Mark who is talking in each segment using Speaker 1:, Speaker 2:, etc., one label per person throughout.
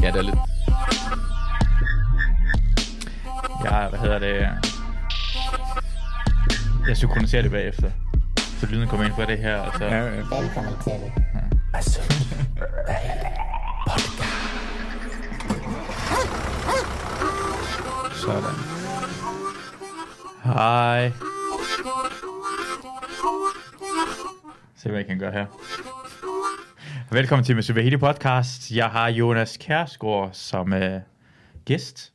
Speaker 1: det er lidt...
Speaker 2: Jeg, hvad hedder det? Jeg synkroniserer det bagefter. Så lyden kommer ind fra det her, altså. og så...
Speaker 3: Ja, ja.
Speaker 4: Velkommen til
Speaker 3: Sådan.
Speaker 2: Hej. Se, hvad jeg kan gøre her. Velkommen til Mesubahidi Podcast. Jeg har Jonas Kærsgaard som øh, gæst.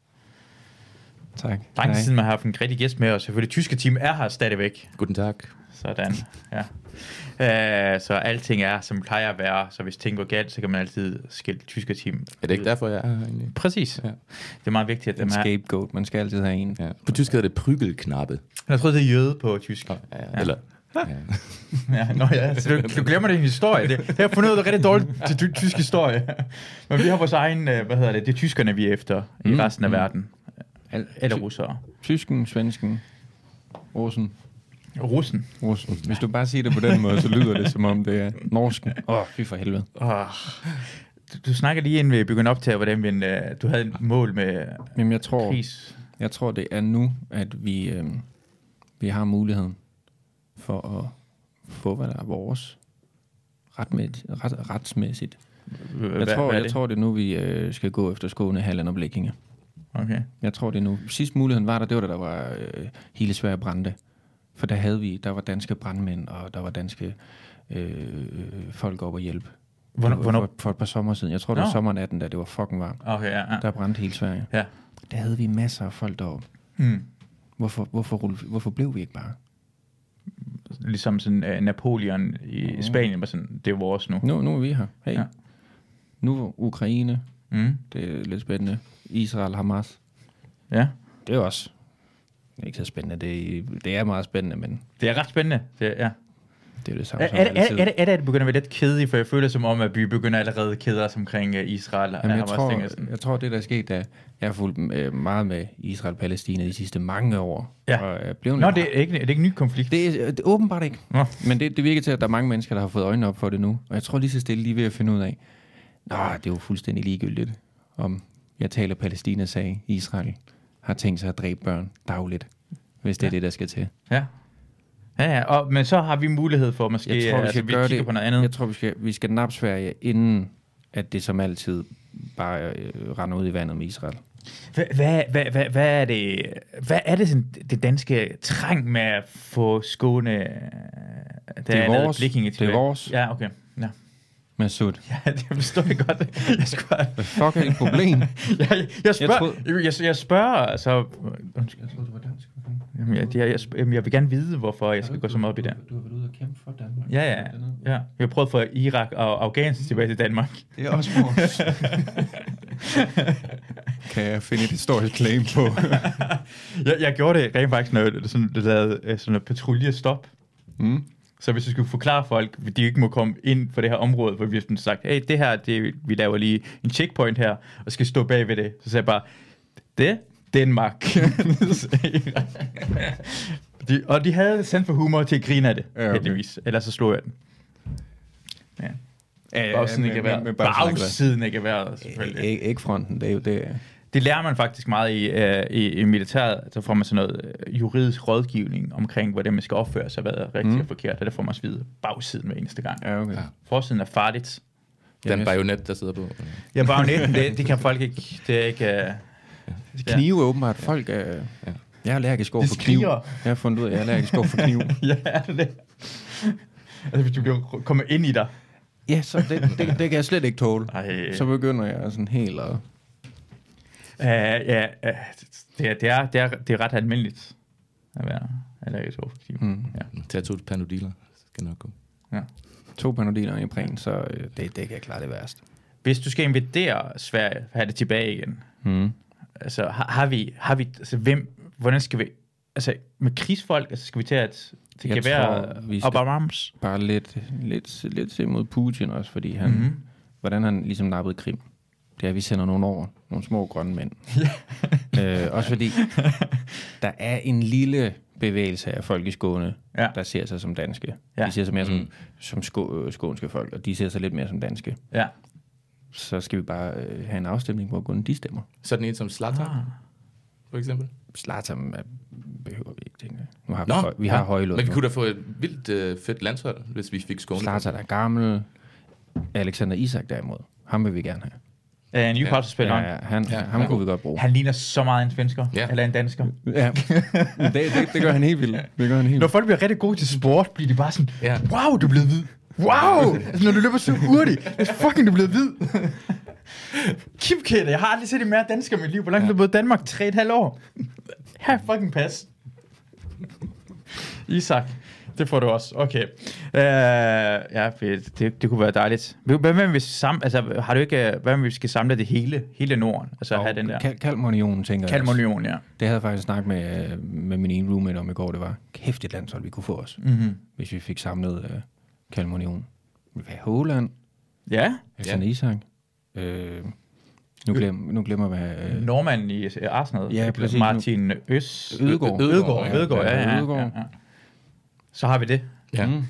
Speaker 3: Tak.
Speaker 2: Lang tid
Speaker 3: Hej.
Speaker 2: siden, man har haft en rigtig gæst med, og selvfølgelig tyske team er her stadigvæk.
Speaker 1: Guten tak.
Speaker 2: Sådan, ja. Øh, så alting er, som det plejer at være, så hvis ting går galt, så kan man altid skille tyske team.
Speaker 1: Er det ikke derfor, jeg er her egentlig?
Speaker 2: Præcis. Ja.
Speaker 1: Ja.
Speaker 2: Det er meget vigtigt, at
Speaker 3: En
Speaker 2: dem her...
Speaker 3: scapegoat. Man skal altid have en.
Speaker 1: Ja. På tysk hedder det prygelknappe.
Speaker 2: Jeg troede, det er jøde på tysk.
Speaker 1: Ja. Eller... Ja.
Speaker 2: Ja, nå ja, så du, du glemmer din historie. Det, det har jeg fundet ud af rigtig dårligt til ty- tysk historie. Men vi har vores egen, øh, hvad hedder det, det er tyskerne, vi er efter i
Speaker 3: Mm,
Speaker 2: resten af
Speaker 3: mm.
Speaker 2: verden.
Speaker 3: Al-
Speaker 2: Eller russere.
Speaker 3: Tysken, svensken, russen.
Speaker 2: Russen.
Speaker 3: russen. Hvis du bare siger det på den måde, så lyder det som om det er norsken. Åh, oh, fy for helvede.
Speaker 2: Oh. Du, du snakker lige inden vi begyndte op til, hvordan vi, en, øh, du havde et mål med
Speaker 3: Men jeg tror,
Speaker 2: pris.
Speaker 3: jeg tror, det er nu, at vi, øh, vi har muligheden for at få, hvad der er vores retmæssigt. Ret, retsmæssigt. Jeg, tror, jeg tror, det er nu, vi øh, skal gå efter Skåne, Halland og Blikkinge.
Speaker 2: Okay.
Speaker 3: Jeg tror, det er nu. Sidst muligheden var der, det var da der var øh, hele Sverige brændte. For der havde vi, der var danske brandmænd, og der var danske øh, øh, folk op og hjælpe.
Speaker 2: Hvornår-
Speaker 3: Det var
Speaker 2: hvornår-
Speaker 3: For, for et par sommer siden. Jeg tror, det var
Speaker 2: Nå.
Speaker 3: sommernatten, da det var fucking varmt.
Speaker 2: Okay, ja. ja.
Speaker 3: Der brændte hele Sverige.
Speaker 2: ja.
Speaker 3: Der havde vi masser af folk deroppe.
Speaker 2: Hmm.
Speaker 3: Hvorfor, hvorfor, rulle- hvorfor blev vi ikke bare?
Speaker 2: Ligesom sådan øh, Napoleon i
Speaker 3: Mm.
Speaker 2: Spanien var sådan, det er vores nu.
Speaker 3: Nu, nu er vi her. Hey.
Speaker 2: Ja.
Speaker 3: Ja. Nu er Ukraine.
Speaker 2: Mm.
Speaker 3: Det er lidt spændende. Israel, Hamas.
Speaker 2: Ja.
Speaker 3: Det er også det er ikke så spændende. Det, det er meget spændende, men
Speaker 2: Det er ret spændende. Det, ja.
Speaker 3: det er det samme
Speaker 2: Er,
Speaker 3: som
Speaker 2: er, er,
Speaker 3: altid.
Speaker 2: er, er, er det, at det begynder at være lidt kedeligt, for jeg føler som om, at vi begynder allerede at kede os omkring øh, Israel. og
Speaker 3: Jamen, jeg,
Speaker 2: Hamas, tænker jeg sådan.
Speaker 3: tror, jeg tror, det der er sket, da jeg har fulgt øh, meget med Israel-Palæstina de sidste mange år.
Speaker 2: Ja.
Speaker 3: Og øh, jeg blev
Speaker 2: Nå, det er ikke, det er ikke en ny konflikt.
Speaker 3: Det er, det er åbenbart ikke.
Speaker 2: Nå.
Speaker 3: Men det, det virker til, at der er mange mennesker, der har fået øjnene op for det nu. Og jeg tror lige så stille, lige ved at finde ud af, Nå, det er jo fuldstændig ligegyldigt, om jeg taler Palæstinas sag, Israel har tænkt sig at dræbe børn dagligt, hvis det er det, der skal til.
Speaker 2: Ja. Ja, ja. Og, men så har vi mulighed for måske,
Speaker 3: Jeg tror, vi skal
Speaker 2: altså, vi
Speaker 3: gøre
Speaker 2: kigger
Speaker 3: det.
Speaker 2: på noget andet.
Speaker 3: Jeg tror, vi skal, vi skal nappe Sverige, inden at det som altid bare øh, render ud i vandet med Israel.
Speaker 2: Hvad, hvad, hvad, hvad, hvad er det, hvad er det, sådan, det danske trang med at få Skåne... øh, Det
Speaker 3: vores.
Speaker 2: Blikkinge
Speaker 3: Det er
Speaker 2: tilbage?
Speaker 3: vores.
Speaker 2: Ja, okay. Ja.
Speaker 3: Masud,
Speaker 2: ja, det forstår jeg godt. Jeg, skulle,
Speaker 3: hvad fuck er dit problem?
Speaker 2: jeg, jeg, spørger, jeg,
Speaker 3: troede-
Speaker 2: jeg, jeg spørger, altså... Undskyld.
Speaker 3: Jeg troede, du var dansk.
Speaker 2: Jamen, jeg, jeg, jeg, sp- jamen, jeg vil gerne vide, hvorfor jeg skal gå så meget op i det.
Speaker 3: Du har været ude og kæmpe for Danmark.
Speaker 2: Ja, ja, ja. Vi har prøvet at få Irak og Afghanistan tilbage til Danmark.
Speaker 3: Det er også vores. kan jeg finde et historisk claim på?
Speaker 2: jeg, jeg gjorde det rent faktisk, når jeg sådan, lavede øh, sådan en patruljestop.
Speaker 3: mm.
Speaker 2: Så hvis jeg skulle forklare folk, at de ikke må komme ind for det her område, for vi har sådan sagt, hey, det her, det, vi laver lige en checkpoint her, og skal stå bag ved det. Så sagde jeg bare, det er Danmark. de, og de havde sans for humor til at grine af det,
Speaker 3: Ja, okay.
Speaker 2: heldigvis. Ellers så slog jeg den. Ja.
Speaker 3: ja,
Speaker 2: Bagsiden
Speaker 3: men-
Speaker 2: ikke er værd.
Speaker 3: men- men bagsiden af geværet.
Speaker 2: Bagsiden ikke er værd, selvfølgelig.
Speaker 3: Æg, ægfronten, det er jo det.
Speaker 2: Det lærer man faktisk meget i, øh, i, i militæret. Så får man sådan noget øh, juridisk rådgivning omkring, hvordan man skal opføre sig, hvad er rigtigt mm. og forkert. Og der får man også vide bagsiden hver eneste gang.
Speaker 3: Ja, okay. Ja.
Speaker 2: Forsiden er farligt.
Speaker 1: Den bajonet, der sidder på. øh,
Speaker 2: Ja, bagnetten, det, det kan folk ikke... Det er ikke øh,
Speaker 3: Knive er åbenbart. Folk er... Ja. Jeg er allergisk over
Speaker 2: De
Speaker 3: for kniv.
Speaker 2: skriger.
Speaker 3: Jeg har fundet ud af, at jeg er allergisk over for kniv.
Speaker 2: ja, det. Altså, hvis du bliver- kommer ind i dig.
Speaker 3: ja, så det, det, det, kan jeg slet ikke tåle.
Speaker 2: Ej.
Speaker 3: Så begynder jeg sådan helt at...
Speaker 2: Uh, ja, uh, det, er- det, er, det, er, det er ret almindeligt at være allergisk over for kniv. Mm. Ja.
Speaker 1: Tag to panodiler. Det skal nok gå.
Speaker 2: Ja.
Speaker 3: To panodiler i pren, så øh, det, det kan jeg klare det værst.
Speaker 2: Hvis du skal invadere Sverige, have det tilbage igen,
Speaker 3: Mm.
Speaker 2: Altså, har, har vi, har vi, altså, hvem, hvordan skal vi, altså, med krigsfolk, altså, skal vi til at, det
Speaker 3: Jeg
Speaker 2: kan
Speaker 3: tror,
Speaker 2: være
Speaker 3: vi
Speaker 2: vi
Speaker 3: skal-
Speaker 2: skal... arms?
Speaker 3: Bare lidt, lidt, lidt se mod Putin også, fordi han,
Speaker 2: Mhm.
Speaker 3: mm-hmm. hvordan han ligesom nappede Krim. Det er, at vi sender nogle over. Nogle små grønne mænd. øh, også fordi, der er en lille bevægelse af folk i Skåne,
Speaker 2: Ja.
Speaker 3: der ser sig som danske.
Speaker 2: Ja.
Speaker 3: De ser sig mere som, som sko- øh, skånske folk, og de ser sig lidt mere som danske.
Speaker 2: Ja.
Speaker 3: så skal vi bare øh, have en afstemning, hvor kun de stemmer.
Speaker 1: Sådan en som Slatter, ah. for eksempel.
Speaker 3: Slatam behøver vi ikke, tænker jeg. Nu har vi,
Speaker 1: Nå,
Speaker 3: høj, vi har ja. højlund.
Speaker 1: Men vi kunne da få et vildt øh, fedt landshold, hvis vi fik Skåne.
Speaker 3: Slatam er gammel. Alexander Isak derimod. Ham vil vi gerne have.
Speaker 2: Er en Newcastle-spiller.
Speaker 3: Ja, ja, han, ja,
Speaker 1: Ja,
Speaker 3: ham
Speaker 1: ja.
Speaker 3: kunne vi godt bruge.
Speaker 2: Han ligner så meget en svensker,
Speaker 1: Ja.
Speaker 2: eller en dansker.
Speaker 3: Ja. det, det, det, gør han helt vildt. Det gør han helt
Speaker 2: Når folk bliver rigtig gode til sport, bliver de bare sådan,
Speaker 1: Ja.
Speaker 2: wow, du er blevet hvid. Wow, altså, når du løber så hurtigt, det er fucking, du er blevet hvid. Kæmpe kæde, jeg har aldrig set en mere dansker i mit liv. Hvor langt ja. du boet i Danmark? 3,5 år. Her er fucking pas. Isak, det får du også. Okay. Uh, ja, det, det, det, kunne være dejligt. Hvem hvem vil vi samle, altså, har du ikke, øh, hvad med, vi skal samle det hele, hele Norden? Altså have den der.
Speaker 3: Kal- Kalmarunionen, tænker jeg. også.
Speaker 2: Kalmarunion, ja.
Speaker 3: Det havde jeg faktisk snakket med, øh, med min ene roommate om i går, det var kæft et landshold, vi kunne få os,
Speaker 2: Mm-hmm.
Speaker 3: hvis vi fik samlet øh, Kalmarunionen. Vi vil have Håland,
Speaker 2: Ja,
Speaker 3: Alexander ja. Isak. Øh, nu, glem, nu glemmer jeg, hvad... Øh,
Speaker 2: Normanden i øh, Arsenal.
Speaker 3: Ja,
Speaker 2: Ja,
Speaker 3: præcis.
Speaker 2: præcis. Martin Øs.
Speaker 3: Ødegaard.
Speaker 2: Ødegård,
Speaker 1: ja.
Speaker 2: Ødegård, ja, ja, ja,
Speaker 3: Ødegaard.
Speaker 2: ja. Så har vi det.
Speaker 1: Ja.
Speaker 3: Mm.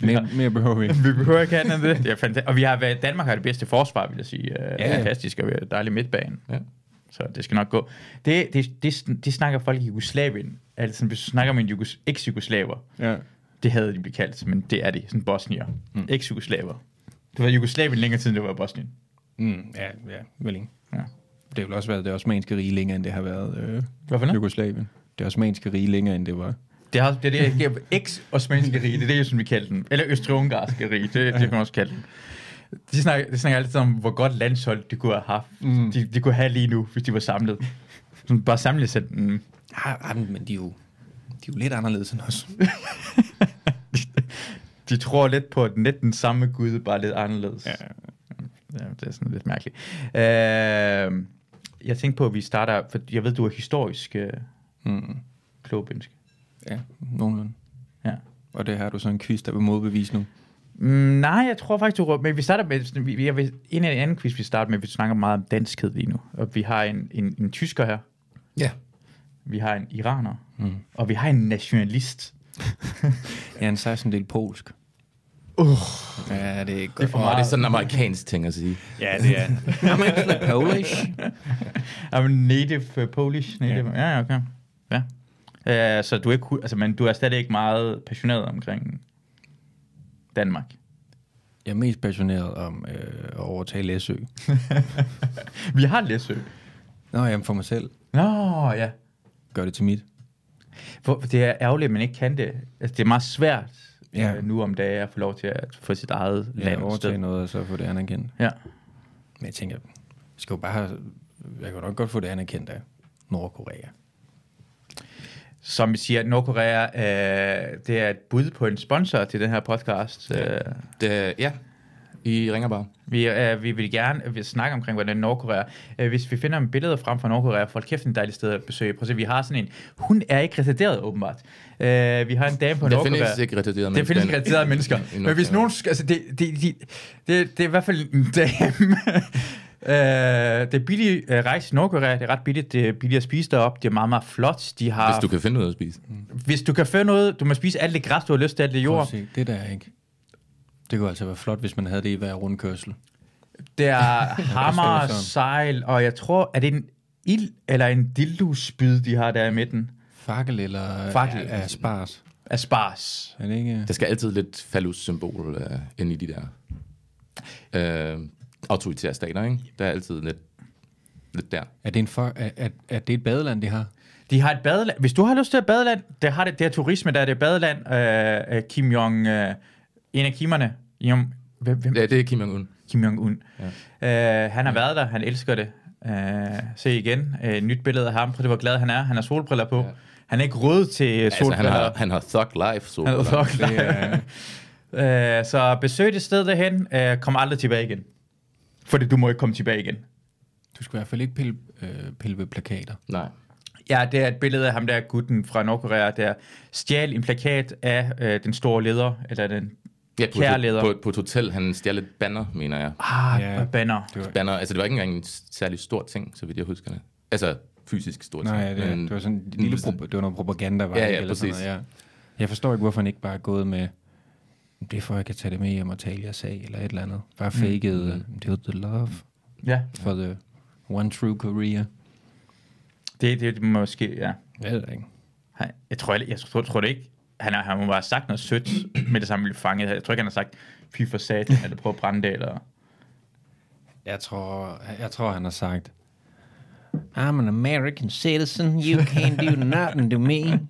Speaker 3: mere, mere behøver vi ikke.
Speaker 2: Vi behøver ikke have andet end det. det er fantastisk. Og vi har været, Danmark har det bedste forsvar, vil jeg sige. Ja,
Speaker 3: ja.
Speaker 2: ja. Fantastisk, og vi har dejlig midtbane.
Speaker 1: Ja.
Speaker 2: Så det skal nok gå. Det, det, det, sn- det snakker folk i Jugoslavien. Altså, hvis du snakker med en jugos, eks-jugoslaver,
Speaker 3: Ja.
Speaker 2: det havde de blivet kaldt, men det er de. Sådan bosnier. Mm. Eks-jugoslaver. Det var Jugoslavien længere tid, end det var Bosnien.
Speaker 3: Mm, ja, ja, vel ikke.
Speaker 2: Ja.
Speaker 3: Det har vel også været det osmanske rige længere, end det har været øh,
Speaker 2: Hvorfor nu?
Speaker 3: Jugoslavien. Det osmanske rige længere, end det var.
Speaker 2: Det er, det er det, ex-osmanske rige, det er det, som vi kalder den. Eller østrig-ungarske rige, det, det kan man også kalde den. De snakker, de snakker altid om, hvor godt landshold de kunne have haft. Mm. De, de, kunne have lige nu, hvis de var samlet. Sådan bare samlet sig. Mm.
Speaker 3: Ja, ja, men de er, jo, de er jo lidt anderledes end os.
Speaker 2: De tror lidt på, at net den samme Gud, bare lidt anderledes. Ja. ja det er sådan lidt mærkeligt. Øh, jeg tænkte på, at vi starter, for jeg ved, du er historisk øh,
Speaker 3: Mm.
Speaker 2: klog, Bønske.
Speaker 3: Ja, nogenlunde.
Speaker 2: Ja.
Speaker 3: Og det her er du så en quiz, der vil modbevise nu.
Speaker 2: Mm, nej, jeg tror faktisk, du råber, men vi starter med, sådan- vi, vi- jeg vil, en af de anden quiz, vi starter med, vi snakker meget om danskhed lige nu, og vi har en, en, en tysker her,
Speaker 1: ja.
Speaker 2: vi har en iraner, mm. og vi har en nationalist.
Speaker 3: Jeg er en 16 del polsk. Uh. Ja, det er godt.
Speaker 2: Det er for
Speaker 1: Og det
Speaker 2: meget.
Speaker 1: er sådan en amerikansk ting at sige.
Speaker 3: Ja, det er. I'm actually Polish.
Speaker 2: I'm native uh, Polish. Native. Ja, ja, okay. Ja. Uh, så du er, ikke, hu- altså, men du er stadig ikke meget passioneret omkring Danmark.
Speaker 3: Jeg er mest passioneret om øh, at overtage Læsø.
Speaker 2: Vi har Læsø.
Speaker 3: Nå, jamen for mig selv.
Speaker 2: Nå, ja.
Speaker 3: Gør det til mit.
Speaker 2: For, det er ærgerligt, at man ikke kan det. Altså, det er meget svært
Speaker 3: Ja.
Speaker 2: ja. uh, nu om dagen at få lov til at få sit eget
Speaker 3: Ja,
Speaker 2: land og
Speaker 3: overtage
Speaker 2: sted.
Speaker 3: noget, og så få det anerkendt.
Speaker 2: Ja.
Speaker 3: Men jeg tænker, jeg skal jo bare have, jeg kan jo nok godt få det anerkendt af Nordkorea.
Speaker 2: som vi siger, Nordkorea, øh, det er et bud på en sponsor til den her podcast. Ja. Øh,
Speaker 1: Det, ja, I ringer bare.
Speaker 2: vi, øh, vi vil gerne øh, vi snakke omkring, hvordan Nordkorea... Øh, hvis vi finder en billede frem fra Nordkorea, for kæft det er et dejligt sted at besøge. Prøv at se, vi har sådan en... Hun er ikke retarderet, åbenbart. Øh, vi har en dame på
Speaker 1: Der
Speaker 2: Nordkorea.
Speaker 1: findes ikke retarderet
Speaker 2: Det findes ikke retarderet mennesker. Men hvis nogen... sk- Altså, det, det, det, det, det er i hvert fald en dame. øh, det er billig øh, rejse i Nordkorea. Det er ret billigt. Det er billigt at spise deroppe. Det er meget, meget flot. De har
Speaker 1: Hvis du kan finde noget at spise.
Speaker 2: hvis du kan føre noget, du må spise alt det græs, du har lyst til, alt det
Speaker 3: Prøv at
Speaker 2: jord.
Speaker 3: se, det der er ikke. Det kunne altså være flot, hvis man havde det i hver rundkørsel.
Speaker 2: Det er hammer,
Speaker 3: sådan.
Speaker 2: sejl, og jeg tror, er det en ild eller en dildospyd, de har der i midten?
Speaker 3: Fakkel eller
Speaker 2: Fakkel.
Speaker 3: Er, er spars.
Speaker 2: Af spars.
Speaker 3: Er det ikke?
Speaker 1: Der skal altid lidt fallus-symbol uh, ind i de der uh, autoritære stater, ikke? Der er altid lidt, lidt der.
Speaker 3: Er det, en for, er, er, er det et badeland, de har?
Speaker 2: De har et badeland. Hvis du har lyst til et badeland, det har det, det er turisme, der er det badeland. Øh, øh, Kim Jong, øh, en af Kimerne. Jong, hvem, hvem?
Speaker 1: Ja, det er Kim Jong-un.
Speaker 2: Kim Jong-un. Ja. Øh, han har været der, han elsker det. Øh, se igen, øh, nyt billede af ham. Prøv det, hvor glad han er. Han har solbriller på. Ja. Han er ikke rød til øh,
Speaker 1: Altså,
Speaker 2: solbriller.
Speaker 1: han har, han har thug life, så.
Speaker 2: Han er fuck dig. Øh, så besøg det sted derhen. Øh, kom aldrig tilbage igen. Fordi du må ikke komme tilbage igen.
Speaker 3: Du skal i hvert fald ikke pille, øh, pille ved plakater.
Speaker 1: Nej.
Speaker 2: Ja, det er et billede af ham der gutten fra Nordkorea, der stjal en plakat af øh, den store leder, eller den
Speaker 1: Ja, på, et,
Speaker 2: Kærleder.
Speaker 1: på, på et hotel, han stjal et banner, mener jeg.
Speaker 2: ah,
Speaker 3: Ja.
Speaker 2: yeah. banner.
Speaker 3: Det var,
Speaker 1: Banner, altså det var ikke engang en særlig stor ting, så vidt jeg husker det. Altså, fysisk stor ting.
Speaker 3: nej, det,
Speaker 1: men-
Speaker 3: det var sådan en lille pro, det var noget propaganda, var
Speaker 1: Ja,
Speaker 3: det,
Speaker 1: ja,
Speaker 3: eller sådan
Speaker 1: præcis.
Speaker 3: noget, ja. Jeg forstår ikke, hvorfor han ikke bare er gået med det er for, at jeg kan tage det med hjem og tale jeres sag, eller et eller andet. Bare fakede, mm. det var the love
Speaker 2: Ja,
Speaker 3: for the one true Korea.
Speaker 2: det, det, det måske, ja.
Speaker 3: Jeg ved det ikke.
Speaker 2: Han, jeg tror, jeg, jeg tror, tror det ikke. Han, har, han må bare have sagt noget sødt, med det samme blev fanget. Jeg tror ikke, han har sagt, fy for satan, eller prøv at brænde det, eller...
Speaker 3: Jeg tror, jeg tror han har sagt, I'm an American citizen, you can't do nothing to me.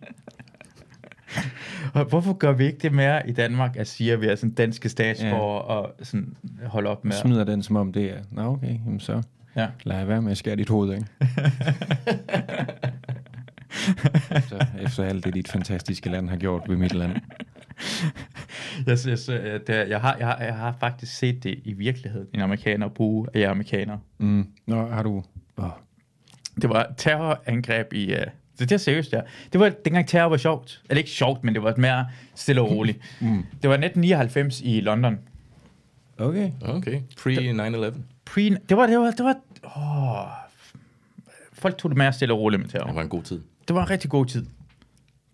Speaker 2: Og Hvorfor gør vi ikke det mere i Danmark, at sige, at vi er sådan danske statsborger, ja. og sådan holde op med...
Speaker 3: Ja. Smider den, som om det er, nå okay, jamen så
Speaker 2: Ja.
Speaker 3: lad jeg være med at skære dit hoved, ikke? efter, efter alt det, dit fantastiske land har gjort ved mit land.
Speaker 2: Jeg, jeg, jeg, øh, det, jeg, har, jeg, har, jeg har faktisk set det i virkeligheden, en amerikaner bruge, at jeg er amerikaner.
Speaker 3: Mm. Nå, har du... Oh.
Speaker 2: Det var terrorangreb i... Uh, det, det er seriøst, der. Det var dengang terror var sjovt. Eller ikke sjovt, men det var mere stille og roligt. mm. Det var 1999 i London.
Speaker 3: Okay.
Speaker 1: Okay, pre-9-11.
Speaker 2: Pre, det var... Det var, det var åh, folk tog det mere stille og roligt med terror.
Speaker 1: Det var en god tid.
Speaker 2: Det var en rigtig god tid.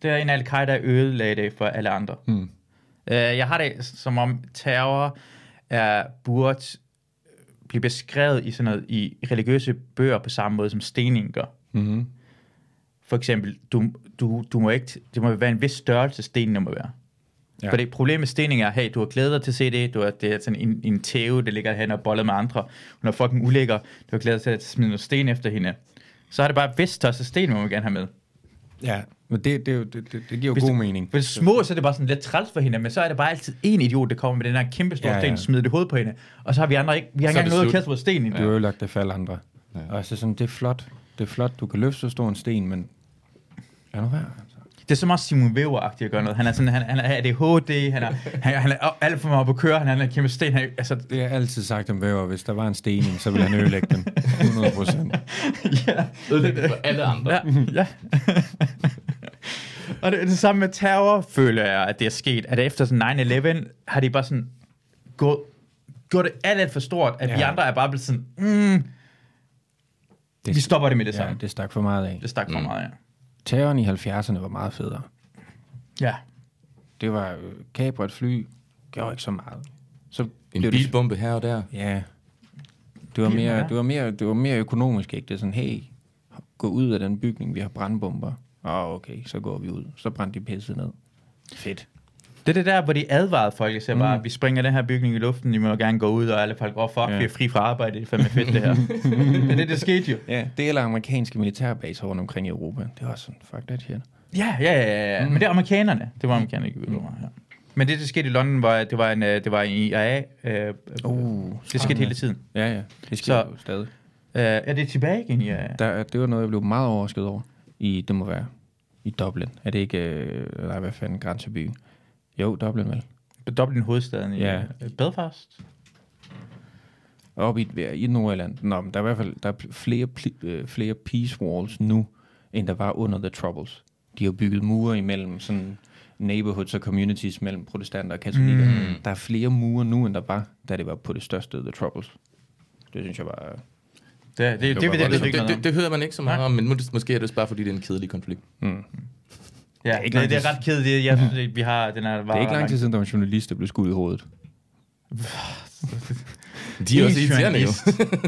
Speaker 2: Det er en al-Qaida ødelagde det for alle andre. Mm. Uh, jeg har det som om terror er burde øh, blive beskrevet i sådan noget, i religiøse bøger på samme måde som stening gør.
Speaker 3: Mm-hmm.
Speaker 2: For eksempel, du, du, du må ikke, det må være en vis størrelse, stenene må være.
Speaker 3: Ja.
Speaker 2: Ja. Fordi problemet med stening er, hey, du har glædet dig til at se det, du har, det er sådan en, en tæve, der ligger hen og boller med andre, hun er fucking ulækker, du har glædet dig til at smide noget sten efter hende. Så er det bare vist størrelse sten, må man gerne have med.
Speaker 3: Ja, men det, det, er jo- det, det, det giver
Speaker 2: Hvis
Speaker 3: jo god
Speaker 2: det-
Speaker 3: mening.
Speaker 2: For små, så er det bare sådan lidt træls for hende, men så er det bare altid en idiot, der kommer med den her kæmpe store
Speaker 3: Ja,
Speaker 2: ja,
Speaker 3: ja.
Speaker 2: ja. sten, smider det i hovedet på hende, og så har vi andre ikke, vi har ikke
Speaker 1: Så
Speaker 2: engang
Speaker 1: er det
Speaker 2: noget at
Speaker 1: slut.
Speaker 2: kaste vores sten endnu.
Speaker 3: Du har ødelagt det for alle andre. Ja.
Speaker 1: Ja.
Speaker 3: Og så sådan, det er flot. Det er flot, du kan løfte så stor en sten, men... Er nu værd, altså.
Speaker 2: Det er så meget Simon Wever-agtigt at gøre noget. Han er sådan, han, han er ADHD, han er, han, han er alt for meget på køre, han er en kæmpe sten. Han, altså,
Speaker 3: Det har jeg altid sagt om væver. Hvis der var en stening, så ville han ødelægge dem. 100 procent.
Speaker 2: ja,
Speaker 1: Ødelæggende for alle andre.
Speaker 2: ja, ja. Og det, er det samme med terror, føler jeg, at det er sket. At efter sådan 9-11, har de bare sådan gået, gjort det alt, alt for stort, at ja. vi
Speaker 3: Ja.
Speaker 2: andre er bare blevet sådan, mm,
Speaker 3: Det-
Speaker 2: vi stopper det med det
Speaker 3: Ja,
Speaker 2: samme.
Speaker 3: det stak for meget af.
Speaker 2: Det stak for meget, ja.
Speaker 3: Terroren i 70'erne var meget federe.
Speaker 2: Ja.
Speaker 3: Det var øh, kapret et fly. Gjorde ikke så meget. Så
Speaker 1: En
Speaker 3: blev det-
Speaker 1: bilbombe her og der.
Speaker 3: Ja. Det var,
Speaker 2: Bilen
Speaker 3: mere,
Speaker 2: er-
Speaker 3: det, var mere, det var mere økonomisk, ikke? Det er sådan, hey, gå ud af den bygning, vi har brandbomber. Åh, oh, okay, så går vi ud. Så brændte de pisset ned. Fedt.
Speaker 2: Det er det der, hvor de advarede folk. Jeg sagde bare, vi springer den her bygning i luften, I må gerne gå ud, og alle folk, åh oh, fuck,
Speaker 3: Ja.
Speaker 2: vi er fri fra arbejde, det er fandme fedt det her. det er det, der skete jo.
Speaker 3: Ja, det eller amerikanske militærbaser rundt omkring i Europa. Det var sådan, fuck that shit.
Speaker 2: Ja, ja, ja, ja. Mm. Men det er amerikanerne. Det var amerikanerne, ikke mm. ja. Men det, der skete i London, var, at det var en, øh, det var en IRA. Øh, uh, det skete hele tiden.
Speaker 3: Ja, ja. Det sker
Speaker 2: Så-
Speaker 3: jo stadig.
Speaker 2: Øh, er det tilbage igen, øh, ja?
Speaker 3: Der, det var noget, jeg blev meget overrasket over. I, det må være i Dublin. Er det ikke, øh, nej, hvad fanden, grænsebyen? Jo, Dublin vel.
Speaker 2: Dublin hovedstaden i
Speaker 3: Ja.
Speaker 2: yeah. Belfast?
Speaker 3: Oppe i, i Nordirland. Nå, men der er i hvert fald der er pl- flere, pli, øh, flere peace walls nu, end der var under The Troubles. De har bygget mure imellem sådan neighborhoods og communities mellem protestanter og katolikker. Mm. Der er flere mure nu, end der var, da det var på det største The Troubles. Det synes jeg bare...
Speaker 2: Det, det, det, det, det,
Speaker 3: var
Speaker 2: det, det,
Speaker 3: voldsomt.
Speaker 2: det,
Speaker 1: Det,
Speaker 2: det,
Speaker 1: det,
Speaker 2: det,
Speaker 1: det, det hører man ikke så meget om, men mås- måske er det også bare, fordi det er en kedelig konflikt.
Speaker 2: Ja, det,
Speaker 3: ikke
Speaker 2: det,
Speaker 3: lang
Speaker 2: er ret kedeligt. Jeg synes, at vi har den her...
Speaker 3: Det er ikke lang tid siden, der var en journalist, der blev skudt i hovedet.
Speaker 1: De er også irriterende jo.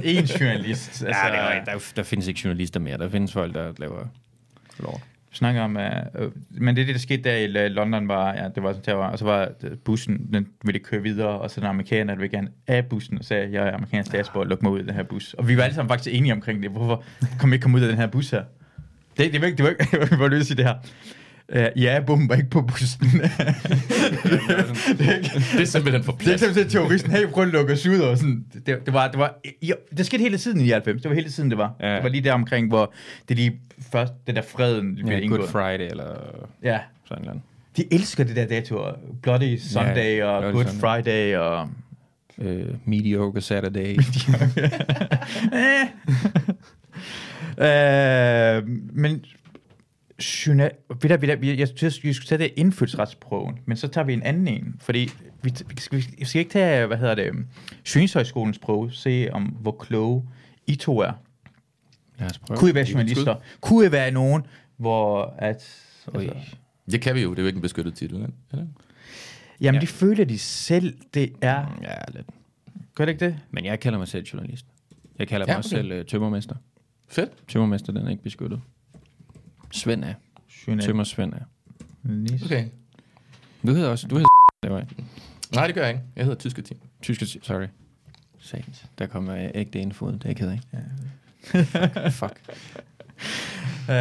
Speaker 2: en journalist.
Speaker 3: Altså, Nej, det var, ikke- der, der findes ikke journalister mere. Der findes folk, der laver lort.
Speaker 2: snakker om, uh, øh, men det er det, der skete der i L- London, var, ja, det var sådan, der var, og så var øh, bussen, den ville ikke køre videre, og så den amerikaner, der ville gerne af bussen, og sagde, jeg er amerikansk statsborger, luk mig ud af den her bus. Og vi var alle sammen faktisk enige omkring det, hvorfor kom vi ikke komme ud af den her bus her? Det, det var ikke, det var ikke, jeg var nødt til det her. Uh, ja, bomben var ikke på bussen. det er ikke,
Speaker 1: Det er simpelthen for
Speaker 2: det er ikke
Speaker 1: plads.
Speaker 2: sådan, at terroristen, hey, prøv at lukke os ud, og sådan, det, det var, det var, jo, det skete hele tiden i 90, det var hele tiden, det var.
Speaker 3: Ja.
Speaker 2: Det var lige der omkring, hvor det lige først, det der freden blev
Speaker 3: Ja,
Speaker 2: indgået.
Speaker 3: Good Friday eller
Speaker 2: ja,
Speaker 3: sådan noget.
Speaker 2: de elsker det der datoer. Bloody Sunday
Speaker 3: Ja,
Speaker 2: ja, og
Speaker 3: Bloody
Speaker 2: Good
Speaker 3: Sunday.
Speaker 2: Friday og...
Speaker 3: Øh, mediocre Saturday.
Speaker 2: Eh. Øh, men... Syna, vi der, vi der, vi, jeg synes, vi skulle tage det indfødsretsprøven, men så tager vi en anden en, fordi vi, vi, skal, vi skal ikke tage, hvad hedder det, Synshøjskolens prøve, se om, hvor kloge I to er.
Speaker 3: Lad os prøve.
Speaker 2: Kunne I være
Speaker 1: Giv det et skud.
Speaker 2: journalister? Kunne I være nogen, hvor at...
Speaker 3: Ui.
Speaker 2: Altså,
Speaker 1: Det kan vi jo, det er jo ikke en beskyttet titel. Eller?
Speaker 2: Jamen,
Speaker 3: Ja.
Speaker 2: ja. de føler de selv, det er...
Speaker 3: Ja, lidt. Mm.
Speaker 2: Gør det ikke det?
Speaker 3: Men jeg kalder mig selv journalist. Jeg kalder
Speaker 1: Ja,
Speaker 3: mig også
Speaker 1: okay.
Speaker 3: selv uh, tømmermester.
Speaker 1: Fedt.
Speaker 3: Tømmermester, den er ikke beskyttet. Svend er. Tømmer Svend er.
Speaker 2: Okay.
Speaker 1: Okay.
Speaker 3: Du hedder også, du hedder det var jeg.
Speaker 1: Nej, det gør jeg ikke. Jeg hedder Tyske Team.
Speaker 3: Tysk, sorry. Sat. Der kommer jeg ægte indfoden, det er jeg ked af. Fuck.
Speaker 2: Øh,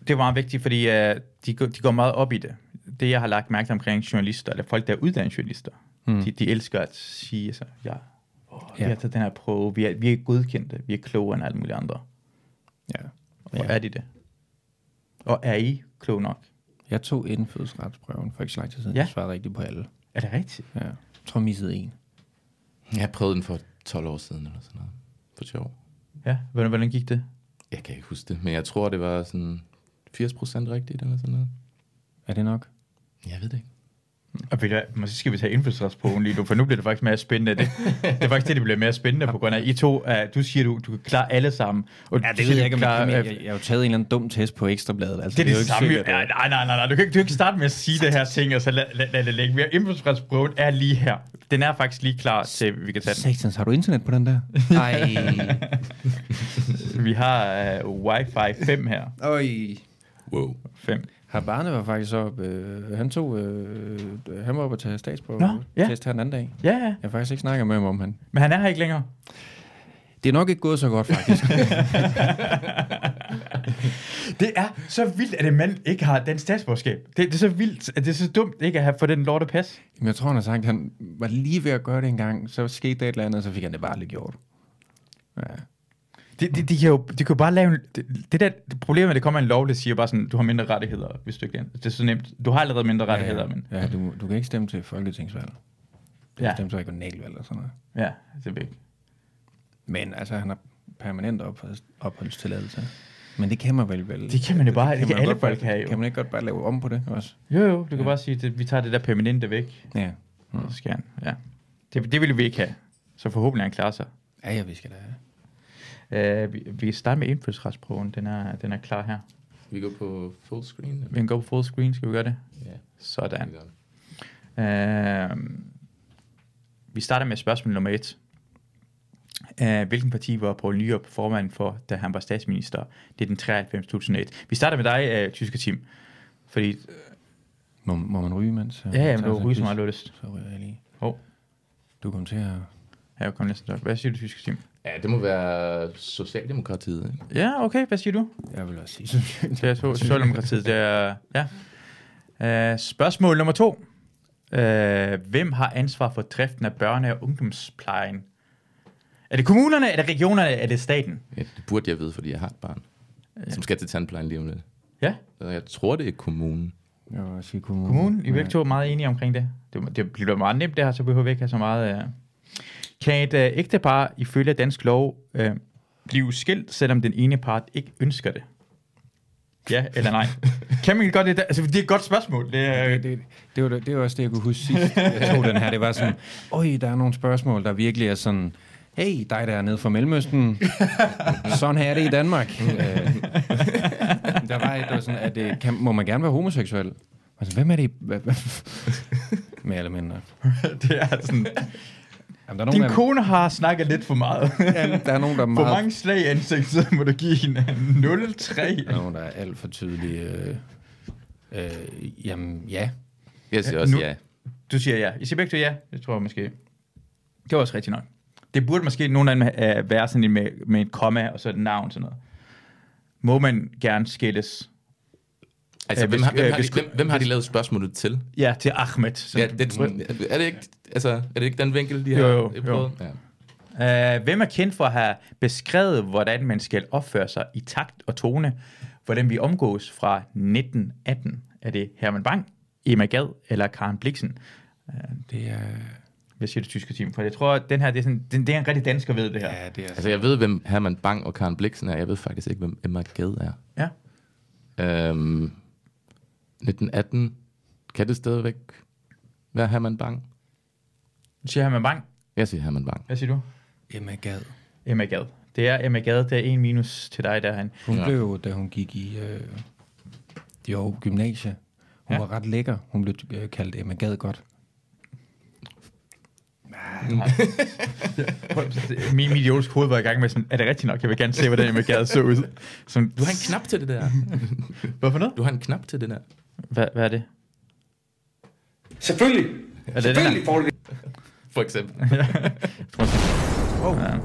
Speaker 2: det er meget vigtigt, fordi øh, de, går- de går meget op i det. Det, jeg har lagt mærke til omkring journalister, eller folk, der er uddannet journalister,
Speaker 3: Mm.
Speaker 2: mm. de, de elsker at sige, så, ja, åh,
Speaker 3: Ja.
Speaker 2: vi har taget den her prøve, vi er, vi er godkendte, vi er klogere end alle mulige andre.
Speaker 3: Ja.
Speaker 2: Og er de det? Og er I klog nok?
Speaker 3: Jeg tog indfødsretsprøven for ikke så lang tid siden.
Speaker 2: Ja.
Speaker 3: Jeg svarede rigtigt på alle.
Speaker 2: Er det rigtigt?
Speaker 3: Ja. Jeg tror, jeg missede en.
Speaker 1: Jeg prøvede den for 12 år siden eller sådan noget. For sjov.
Speaker 2: Ja, hvordan, hvordan gik det?
Speaker 1: Jeg kan ikke huske det, men jeg tror, det var sådan 80 procent rigtigt eller sådan noget.
Speaker 3: Er det nok?
Speaker 1: Jeg ved det ikke.
Speaker 2: Og ved du hvad, måske skal vi tage indfødsretsprøven lige nu, for nu bliver det faktisk mere spændende. Det, det er faktisk det, det bliver mere spændende, på grund af I to, uh, du siger, du, du kan klare alle sammen. Og
Speaker 3: Ja,
Speaker 2: du
Speaker 3: det
Speaker 2: siger,
Speaker 3: ved
Speaker 2: du
Speaker 3: jeg ikke, om jeg,
Speaker 2: klarer,
Speaker 3: kan, jeg,
Speaker 2: øh,
Speaker 3: jeg, jeg har jo taget en eller anden dum test på Ekstrabladet. Altså,
Speaker 2: Det er det,
Speaker 3: jo ikke
Speaker 2: samme.
Speaker 3: sikkert,
Speaker 2: Sikkert, nej,
Speaker 3: at-
Speaker 2: nej, nej, nej. Du kan, ikke, du kan ikke starte med at sige det her ting, og så lad, lad, lad det ligge. Vi har Indfødsretsprøven er lige her. Den er faktisk lige klar til, at vi kan tage
Speaker 3: Satans, har du internet på den der? Nej.
Speaker 2: den. Vi har uh, Wi-Fi 5 her.
Speaker 3: Øj.
Speaker 1: Wow.
Speaker 2: 5.
Speaker 3: Habane var faktisk op. Øh, han tog, øh, han var oppe og tage statsprøve
Speaker 2: Nå, ja.
Speaker 3: test her den anden dag.
Speaker 2: Ja, ja.
Speaker 3: Jeg har faktisk ikke snakket med ham om han.
Speaker 2: Men han er her ikke længere.
Speaker 3: Det er nok ikke gået så godt, faktisk.
Speaker 2: Det er så vildt, at en mand ikke har dansk statsborgerskab. Det, det er så vildt, at det er så dumt ikke at have fået den lorte pas.
Speaker 3: Men jeg tror, han har sagt, at han var lige ved at gøre det en gang, så skete der et eller andet, og så fik han det bare lige gjort. Ja.
Speaker 2: Det, det, de, kan jo, de kan jo bare lave... en- Det, det der det problemet, at det kommer en lov, der siger bare sådan, du har mindre rettigheder, hvis du ikke er- Det er så nemt. Du har allerede mindre rettigheder,
Speaker 3: ja,
Speaker 2: men...
Speaker 3: ja du, du kan ikke stemme til folketingsvalg. Du kan
Speaker 2: Ja,
Speaker 3: stemme til regionalvalg og sådan noget.
Speaker 2: ja, det er vigtigt.
Speaker 3: Men altså, han har permanent ophold, opholdstilladelse. Men det kan man vel vel.
Speaker 2: Det kan man jo bare- det kan
Speaker 3: man
Speaker 2: alle
Speaker 3: godt bare-
Speaker 2: folk have, jo.
Speaker 3: Kan man ikke godt bare lave om på det også?
Speaker 2: Jo, jo, du kan bare sige, at vi tager det der permanente væk.
Speaker 3: Ja. Mm.
Speaker 2: Så skal han, ja. Det, det ville vi ikke have. Så forhåbentlig han klarer sig.
Speaker 3: Ja, ja, vi skal da.
Speaker 2: Uh, vi, vi starter med indfødsretsprøven. Den er, den er klar her.
Speaker 1: Vi går på full screen.
Speaker 2: Vi kan gå på full screen. Skal vi gøre det?
Speaker 1: Ja.
Speaker 2: Sådan.
Speaker 1: det gør vi.
Speaker 2: Uh, vi starter med spørgsmål nummer et. Uh, hvilken parti var Poul Nyrup formand for, da han var statsminister? Det er den 93 2001. Vi starter med dig, uh, tyske Tim. Fordi,
Speaker 3: Må, må man ryge, mens? øh,
Speaker 2: ja, ja,
Speaker 3: tager
Speaker 2: men du
Speaker 3: sig en
Speaker 2: ryger så
Speaker 3: quiz?
Speaker 2: meget du har lyst.
Speaker 3: Så ryger jeg lige.
Speaker 2: Hov.
Speaker 3: Du kom til at...
Speaker 2: Ja, jeg kom næsten til. Hvad siger du, tyske Tim?
Speaker 1: Ja, det må være Socialdemokratiet. ikke?
Speaker 2: Ja, okay. Hvad siger du?
Speaker 3: Jeg vil også sige...
Speaker 2: Det er to- Socialdemokratiet. Det er, ja. Uh, spørgsmål nummer to. Uh, hvem har ansvar for driften af børne- og ungdomsplejen? Er det kommunerne, er det regionerne, er det staten?
Speaker 1: Ja, det burde jeg vide, fordi jeg har et barn, ja. som skal til tandplejen lige om lidt.
Speaker 2: Ja,
Speaker 1: Og Jeg tror, det er kommunen.
Speaker 3: jeg vil også sige kommunen.
Speaker 2: kommunen. I er
Speaker 3: Ja.
Speaker 2: begge to meget enige omkring det. Det, det bliver meget nemt det her, så behøver vi ikke have så meget... Uh... Kan et uh, ægtepar ifølge dansk lov uh, blive skilt, selvom den ene part ikke ønsker det? Ja eller nej? kan man godt det? Altså, det er et godt spørgsmål. Det, er,
Speaker 3: Det, det, det, var, det var også det, jeg kunne huske sidst, jeg tog den her. Det var sådan, øj, der er nogle spørgsmål, der virkelig er sådan, hey, dig der er nede fra Mellemøsten, sådan her er det i Danmark. Øh, der var et, der var sådan, at det, kan, må man gerne være homoseksuel? Altså, hvem er det? i- hva- hva- Mere eller mindre.
Speaker 2: det er altså sådan...
Speaker 3: Jamen, der, er nogen,
Speaker 2: Din
Speaker 3: der,
Speaker 2: kone har snakket lidt for meget.
Speaker 3: ja, der er nogen, der er
Speaker 2: For
Speaker 3: meget...
Speaker 2: mange slag i ansigtet må du give hende 0-3.
Speaker 3: Der er nogen, der er alt for tydelige... Øh, øh, jamen, ja.
Speaker 1: Jeg siger
Speaker 2: Ja,
Speaker 1: også
Speaker 2: nu-
Speaker 1: ja.
Speaker 2: Du siger ja. I siger begge to ja. Det tror jeg måske. Det var også rigtigt nok. Det burde måske nogen af dem øh, være sådan en med, med et komma og så et navn sådan noget. Må man gerne skilles?
Speaker 1: Altså,
Speaker 2: Øh,
Speaker 1: hvem
Speaker 2: hvis-
Speaker 1: har, hvem,
Speaker 2: øh,
Speaker 1: har
Speaker 2: hvis-
Speaker 1: de, hvem, hvem har de lavet spørgsmålet til?
Speaker 2: Ja, til Ahmed. Så.
Speaker 1: Ja, det tror jeg. Er det ikke, altså, er det ikke den vinkel, de
Speaker 2: Jo,
Speaker 1: har
Speaker 2: jo,
Speaker 1: de har prøvet? Ja.
Speaker 2: Øh, hvem er kendt for at have beskrevet, hvordan man skal opføre sig i takt og tone, hvordan vi omgås fra 1918? Er det Herman Bang, Emma Gad eller Karen Bliksen?
Speaker 3: Det er...
Speaker 2: Hvad siger du tyske team? For jeg tror, at den her, det er, sådan, det, det er en rigtig dansker ved det her.
Speaker 3: Ja, det er...
Speaker 1: Altså, jeg ved, hvem Herman Bang og Karen Bliksen er. Jeg ved faktisk ikke, hvem Emma Gade er.
Speaker 2: Ja.
Speaker 1: Øhm, 1918, kan det stadigvæk være Herman Bang?
Speaker 2: Nu siger Herman Bang.
Speaker 1: Jeg siger Herman Bang.
Speaker 2: Hvad siger du?
Speaker 3: Emma Gad.
Speaker 2: Emma Gad. Det er Emma Gad, det er en minus til dig derhen.
Speaker 3: Hun
Speaker 1: Ja.
Speaker 3: blev jo, da hun gik i øh, jo, gymnasie, Hun ja. var ret lækker. Hun blev øh, kaldt Emma Gad godt.
Speaker 2: Mm. Min mit idiotisk hoved var i gang med sådan, er det rigtigt nok? Jeg vil gerne se, hvordan Emma Gad så ud. Sådan,
Speaker 1: Du har en knap til det der.
Speaker 2: hvorfor noget?
Speaker 1: Du har en knap til det der.
Speaker 2: Hvad, hvad er det?
Speaker 4: Selvfølgelig.
Speaker 2: Er det den
Speaker 4: Selvfølgelig
Speaker 2: der?
Speaker 4: får du
Speaker 1: For eksempel.
Speaker 2: Wow. Ja.
Speaker 5: Nein,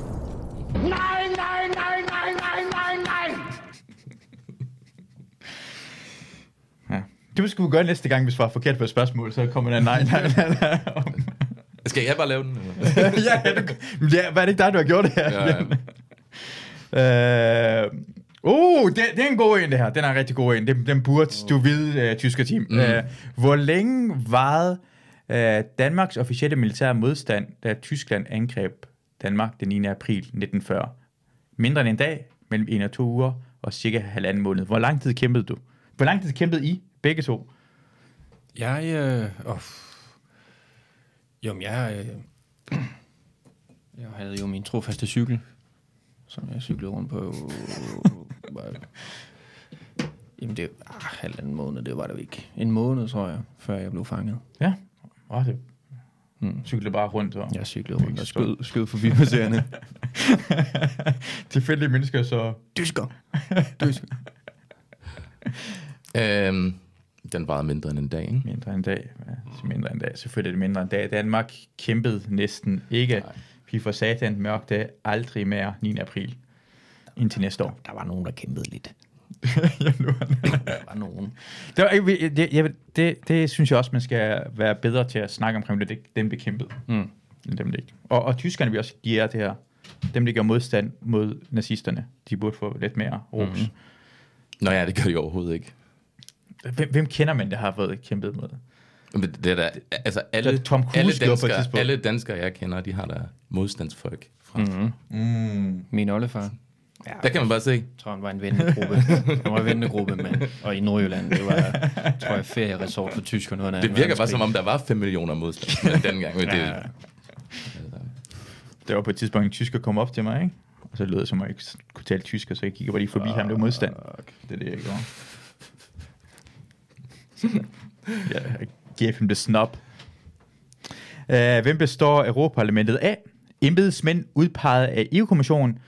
Speaker 5: nein, nein, nein, nein, nein, nein!
Speaker 2: Ja. Det måske vi gøre næste gang, hvis vi svarer forkert på et spørgsmål, så kommer der nej, nej, nej, nej.
Speaker 1: Skal jeg bare lave den? eller?
Speaker 2: ja, ja, du, men ja, hvad er det ikke dig, du har gjort det her?
Speaker 1: Ja, ja.
Speaker 2: Øh, uh, det, det er en god en, det her. Den er en rigtig god en. Den, den burde du vide, uh, tysker team. Mm. Uh, hvor længe varede uh, Danmarks officielle militære modstand, da Tyskland angreb Danmark den 9. april 1940? Mindre end en dag, mellem en og to uger, og cirka halvanden måned. Hvor lang tid kæmpede du? Hvor lang tid kæmpede I, begge to?
Speaker 3: Jeg, øh, oh. Jamen, jeg, øh, jeg havde jo min trofaste cykel, som jeg cyklede rundt på. øh, Var- Jamen, det var ah, halvanden måned, det var det jo ikke. En måned, tror jeg, før jeg blev fanget.
Speaker 2: Ja. Åh, det mm. cyklede bare rundt. Og...
Speaker 3: Jeg cyklede rundt og skød, skød forbi passerende.
Speaker 2: Tilfældige mennesker, så...
Speaker 3: Dysker! Dysker.
Speaker 1: Øhm, den varede mindre end en dag, ikke?
Speaker 2: Mindre end en dag. Ja, så mindre end en dag. Selvfølgelig er det mindre end en dag. Danmark kæmpede næsten ikke. Vi for satan mørk dag aldrig mere 9. april. Indtil næste år.
Speaker 3: Der var nogen, der kæmpede lidt.
Speaker 2: Ja, nu er det-
Speaker 3: Der var nogen.
Speaker 2: det, var ikke- vi- det, jeg, vil- det, det synes jeg også, man skal være bedre til at snakke omkring, det dem, der kæmpede. Mm. End dem, der ikke. Og, og tyskerne vil også give jer det her. Dem, der gør modstand mod nazisterne, de burde få lidt mere ros.
Speaker 3: Mm.
Speaker 1: Nå ja, det gør de overhovedet ikke.
Speaker 2: Mm. Hvem, hvem kender man, der har været kæmpet mod?
Speaker 1: Men det er da, altså alle,
Speaker 2: Det er Tom Cruise
Speaker 1: alle,
Speaker 2: gjorde på et
Speaker 1: danskere,
Speaker 2: tidspunkt.
Speaker 1: alle danskere, jeg kender, de har da modstandsfolk fra. Mm.
Speaker 3: Min oldefar,
Speaker 1: Der kan man bare se.
Speaker 3: tror han var en vennegruppe. Han var en vennegruppe, men, og i Nordjylland, det var, tror jeg, ferieresort for tyskerne. under
Speaker 1: Det
Speaker 3: anden
Speaker 1: virker bare
Speaker 3: verdenskrig.
Speaker 1: som om, der var 5 millioner modstandsmænd dengang. Men det,
Speaker 3: Ja.
Speaker 2: Der var på et tidspunkt en tysker kom op til mig, ikke? Og så lød det, som om jeg ikke kunne tale tysk, og så jeg kigger bare lige forbi ham, det var modstand. Det er det, jeg gjorde. Ja, Jeg gav ham det snop. Uh, hvem består Europaparlamentet af? Embedsmænd udpeget af EU-kommissionen,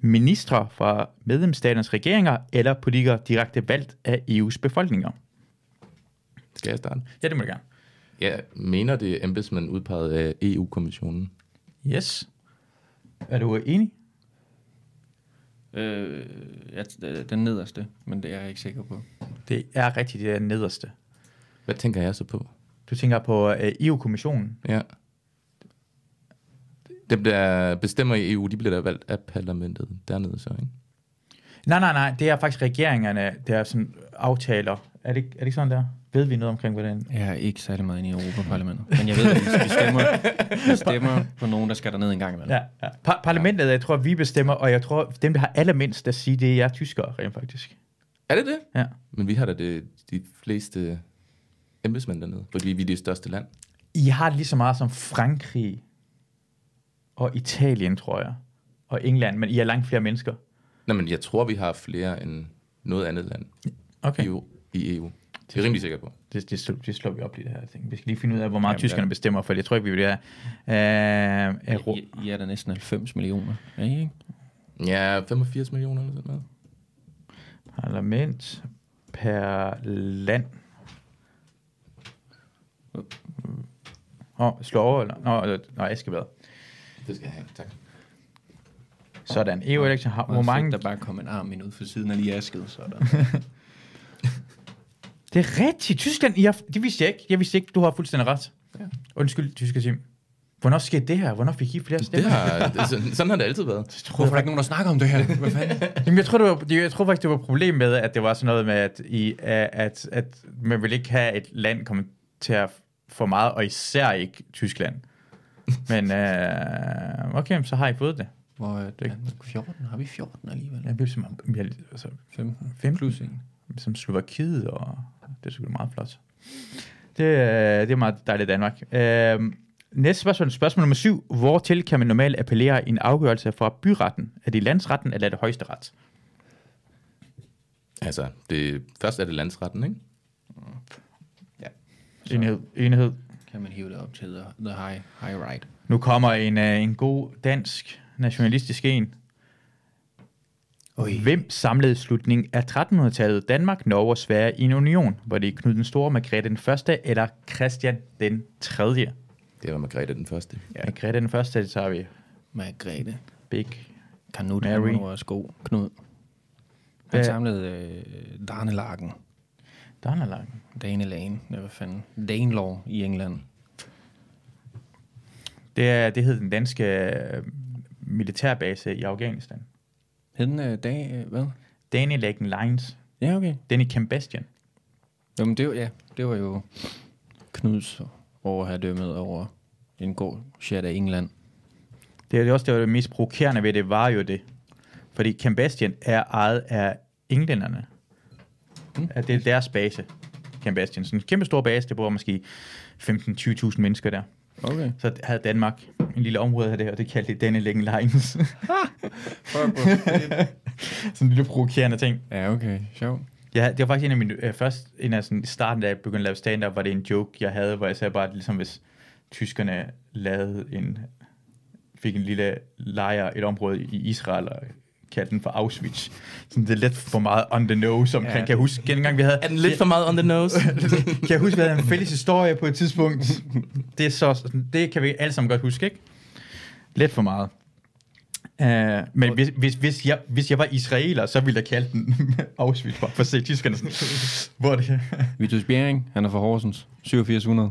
Speaker 2: ministre fra medlemsstaternes regeringer eller politikere direkte valgt af EU's befolkninger?
Speaker 1: skal jeg starte?
Speaker 2: Ja, det må du gerne.
Speaker 1: Jeg mener, det er embedsmænd udpeget af E EU-kommissionen.
Speaker 2: Yes. Er du enig?
Speaker 3: Øh, ja, øh, den nederste, men det er jeg ikke sikker på.
Speaker 2: Det er rigtigt, det er nederste.
Speaker 1: Hvad tænker jeg så på?
Speaker 2: Du tænker på øh, EU-kommissionen.
Speaker 1: Ja. Dem, der bestemmer i EU, de bliver da valgt af parlamentet dernede så, ikke?
Speaker 2: Nej, nej, nej. Det er faktisk regeringerne, der sådan aftaler. Er det, ikke- er det ikke sådan der? Ved vi noget omkring, hvordan...
Speaker 3: Jeg er ikke særlig meget inde i Europaparlamentet, men jeg ved, at vi- vi stemmer, vi stemmer på nogen, der skal derned en gang imellem.
Speaker 2: Ja, ja. Par- parlamentet, jeg tror, vi bestemmer, og jeg tror, dem, der har allermindst at sige, det er jer tyskere, rent faktisk.
Speaker 1: Er det det?
Speaker 2: Ja.
Speaker 1: Men vi har da det, de fleste embedsmænd dernede, fordi vi er det største land.
Speaker 2: I har lige så meget som Frankrig og Italien, tror jeg, og England, men I er langt flere mennesker.
Speaker 1: Nej, men jeg tror, vi har flere end noget andet land
Speaker 2: Okay.
Speaker 1: i EU. I EU. Det er jeg rimelig sikker på.
Speaker 2: Det, det, slår, det slår vi op lige det her ting. Vi skal lige finde ud af, hvor meget
Speaker 3: Jamen,
Speaker 2: tyskerne
Speaker 3: ja.
Speaker 2: bestemmer, for jeg tror ikke, vi vil det her. Øh, Euro-
Speaker 3: I, I er der næsten 90 millioner, er I ikke?
Speaker 1: Ja, 85 millioner eller sådan noget.
Speaker 2: Parlament per land. Åh, oh, slå over, eller? Nå, øh, nej, jeg skal være.
Speaker 1: Det skal jeg have. Tak.
Speaker 2: Sådan, EU-election har, hvor mange...
Speaker 3: Der bare kom en arm ind ud for siden af lige asket, så er der.
Speaker 2: Det er rigtigt, Tyskland, I har, det vidste jeg ikke. Jeg vidste ikke, du har fuldstændig ret. Ja. Undskyld, tyske team. Hvornår skete det her? Hvornår fik I flere
Speaker 1: Det
Speaker 2: stemmer?
Speaker 1: har, det, sådan- sådan har det altid været.
Speaker 3: Hvorfor er der ikke nogen, der snakker om det her? Hvad fanden?
Speaker 2: Jamen, jeg tror, det var, det- jeg tror faktisk, det var et problem med, at det var sådan noget med, at, I, at, at, at man ville ikke have et land komme til at få meget, og især ikke Tyskland. Men øh, okay, så har I fået det.
Speaker 3: Hvor er det? Danmark 14? Har vi 14 alligevel?
Speaker 2: Jeg blev simpelthen jeg, altså,
Speaker 3: 15.
Speaker 2: 15,
Speaker 3: Plus en.
Speaker 2: som Slovakiet, og det er sgu da meget flot. Det, er- det er meget dejligt Danmark. Øh, næste spørgsmål, spørgsmål nummer syv. Hvortil kan man normalt appellere en afgørelse fra byretten? Er det landsretten, eller er det højesteret?
Speaker 1: Altså, det, først er det landsretten, ikke?
Speaker 2: Enhed, enhed.
Speaker 3: kan man hive det op til the, the high, high right.
Speaker 2: Nu kommer en, uh, en god dansk nationalistisk en.
Speaker 3: Oi.
Speaker 2: Hvem samlede slutningen af 1300-tallet Danmark, Norge og Sverige i en union? Var det Knud den Store, Margrethe den Første eller Christian den Tredje?
Speaker 1: Det var Margrethe den første.
Speaker 2: Ja. Margrethe den Første, det tager vi.
Speaker 3: Margrethe.
Speaker 2: Big.
Speaker 3: Kanut,
Speaker 2: Mary.
Speaker 3: Mary. og sko. Knud. Han
Speaker 2: Ja.
Speaker 3: samlede øh, Darnelarken.
Speaker 2: Der er lang.
Speaker 3: Dane Lane. Ja, hvad fanden? Danelaw i England.
Speaker 2: Det, er, det hed den danske øh, militærbase i Afghanistan.
Speaker 3: Hed den øh, dag... Øh, hvad?
Speaker 2: Danny Laken Lines.
Speaker 3: Ja, okay.
Speaker 2: Den i Cambastian.
Speaker 3: Jamen, det, var- ja, det var jo Knuds over at have dømmet over en god chat af England.
Speaker 2: Det er det også det, var det mest provokerende ved det, var jo det. Fordi Cambastian er ejet af englænderne. Mm. At det er deres base, Cambastian. Sådan en kæmpe stor base, der bor måske 15-20.000 mennesker der.
Speaker 3: Okay.
Speaker 2: Så havde Danmark en lille område af det, og det kaldte det Danny Laken Lines. sådan en lille provokerende ting.
Speaker 3: ja, okay. Sjovt.
Speaker 2: Ja, det var faktisk en af mine, øh, først en af sådan, i starten, da jeg begyndte at lave stand-up, var det en joke, jeg havde, hvor jeg sagde bare, at ligesom hvis tyskerne lavede en, fik en lille lejr, et område i Israel, og kaldte den for Auschwitz. Sådan, det er lidt for meget on the nose omkring, ja, kan jeg huske, dengang vi havde...
Speaker 1: Er den lidt for meget on the nose?
Speaker 2: kan jeg huske, vi havde en fælles historie på et tidspunkt. Det, er så, det kan vi alle sammen godt huske, ikke? Lidt for meget. Uh, men hvis, hvis, hvis, jeg, hvis jeg var israeler, så ville jeg kalde den Auschwitz, bare for at se tyskerne sådan, hvor er det
Speaker 3: Vitus Bjerring, han er fra Horsens. 8700.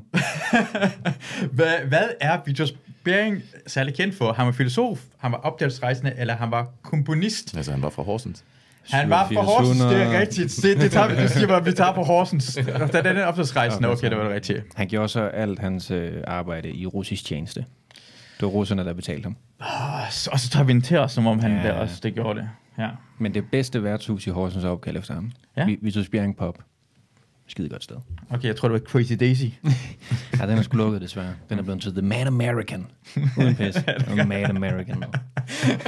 Speaker 2: hvad, hvad er Vitus Bering særlig kendt for? Han var filosof, han var opdagelsesrejsende, eller han var komponist?
Speaker 1: altså, han var fra Horsens.
Speaker 2: Han var fra Horsens, det er
Speaker 3: 8700.
Speaker 2: rigtigt. Det, det tager vi, du siger bare, vi tager på Horsens. Og Da den er opdagelsesrejsende, okay, det var det rigtige.
Speaker 3: Han gjorde så alt hans øh, arbejde i russisk tjeneste. Det var russerne, der betalte ham.
Speaker 2: Og så, og så tager vi den til os, som om han
Speaker 3: Ja.
Speaker 2: der også det gjorde det. Ja.
Speaker 3: Men det bedste værtshus i Horsens er opkaldt efter ham.
Speaker 2: Ja.
Speaker 3: Vi- Vitus Bjerring Pop. Skide godt sted.
Speaker 2: Okay, jeg tror, det var Crazy Daisy.
Speaker 3: Ja, den er sgu lukket, desværre. Den er blevet til The Mad American. Uden pis. The Mad American.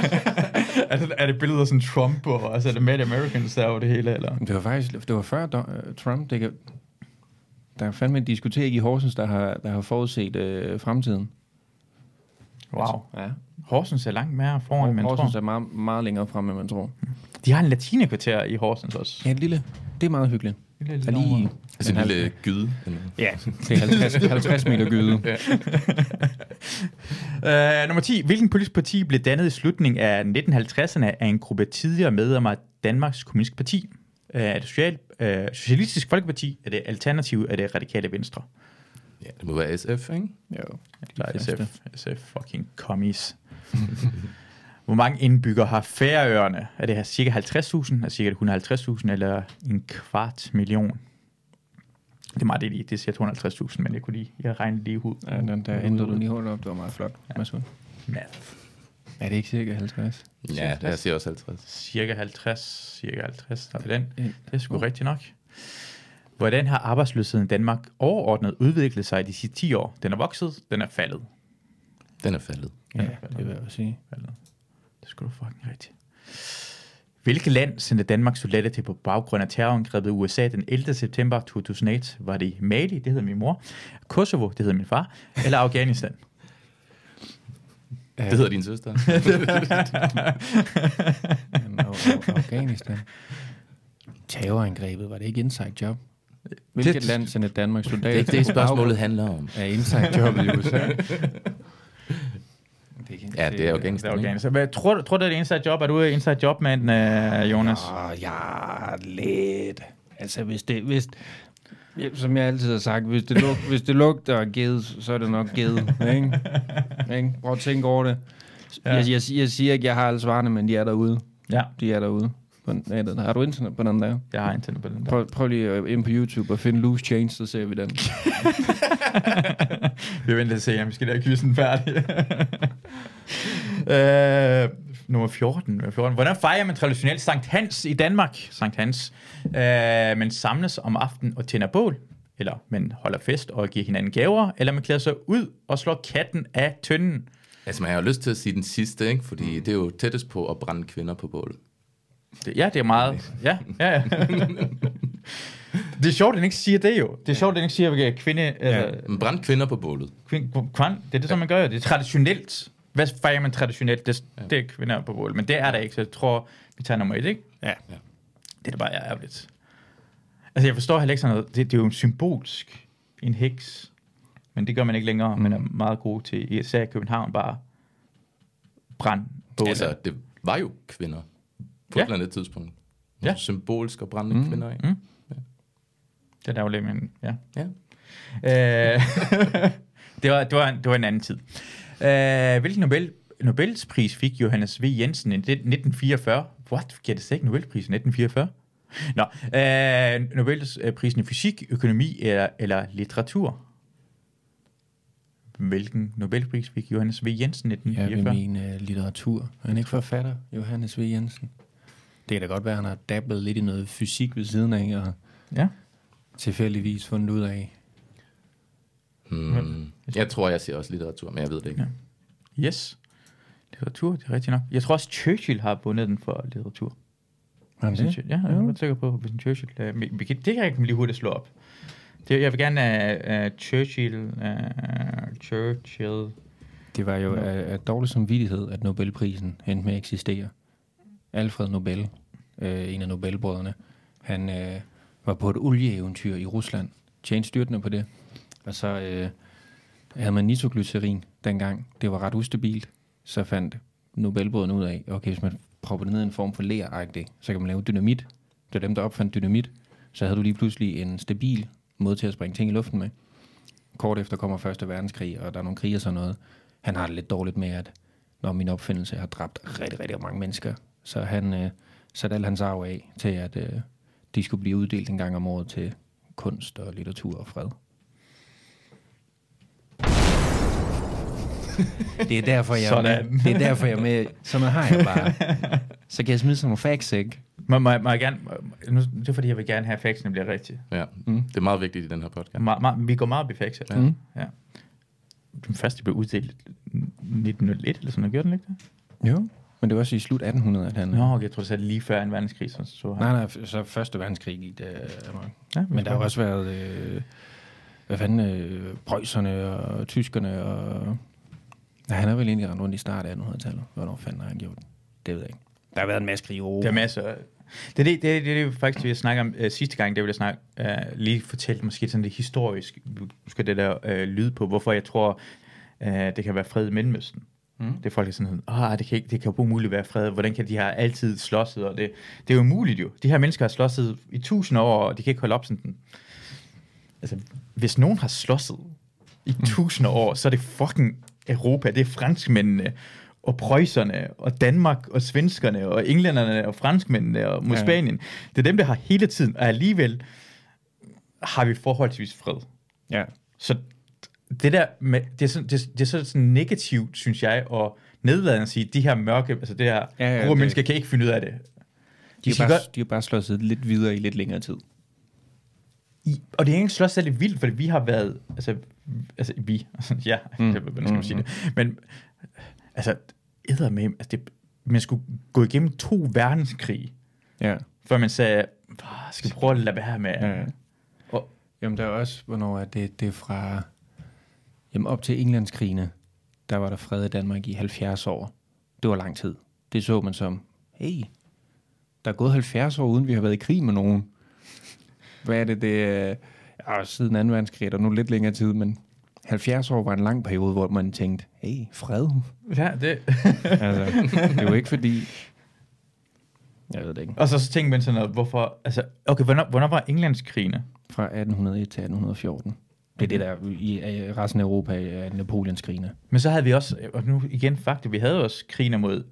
Speaker 2: er, det, er det billeder som Trump og altså, er det Mad Americans, der er over det hele? Eller?
Speaker 3: Det var faktisk, det var før Don- øh, Trump, det kan, der er fandme et diskotek i Horsens, der har, der har forudset øh, fremtiden.
Speaker 2: Wow.
Speaker 3: Ja.
Speaker 2: Horsens er langt mere foran, men
Speaker 3: Horsens
Speaker 2: tror.
Speaker 3: er meget, meget længere frem, end man tror.
Speaker 2: De har en latinekvarter i Horsens også.
Speaker 3: Ja, et lille. Det er meget hyggeligt.
Speaker 2: Lille, lille
Speaker 3: Der er lige,
Speaker 1: Altså, en
Speaker 3: Men
Speaker 1: lille gyde. En-
Speaker 3: ja, det er 50, 50 meter gyde.
Speaker 2: Uh, nummer 10. Hvilken politisk parti blev dannet i slutningen af 1950'erne af en gruppe tidligere medlemmer af Danmarks Kommunistiske Parti? Uh, er det Social, uh, Socialistisk Folkeparti? Er det Alternativ? Er det Radikale Venstre?
Speaker 1: Ja, det må være SF, ikke?
Speaker 3: Jo.
Speaker 2: Eller SF, SF fucking commies. Hvor mange indbyggere har Færøerne? Er det her cirka 50.000? Er det cirka 150.000? Eller en kvart million? Det er meget det lige. Det siger 250.000, men jeg kunne lige, jeg regnede lige ud.
Speaker 3: Ja, den der ændrede du lige hurtigt op. Det var meget flot. Ja.
Speaker 2: Math.
Speaker 3: Er det ikke cirka 50?
Speaker 1: Ja, det jeg siger også 50.
Speaker 2: Cirka 50, cirka 50. Der er den.
Speaker 3: En-
Speaker 2: Det er sgu rigtigt nok. Hvordan har arbejdsløsheden i Danmark overordnet udviklet sig de sidste 10 år? Den er vokset, den er faldet.
Speaker 1: Den er faldet.
Speaker 3: Ja, det vil jeg også sige.
Speaker 2: faldet. Det skulle du fucking rigtigt. Hvilket land sendte Danmark soldater til på baggrund af terrorangrebet i USA den 11. september 2001? Var det Mali, det hed min mor, Kosovo, det hed min far, eller Afghanistan?
Speaker 1: Det hedder din søster.
Speaker 3: Jamen, og, og Afghanistan. Terrorangrebet, var det ikke inside job? Hvilket
Speaker 2: Det-
Speaker 3: det, land sendte Danmark soldater
Speaker 1: Det er ikke
Speaker 3: til
Speaker 1: det,
Speaker 3: på
Speaker 1: spørgsmålet handler om.
Speaker 3: baggrund Af inside job i USA. Det
Speaker 1: Ja, det er
Speaker 2: Det er
Speaker 1: Afghanistan. ikke?
Speaker 2: Afghanistan. Hvad, tror, du- tror du, det er inside job? Er du inside job, mand, øh, Jonas?
Speaker 3: Åh, ja, lidt. Altså, hvis det... Hvis, ja, som jeg altid har sagt, hvis det, lug, hvis det lugter af ged, så er det nok ged. Ikke? Ikke? Prøv at tænke over det. Ja. Jeg, jeg, jeg siger ikke, jeg har alle svarene, men de er derude.
Speaker 2: Ja,
Speaker 3: De er derude på nettet. Har du internet på den der?
Speaker 2: jeg har internet på den der.
Speaker 3: Prøv, prøv lige at ind på YouTube og finde Loose Change, så ser vi den.
Speaker 2: Vi venter og se, om vi skal lade quizzen færdig. øh, nummer 14, nummer 14. Hvordan fejrer man traditionelt Sankt Hans i Danmark? Sankt Hans. Øh, man samles om aftenen og tænder bål, eller man holder fest og giver hinanden gaver, eller man klæder sig ud og slår katten af tønden.
Speaker 1: Altså, man har jo lyst til at sige den sidste, ikke? Fordi det er jo tættest på at brænde kvinder på bålet.
Speaker 2: Det, ja, det er meget. Ja, ja, ja. Det er sjovt, den ikke siger det jo. Det er sjovt, den ikke siger, at kvinde... Eller,
Speaker 1: Men Brændt kvinder på bålet.
Speaker 2: kvinde, kvand, det er det, som man gør. jo. Det er traditionelt. Hvad fejrer man traditionelt? Det, det er kvinder på bål. Men det er der ikke, så jeg tror, vi tager nummer et, ikke?
Speaker 3: Ja.
Speaker 2: Det er da bare ærgerligt. Altså, jeg forstår heller ikke sådan noget. Det, det er jo symbolsk. En heks. Men det gør man ikke længere. Mm. Man er meget god til, især i København, bare brand. Bål.
Speaker 1: Altså, det var jo kvinder på
Speaker 2: Ja.
Speaker 1: et eller andet tidspunkt.
Speaker 2: Ja.
Speaker 1: Ja. Symbolsk og brændende mm. kvinder, ikke? Mm.
Speaker 2: Det er der jo lidt, men ja.
Speaker 1: Ja.
Speaker 2: Øh, det, var, det, var en, det var en anden tid. Øh, hvilken Nobel, Nobelpris fik Johannes V. Jensen i det- 1944? What? Gav det slet ikke Nobelprisen i 1944? Nå, øh, Nobelprisen i fysik, økonomi eller, eller litteratur? Hvilken Nobelpris fik Johannes V. Jensen i
Speaker 3: Jeg vil
Speaker 2: 1944?
Speaker 3: mene uh, litteratur. Er han ikke forfatter, Johannes V. Jensen? Det kan da godt være, at han har dabblet lidt i noget fysik ved siden af, og
Speaker 2: Ja,
Speaker 3: tilfældigvis fundet ud af.
Speaker 1: Mm. Jeg tror, jeg siger også litteratur, men jeg ved det ikke.
Speaker 2: Ja. yes. Litteratur, det er rigtigt nok. Jeg tror også, Churchill har vundet den for litteratur.
Speaker 3: Har han
Speaker 2: Winston Churchill. Ja, jeg er ret sikker på Winston Churchill. Uh, vi, vi kan, det kan jeg lige hurtigt slå op. Det, jeg vil gerne uh, uh, Churchill, uh, Churchill.
Speaker 3: Det var jo af, af dårlig samvittighed, at Nobelprisen endte med at eksistere. Alfred Nobel, øh, en af Nobelbrødrene, han øh, var på et olieeventyr i Rusland, tjente styrtende på det, og så øh, havde man nitroglycerin dengang. Det var ret ustabilt, så fandt Nobelbrødrene ud af, okay, hvis man propper det ned i en form for ler så kan man lave dynamit. Det var dem, der opfandt dynamit. Så havde du lige pludselig en stabil måde til at springe ting i luften med kort efter kommer Første Verdenskrig, og der er nogle krige og sådan noget. Han har det lidt dårligt med, at når min opfindelse har dræbt rigtig, rigtig mange mennesker, så han øh, satte al hans arv af til, at øh, de skulle blive uddelt en gang om året til kunst og litteratur og fred. Det er derfor, jeg er med.
Speaker 2: Sådan.
Speaker 3: Det er derfor, jeg er med. Sådan har jeg bare. Så kan jeg smide sådan nogle facts, ikke?
Speaker 2: Må, må, må jeg gerne, må- nu, det er fordi, jeg vil gerne have, at factsene bliver rigtige.
Speaker 1: Ja. Mm. Det er meget vigtigt i den her podcast.
Speaker 2: Ma, ma, vi går meget op i facts. Ja. Mm. ja. Den første blev uddelt 1901, eller sådan noget. Gjorde den ikke det?
Speaker 3: Jo. Men det var også i slut 1800, at han...
Speaker 2: Nå, okay, jeg tror, det sagde lige før en verdenskrig, så så han.
Speaker 3: Nej, nej, f- så første verdenskrig gik det amok.
Speaker 2: Ja,
Speaker 3: Ja, men der har jo også været, øh, hvad fanden, øh, prøjserne og tyskerne og... Nej, han er vel egentlig rendt rundt i start af 1800-tallet. Hvornår fanden har han gjort det? Det ved jeg ikke. Der har været en masse krig i Europa.
Speaker 2: Der er masser. af- Det er det, det, er det, det, er det faktisk, jeg snakker om øh, sidste gang, det vil jeg snakke, øh, lige fortælle måske sådan det historisk, nu skal det der øh, lyde på, hvorfor jeg tror, øh, det kan være fred i Mellemøsten. Mm. Det er folk, der er sådan, ah, det kan, ikke, det kan jo umuligt være fred, hvordan kan de her altid slåsset, og det, det er jo umuligt jo. De her mennesker har slåsset i tusind år, og de kan ikke holde op sådan den. Altså, hvis nogen har slåsset i
Speaker 3: Mm.
Speaker 2: tusinder år, så er det fucking Europa, det er franskmændene, og prøjserne, og Danmark, og svenskerne, og englænderne, og franskmændene, og mod
Speaker 3: Ja.
Speaker 2: ja. Spanien. Det er dem, der har hele tiden, og alligevel har vi forholdsvis fred.
Speaker 3: Ja.
Speaker 2: Så det der, med, det, er sådan, det, det er sådan, sådan negativt, synes jeg, og nedladende at sige, de her mørke, altså det her,
Speaker 3: Ja, ja,
Speaker 2: ja, ja,
Speaker 3: det-
Speaker 2: mennesker kan ikke finde ud af det.
Speaker 3: De
Speaker 2: Hvis I
Speaker 3: har bare,
Speaker 2: gør-
Speaker 3: de har bare slået sig lidt videre i lidt længere tid.
Speaker 2: I, og det er ikke slås særlig vildt, fordi vi har været, altså, altså vi, ja, mm. hvordan skal man sige det, men altså, med, altså det, man skulle gå igennem to verdenskrige,
Speaker 3: Ja.
Speaker 2: før man sagde, "Ah, skal vi prøve at lade være med, ja.
Speaker 3: ja.
Speaker 2: og,
Speaker 3: Jamen, der er også, hvornår er det, det er fra... Jamen, op til Englandskrigene, der var der fred i Danmark i 70 år. Det var lang tid. Det så man som, hey, der er gået 70 år, uden vi har været i krig med nogen. Hvad er det, det er øh, siden 2. verdenskrig, er der nu lidt længere tid, men 70 år var en lang periode, hvor man tænkte, hey, fred.
Speaker 2: ja, det,
Speaker 3: altså, det er jo ikke fordi... Jeg ved det ikke.
Speaker 2: og så, så tænkte man sådan noget, hvorfor, altså, okay, hvornår, hvornår var Englandskrigene?
Speaker 3: Fra 1801 til 1814. Det er det der i øh, resten af Europa er Napoleonskrigene.
Speaker 2: Men så havde vi også, og nu igen fakta, vi havde også krigene mod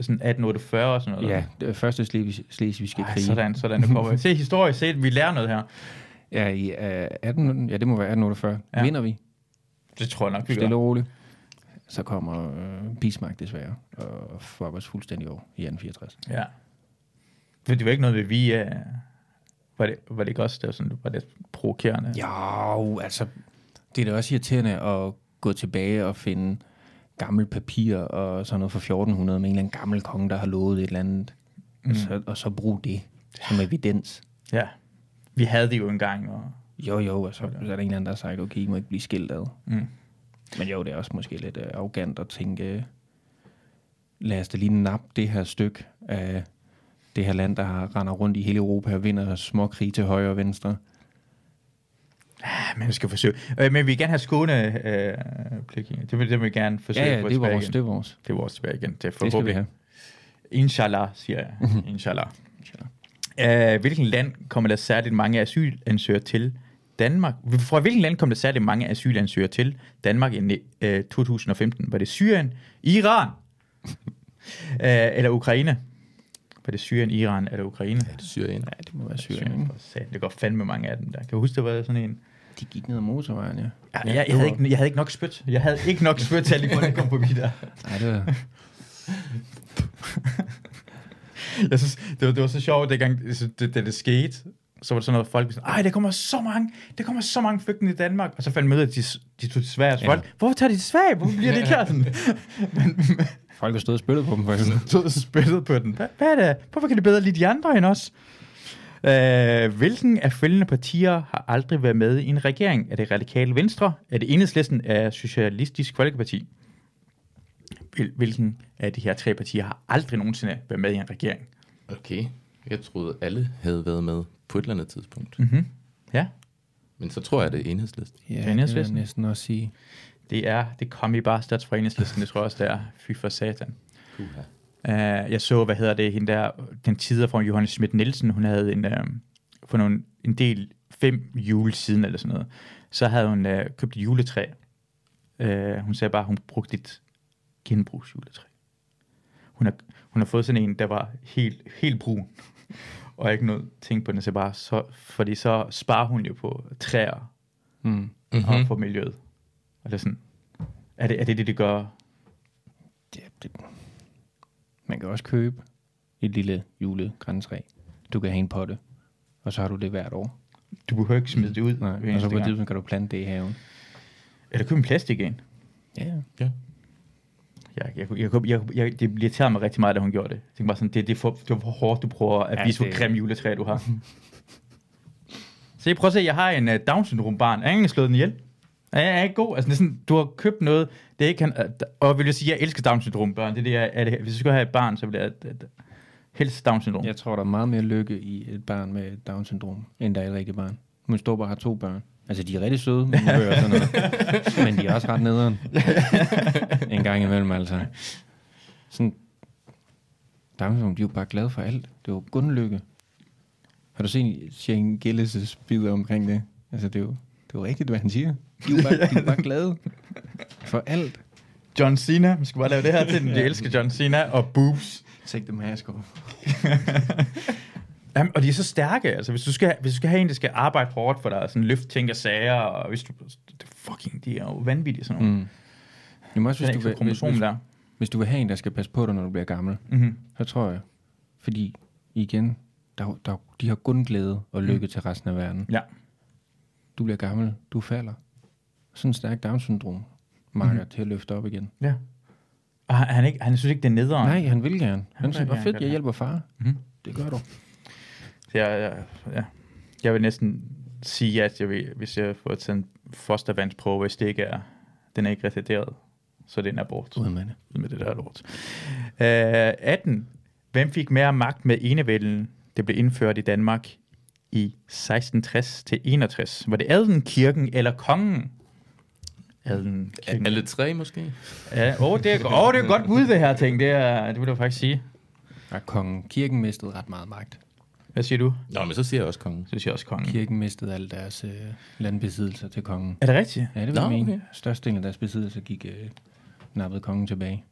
Speaker 2: sådan 1848 og sådan noget.
Speaker 3: Ja, det første sle- slesvigske
Speaker 2: Ej,
Speaker 3: krig.
Speaker 2: sådan, sådan, det kommer. Se, historisk set, vi lærer noget her.
Speaker 3: Ja, i uh, 18, ja, det må være 1848.
Speaker 2: Ja.
Speaker 3: Ja. Vinder vi,
Speaker 2: Det tror jeg nok, vi gør.
Speaker 3: stille og roligt. Så kommer øh, Bismarck desværre og fucker os fuldstændig over i 1864.
Speaker 2: Ja. For det var ikke noget ved vi... Uh, var, det, var det ikke også, der var sådan, var det provokerende?
Speaker 3: Jo, altså, det er da også irriterende at gå tilbage og finde gammel papir og sådan noget fra 1400 med en eller anden gammel konge, der har lovet et eller andet, mm. og, så, og så bruge det som evidens.
Speaker 2: ja. vi havde det jo engang, og
Speaker 3: Jo, jo, og så, så er der en eller anden, der har sagt, okay, I må ikke blive skilt ad.
Speaker 2: Mm.
Speaker 3: Men jo, det er også måske lidt øh, arrogant at tænke, lad os da lige nappe det her stykke af det her land, der har- render rundt i hele Europa og vinder småkrig til højre og venstre.
Speaker 2: ah, men vi skal forsøge. Øh, men vi vil gerne have Skåne, øh, Blekinge. det vil det vil vi gerne forsøge.
Speaker 3: Ja,
Speaker 2: at
Speaker 3: ja,
Speaker 2: få
Speaker 3: det er
Speaker 2: tilbage
Speaker 3: vores,
Speaker 2: igen.
Speaker 3: det er vores.
Speaker 2: Det er vores tilbage igen. Det, er
Speaker 3: Det skal vi
Speaker 2: forhåbentlig.
Speaker 3: have. Mhm.
Speaker 2: Inshallah, siger jeg. Inshallah. Inshallah. Uh, hvilken land kommer der særligt mange asylansøgere til? Danmark. Fra hvilken land kom der særligt mange asylansøgere til? Danmark i uh, 2015. Var det Syrien? Iran? uh, eller Ukraine? Var det Syrien, Iran eller Ukraine? Ja,
Speaker 1: Det syrer ind.
Speaker 3: Ja, det må være Syrien, ikke?
Speaker 2: for satan. Det går fandme mange af dem der. Kan du huske, der var sådan en?
Speaker 3: De gik ned ad motorvejen, ja.
Speaker 2: Jeg, jeg, jeg, havde, ikke, jeg havde ikke nok spyt. Jeg havde ikke nok spyt til, at jeg lige måtte komme forbi der.
Speaker 3: Ej, det var...
Speaker 2: Jeg synes, det var, det var så sjovt, dengang, altså, det, da det skete, så var det sådan noget, folk blev sådan, ej, der kommer så mange, der kommer så mange flygtninge i Danmark. Og så fandt man ud af, at de, de tog til Sverige, og så
Speaker 3: Ja.
Speaker 2: folk, hvorfor tager de til Sverige? Hvorfor bliver det ikke her? Sådan, men, men
Speaker 3: Folk har stået og spillet på dem, faktisk.
Speaker 2: stod og spillet på den. Hvad, hvad er det? Hvorfor kan de bedre lide de andre end os? Øh, hvilken af følgende partier har aldrig været med i en regering? Er det Radikale Venstre? Er det Enhedslisten af Socialistisk Folkeparti? Hvil, hvilken af de her tre partier har aldrig nogensinde været med i en regering?
Speaker 1: Okay. Jeg troede, alle havde været med på et eller andet tidspunkt.
Speaker 2: Mm-hmm. Ja.
Speaker 1: Men så tror jeg, det er enhedslisten.
Speaker 3: Ja,
Speaker 2: er
Speaker 3: det vil jeg
Speaker 2: Enhedslisten.
Speaker 3: næsten også sige.
Speaker 2: Det er, det kom i bare stats fra enhedslisten, det tror jeg også, det er. Fy for satan.
Speaker 1: Puha.
Speaker 2: Uh, jeg så, hvad hedder det, hende der, den tidligere fra Johannes Schmidt Nielsen, hun havde en, uh, for nogle, en del fem jule siden eller sådan noget, så havde hun uh, købt et juletræ. Uh, hun sagde bare, at hun brugte et genbrugsjuletræ. Hun har, hun har fået sådan en, der var helt, helt brun, og ikke noget tænkt på den, så bare, så, fordi så sparer hun jo på træer
Speaker 3: Mm.
Speaker 2: mm-hmm. og for miljøet. Og det er sådan, er det er det, det, det gør?
Speaker 3: Ja, det... Man kan også købe et lille julegræntræ. Du kan hænge på det, og så har du det hvert år.
Speaker 2: Du behøver ikke smide det ud. hver
Speaker 3: Mm. Nej, og
Speaker 2: eneste
Speaker 3: så på et
Speaker 2: gang.
Speaker 3: tidspunkt kan du plante det i haven.
Speaker 2: Eller køb en plastik en.
Speaker 3: Ja,
Speaker 2: Jeg, jeg, jeg, jeg, jeg, jeg, det irriterer mig rigtig meget, da hun gjorde det. Jeg tænkte bare sådan, det, det, er for, det var for hårdt, du prøver at
Speaker 3: Ja,
Speaker 2: vise, hvor
Speaker 3: det-
Speaker 2: grim juletræ du har. se, prøv at se, jeg har en uh, Down syndrom barn. Er ingen slået den ihjel? Er jeg er jeg ikke god? Altså, det er sådan, du har købt noget, det er ikke han, og vil jeg sige, jeg elsker Down syndrom børn. Det er det, jeg, er det, hvis jeg skulle have et barn, så ville jeg at- at- helst Down syndrom.
Speaker 3: jeg tror, der er meget mere lykke i et barn med Down-syndrom, end der er i et rigtigt barn. Min storebror har to børn. Altså, de er rigtig søde, men, de sådan noget. men de er også ret nederen. en gang imellem, altså. Sådan, Down-syndrom, de er jo bare glade for alt. Det er jo kun lykke. Har du set Shane Gillis' bid omkring det? Altså, det er jo, det er jo rigtigt, hvad han siger. De er jo bare, de er bare glade for alt.
Speaker 2: John Cena, man skal bare lave det her til den. Jeg elsker John Cena og boobs.
Speaker 3: Take the mask off.
Speaker 2: Jamen, og de er så stærke, altså hvis du skal, hvis du skal have en, der skal arbejde hårdt for dig, og sådan løfte ting og sager, og hvis du, det fucking, de er jo vanvittige sådan nogle. Mm.
Speaker 3: Mm. Jamen også,
Speaker 2: Hvis
Speaker 3: hvis du,
Speaker 2: du
Speaker 3: vil, hvis,
Speaker 2: kromosom
Speaker 3: hvis,
Speaker 2: der.
Speaker 3: hvis du vil have en, der skal passe på dig, når du bliver gammel,
Speaker 2: Mm-hmm.
Speaker 3: så tror jeg. Fordi, igen, der, der, de har kun glæde og lykke mm. til resten af verden.
Speaker 2: Ja.
Speaker 3: Du bliver gammel, du falder. Sådan en stærk Down-syndrom marker
Speaker 2: Mhm.
Speaker 3: mm. til at løfte op igen.
Speaker 2: ja. Og han, han, ikke, han synes ikke, det er nederen.
Speaker 3: Nej, han vil gerne. Han
Speaker 2: vil
Speaker 3: siger, hvor
Speaker 2: gerne,
Speaker 3: fedt,
Speaker 2: godt
Speaker 3: jeg
Speaker 2: nok."
Speaker 3: hjælper far.
Speaker 2: Mhm.
Speaker 3: Det gør du.
Speaker 2: Så jeg, jeg, ja. jeg vil næsten sige, at jeg vil, hvis jeg får taget en fostervandsprøve, hvis det ikke er, den er ikke retarderet, så er det en abort.
Speaker 3: Ud med det.
Speaker 2: Ud med det der lort. Øh, 18. Hvem fik mere magt med enevælden, det blev indført i Danmark i 1660-61? Var det adelen, kirken eller kongen? Adelen, kirken.
Speaker 1: Alle tre måske?
Speaker 2: Ja, åh, det, er, åh, det er godt bud, det her ting. Det, er, det vil jeg faktisk sige.
Speaker 3: Og kongen, kirken mistede ret meget magt.
Speaker 2: Hvad siger du?
Speaker 1: Nå, men så siger jeg også kongen.
Speaker 2: Så siger jeg også kongen.
Speaker 3: Kirken mistede alle deres øh, landbesiddelser til kongen.
Speaker 2: Er det rigtigt?
Speaker 3: Ja, det vil
Speaker 1: Nå,
Speaker 3: jeg mene.
Speaker 1: okay.
Speaker 3: Størstedelen af deres besiddelser gik øh, nappede kongen tilbage.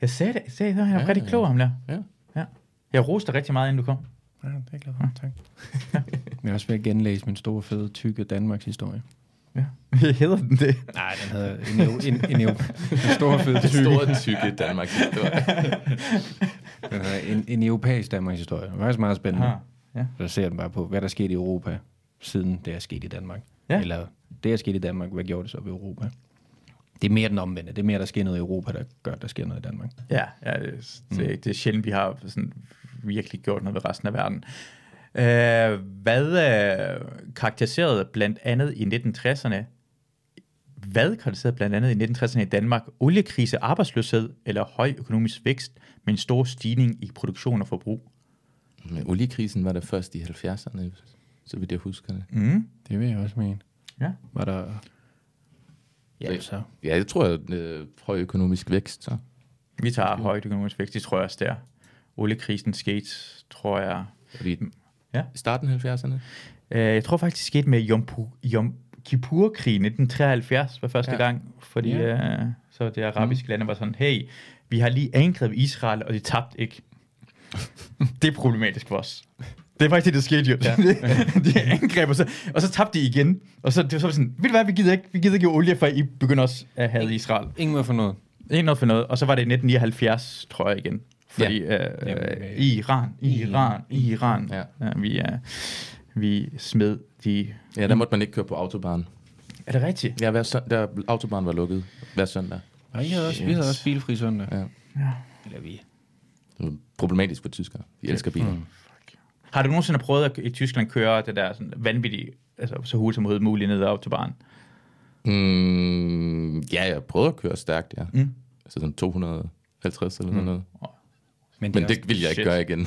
Speaker 2: Jeg sagde det. Jeg sagde, det. jeg er
Speaker 1: Ja,
Speaker 2: rigtig
Speaker 1: ja.
Speaker 2: klog ham der.
Speaker 1: Ja.
Speaker 2: ja. Jeg roste rigtig meget, inden du kom.
Speaker 3: Ja, det er jeg glad for. Tak. Jeg er også ved at genlæse min store, fede, tykke Danmarks historie.
Speaker 2: Ja. Hedder den det?
Speaker 3: Nej, den hedder en, en, en, en, en stor, fed,
Speaker 1: Det
Speaker 3: tykke.
Speaker 1: store tykke Danmark.
Speaker 3: Den hedder en, en europæisk Danmarks historie. Det er faktisk meget spændende.
Speaker 2: Ja.
Speaker 3: Så ser den bare på, hvad der skete i Europa, siden det er sket i Danmark.
Speaker 2: Ja.
Speaker 3: Eller det er sket i Danmark, hvad gjorde det så ved Europa? Det er mere den omvendte. Det er mere, der sker noget i Europa, der gør, at der sker noget i Danmark.
Speaker 2: Ja, ja det, det, det er sjældent, vi har sådan virkelig gjort noget ved resten af verden. Øh, hvad øh, karakteriserede blandt andet i 1960'erne, hvad karakteriserede blandt andet i 1960'erne i Danmark oliekrise, arbejdsløshed eller høj økonomisk vækst med en stor stigning i produktion og forbrug?
Speaker 1: Men oliekrisen var der først i 70'erne, så vidt jeg husker det.
Speaker 2: Mm.
Speaker 3: Det vil jeg også mene.
Speaker 2: Ja.
Speaker 3: Var der... Ja,
Speaker 1: Det-
Speaker 3: så.
Speaker 1: Ja, jeg tror, at øh, høj økonomisk vækst, så.
Speaker 2: Vi tager højt økonomisk vækst, det tror jeg også der. Oliekrisen skete, tror jeg.
Speaker 1: Fordi
Speaker 2: Ja.
Speaker 1: I starten af 70'erne?
Speaker 2: Øh, jeg tror faktisk, det skete med Yom, Pu- Yom Kippur-krigen i 1973 var første
Speaker 1: Ja.
Speaker 2: ja. gang, fordi
Speaker 3: Ja.
Speaker 2: ja. øh, så det arabiske mm. lande var sådan, hey, vi har lige angrebet Israel, og de tabte ikke. det er problematisk for os. Det er faktisk det, der skete jo. Ja. de angreb, og så, og så tabte de igen. Og så det var så sådan, ved du hvad, vi gider ikke, vi gider ikke give olie, for I begynder også at have Israel.
Speaker 3: Ingen var for noget.
Speaker 2: Ikke noget for noget. Og så var det i 1979, tror jeg igen. Fordi ja. øh,
Speaker 3: Jamen,
Speaker 2: øh,
Speaker 3: øh,
Speaker 2: i Iran, i Iran, i Iran,
Speaker 1: Ja.
Speaker 2: ja. Ja, vi, øh, vi smed de...
Speaker 1: Ja, der måtte man ikke køre på autobahn.
Speaker 2: Er det rigtigt?
Speaker 1: Ja, hver søn- der, autobahn var lukket hver søndag.
Speaker 3: Og I havde også, vi havde også bilfri søndag.
Speaker 1: Ja.
Speaker 2: Ja.
Speaker 3: Eller vi.
Speaker 1: Det var problematisk for tyskere. De elsker biler. Mm.
Speaker 2: Har du nogensinde prøvet at i Tyskland køre det der sådan vanvittige, altså så hurtigt som overhovedet muligt ned ad autobahn?
Speaker 1: Mm, ja, jeg prøvede at køre stærkt, ja. Mm. Altså sådan 250 eller sådan noget.
Speaker 3: Men,
Speaker 1: Men
Speaker 3: det, er
Speaker 1: det ville jeg ikke
Speaker 2: Shit.
Speaker 1: gøre igen.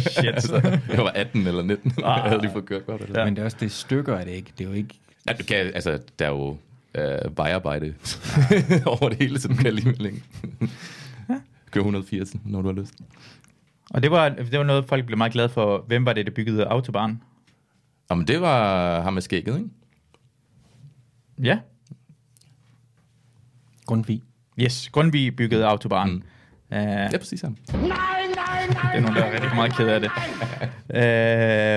Speaker 2: Shit.
Speaker 1: altså, jeg var 18 eller 19, og jeg havde lige fået kørt godt. Eller.
Speaker 3: også, men det er også det er stykker af det ikke. Det er jo ikke...
Speaker 1: Ja, du kan, altså, der er jo øh, vejarbejde over det hele, så du kan alligevel ikke. Kør 180, når du har lyst.
Speaker 2: Og det var, det var noget, folk blev meget glade for. Hvem var det, der byggede autobahn?
Speaker 1: Nå, men det var ham med skægget, ikke?
Speaker 2: Ja.
Speaker 3: Grundtvig.
Speaker 2: Yes, Grundtvig byggede autobahn. Mm. Uh,
Speaker 1: Ja, præcis ham.
Speaker 5: Nein, nein, nein.
Speaker 2: Det er nogen, der er rigtig meget ked af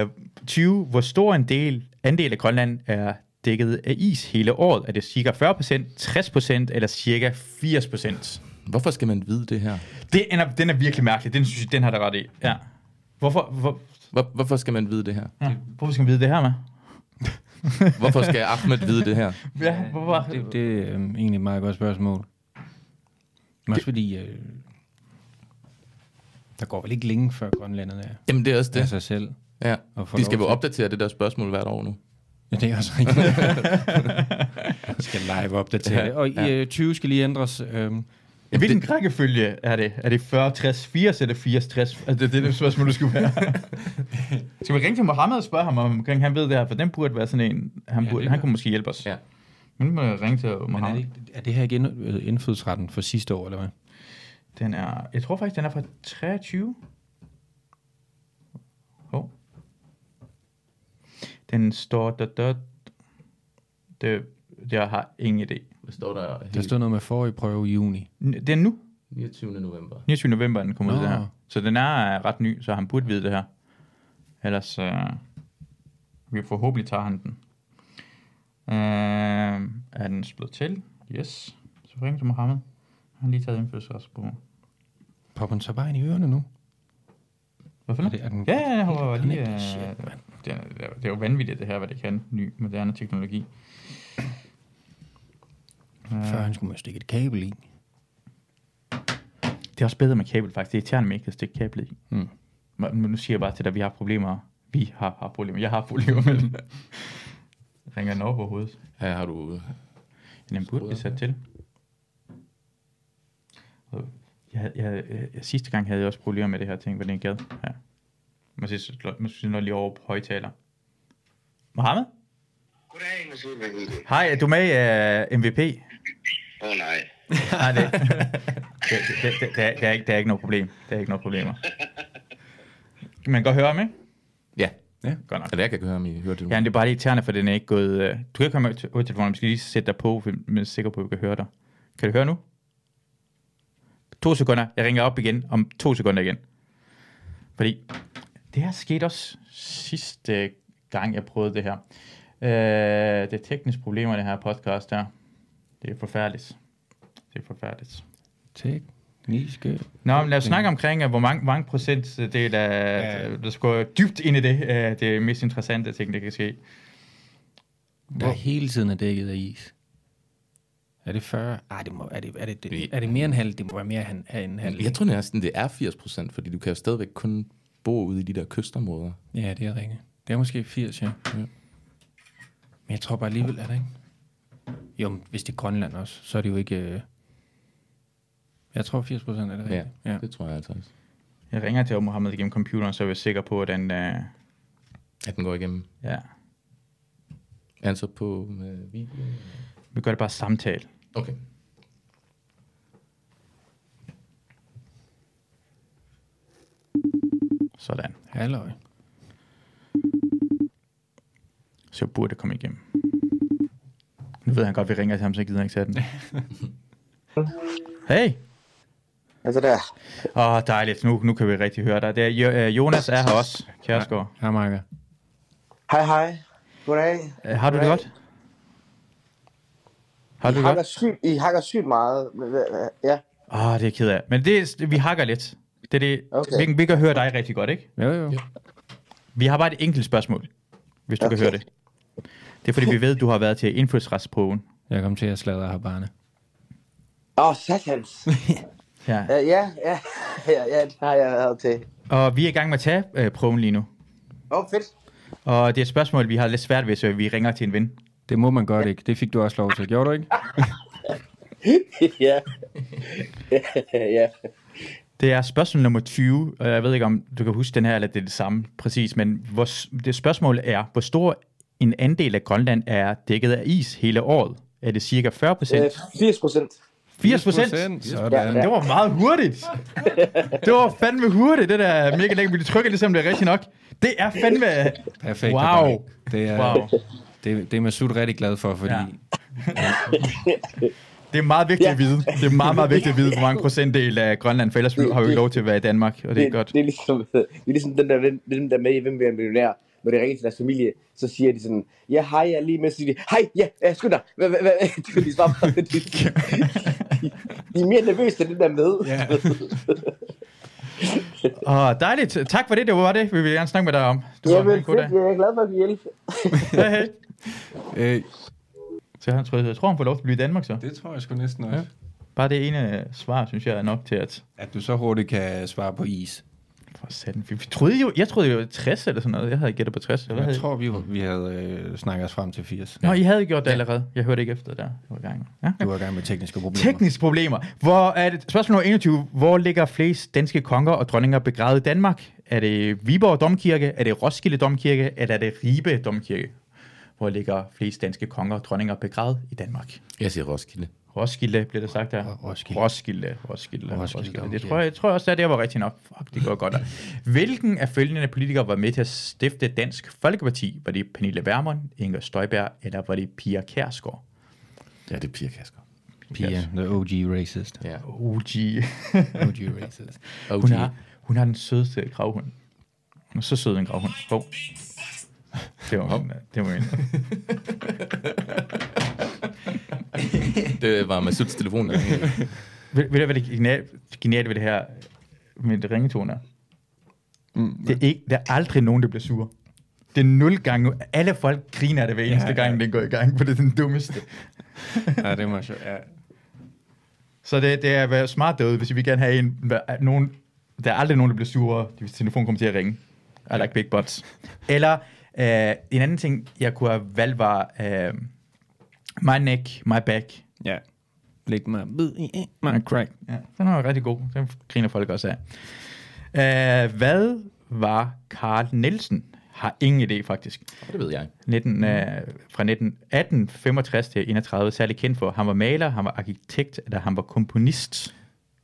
Speaker 2: det. Øh, 20. Hvor stor en del, andel af Grønland er dækket af is hele året? Er det cirka 40%, 60% eller cirka 80%?
Speaker 1: Hvorfor skal man vide det her?
Speaker 2: Det er, den er virkelig mærkelig. Den, synes jeg, den har der ret i. Ja. Hvorfor, hvor,
Speaker 1: Hvor, hvorfor skal man vide det her?
Speaker 2: ja. hvorfor skal man vide det her med?
Speaker 1: Hvorfor skal Ahmed vide det her?
Speaker 2: Ja, hvorfor?
Speaker 3: Det, det er øhm, egentlig et meget godt spørgsmål. Men også fordi... Øh, der går vel ikke længe før grønlænderne er
Speaker 1: Jamen, det er også
Speaker 3: af
Speaker 1: det.
Speaker 3: sig selv.
Speaker 1: Ja.
Speaker 3: Og få
Speaker 1: Altså, De
Speaker 3: lov
Speaker 1: skal jo
Speaker 3: til-
Speaker 1: opdatere det der spørgsmål hvert år nu.
Speaker 3: Ja, det er også rigtigt. Vi skal live opdatere det. Og i øh, 20 skal lige ændres. Øhm,
Speaker 2: I hvilken rækkefølge er det? Er det 40, 60, 80 eller 80, 60? Altså, det er det spørgsmål, du skulle være. skal vi ringe til Mohammed og spørge ham, om omkring han ved det her? For den burde være sådan en... Han,
Speaker 3: Ja,
Speaker 2: burde,
Speaker 3: det
Speaker 2: han
Speaker 3: gør-
Speaker 2: kunne måske hjælpe os.
Speaker 1: Ja.
Speaker 2: Men nu må jeg ringe til Mohammed.
Speaker 3: er, det, ikke- er det her igen øh, indfødsretten for sidste år, eller hvad?
Speaker 2: Den er, jeg tror faktisk, den er fra 23. Hov. Den står der, der, det, jeg har ingen idé.
Speaker 1: Hvad står der?
Speaker 3: Der stod noget med forrige prøve i juni.
Speaker 2: N- Det er nu,
Speaker 1: 29. november.
Speaker 2: 29. november, den kommer ud,
Speaker 3: Nå.
Speaker 2: det her. Så den er øh, ret ny, så han burde vide det her. Ellers, øh, vi forhåbentlig tager han den. Øh, er den slået til? Yes. Så ring til Mohammed. Han har lige taget indfødsretsprøve.
Speaker 3: Popper den så bare ind i ørerne nu?
Speaker 2: Hvorfor
Speaker 3: Er
Speaker 2: nu?
Speaker 3: det- er den-
Speaker 2: Ja, ja, jeg var
Speaker 3: den
Speaker 2: lige...
Speaker 3: er-
Speaker 2: øh,
Speaker 3: shit,
Speaker 2: det, er, det er- det er jo vanvittigt, det her, hvad det kan. Ny, moderne teknologi.
Speaker 3: Før han skulle man stikke et kabel i.
Speaker 2: Det er også bedre med kabel, faktisk. Det er irriterende, at man ikke kan stikke kablet i.
Speaker 3: Mm.
Speaker 2: Men men nu siger jeg bare til dig, at vi har problemer. Vi har, har problemer. Jeg har problemer med det. Ringer den over på hovedet?
Speaker 1: Her har du...
Speaker 2: Den burde blive sat til. Og Jeg, havde- jeg, jeg, jeg, sidste gang havde jeg også problemer med det her ting, hvad den gad. Ja. Man synes, man synes, når lige over på højtaler. Mohammed?
Speaker 4: Goddag, Masud Vahidi.
Speaker 2: Hej, er du med i uh, MVP?
Speaker 4: Åh oh, nej.
Speaker 2: Nej, det, det, det, det, det, er, det, er ikke, det er ikke noget problem. Det er ikke noget problemer. Kan man godt høre ham, ikke?
Speaker 1: Ja,
Speaker 2: Godt nok.
Speaker 1: eller jeg kan høre ham i høretelefonen.
Speaker 2: Ja, men det er bare lidt irriterende, for den er ikke gået... øh, Du kan ikke komme ud til telefonen, vi skal lige sætte dig på, for jeg er sikker på, at vi kan høre dig. Kan du høre nu? To sekunder. Jeg ringer op igen om to sekunder igen. Fordi det her skete også sidste gang, jeg prøvede det her. Øh, det er tekniske problemer, det her podcast her. Det er forfærdeligt. Det er forfærdeligt.
Speaker 3: Tekniske.
Speaker 2: Nå, men lad os snakke omkring, øh, hvor mange, mange procent øh, det er, der,
Speaker 3: Ja.
Speaker 2: der skal gå dybt ind i det, øh, det mest interessante ting, der kan ske.
Speaker 3: Der hele tiden er dækket af is. Er det 40? Ej, det må, er, det, er, det, det, er det mere end halv? Det må være mere end, end halv.
Speaker 1: Jeg tror næsten, det er 80 procent, fordi du kan jo stadigvæk kun bor ude i de der kystområder.
Speaker 3: Ja, det er rigtigt. Det er måske 80, ja. ja. Men jeg tror bare alligevel, er det ikke? Jo, men hvis det er Grønland også, så er det jo ikke... Øh... Jeg tror 80 procent er det rigtigt.
Speaker 1: Ja, ja, det tror jeg altså også.
Speaker 2: Jeg ringer til Mohammed igennem computeren, så er jeg sikker på, at den... Øh,
Speaker 1: At den går igennem.
Speaker 2: ja.
Speaker 1: Er han så på med video?
Speaker 2: Vi gør det bare samtale.
Speaker 1: Okay.
Speaker 2: Sådan.
Speaker 3: Halløj.
Speaker 2: Så jeg burde komme igennem. Nu ved han godt, at vi ringer til ham, så jeg gider ikke tage den. hey!
Speaker 4: Altså der.
Speaker 2: Åh, oh, dejligt. Nu, nu kan vi rigtig høre dig. Det er, jo, øh, Jonas er her også, Kjærsgaard.
Speaker 3: Her, Marker.
Speaker 4: Hej, hej. Goddag.
Speaker 2: Øh, har du det godt? Har du
Speaker 4: I
Speaker 2: det
Speaker 4: hakker
Speaker 2: godt?
Speaker 4: sygt, I hakker sygt meget. Ja,
Speaker 2: Åh, oh, det er jeg ked af. Men det, er- vi hakker lidt. Det er det.
Speaker 4: Okay.
Speaker 2: Okay. Vi, vi kan høre dig rigtig godt, ikke?
Speaker 3: Jo, jo.
Speaker 2: Vi har bare et enkelt spørgsmål, hvis du okay. kan
Speaker 4: Okay.
Speaker 2: høre det. Det er fordi, vi ved, du har været til indfødsretsprøven.
Speaker 3: Jeg kom til at sladre her barne.
Speaker 4: Åh, oh, satans.
Speaker 2: Ja.
Speaker 4: Ja, ja, ja, ja, ja, det har jeg været til.
Speaker 2: Og vi er i gang med at tage øh, prøven lige nu.
Speaker 4: Åh, oh, fedt.
Speaker 2: Og det er et spørgsmål, vi har lidt svært ved, så vi ringer til en ven.
Speaker 3: Det må man godt ikke. Det fik du også lov til. Gjorde du ikke?
Speaker 4: ja. ja.
Speaker 2: Det er spørgsmål nummer 20, og jeg ved ikke, om du kan huske den her, eller det er det samme præcis, men hvor, s- det spørgsmål er, hvor stor en andel af Grønland er dækket af is hele året? Er det cirka 40
Speaker 4: Øh,
Speaker 2: procent?
Speaker 4: 80 procent.
Speaker 2: 80 procent?
Speaker 3: Sådan.
Speaker 2: Det var meget hurtigt. Det var fandme hurtigt, det der mega længe. Vi trykker ligesom det er rigtigt nok. Det er fandme...
Speaker 3: Perfekt.
Speaker 2: Wow.
Speaker 3: Barne. Det er,
Speaker 2: Wow.
Speaker 3: det, det er Masud rigtig glad for, fordi
Speaker 2: Ja.
Speaker 3: ja.
Speaker 2: Det er meget vigtigt at vide. Det er meget, meget vigtigt at vide, hvor mange procentdel af Grønland, for ellers har vi ikke lov til at være i Danmark, og det er godt.
Speaker 4: Det er ligesom, det er ligesom den der, den, den der med, i hvem bliver millionær. Når det ringer til deres familie, så siger de sådan, ja, hej, jeg er lige med, så siger de, hej, ja, ja, skynd dig. Hvad, hvad, hvad, det vil de svare på. De, de, de er mere nervøse til det der med.
Speaker 3: Ja.
Speaker 2: Åh, dejligt. Tak for det, det var det. Vi vil gerne snakke med dig om. Du har en
Speaker 4: Jamen,
Speaker 2: god dag.
Speaker 4: fedt, jeg er glad for at kunne hjælpe.
Speaker 2: Hej, hej.
Speaker 3: øh,
Speaker 2: Så han tror, jeg tror, han får lov til at blive i Danmark så.
Speaker 3: Det tror jeg sgu næsten også. Ja.
Speaker 2: Bare det ene øh, svar, synes jeg er nok til at...
Speaker 3: At du så hurtigt kan svare på is.
Speaker 2: For satan, vi, vi troede jo, jeg troede jo 60 eller sådan noget. Jeg havde gættet på 60. Eller hvad
Speaker 3: Jeg
Speaker 2: havde...
Speaker 3: tror, vi, vi havde øh, snakket os frem til 80.
Speaker 2: Nå, I havde gjort det allerede. Jeg hørte ikke efter der. Det var i gang. Ja.
Speaker 3: Du var i gang med tekniske problemer.
Speaker 2: Tekniske problemer. Hvor er det, spørgsmål nummer 21. Hvor ligger flest danske konger og dronninger begravet i Danmark? Er det Viborg Domkirke? Er det Roskilde Domkirke? Eller er det Ribe Domkirke? Hvor ligger flest danske konger og dronninger begravet i Danmark?
Speaker 1: Jeg siger Roskilde.
Speaker 2: Roskilde, blev der sagt der.
Speaker 3: Ro- Roskilde.
Speaker 2: Roskilde, Roskilde,
Speaker 3: Roskilde,
Speaker 2: Roskilde.
Speaker 3: okay.
Speaker 2: Det tror jeg, jeg tror også, at det var rigtigt nok. Fuck, det går godt. Der. Hvilken af følgende politikere var med til at stifte Dansk Folkeparti? Var det Pernille Vermund, Inger Støjberg, eller var det Pia Kærsgaard?
Speaker 1: Ja, det er Pia Kasker.
Speaker 3: Pia, the OG racist.
Speaker 1: Ja.
Speaker 3: Uh,
Speaker 2: OG.
Speaker 3: OG racist.
Speaker 1: OG.
Speaker 2: Hun har, hun har den sødeste gravhund. Hun er så sød en gravhund. Hov. Det var min. Det var min.
Speaker 1: Det var Masuds telefon. der ringede.
Speaker 2: Ved, ved du, hvad det geniale, geniale ved det her med det ringetone er? Mm, det er ikke, der er aldrig nogen, der bliver sur. Det er nul gange. nu. Alle folk griner af det hver eneste ja,
Speaker 3: ja.
Speaker 2: gang, den går i gang, for det er den dummeste.
Speaker 3: ja, det er meget sjovt. Ja.
Speaker 2: Så det, det er at være smart derude, hvis vi gerne have en, at nogen, der er aldrig nogen, der bliver sure, hvis telefonen kommer til at ringe. I like big butts. Eller øh, en anden ting, jeg kunne have valgt, var øh, my neck, my back,
Speaker 3: ja. Læg mig bid i en-
Speaker 2: my
Speaker 3: mig
Speaker 2: crack. Ja, den er jo rigtig god. Den griner folk også af. Øh, hvad var Carl Nielsen? Har ingen idé, faktisk.
Speaker 1: Og det ved jeg.
Speaker 2: 19, øh, fra 1865 til 31 særlig kendt for. Han var maler, han var arkitekt, eller han var komponist.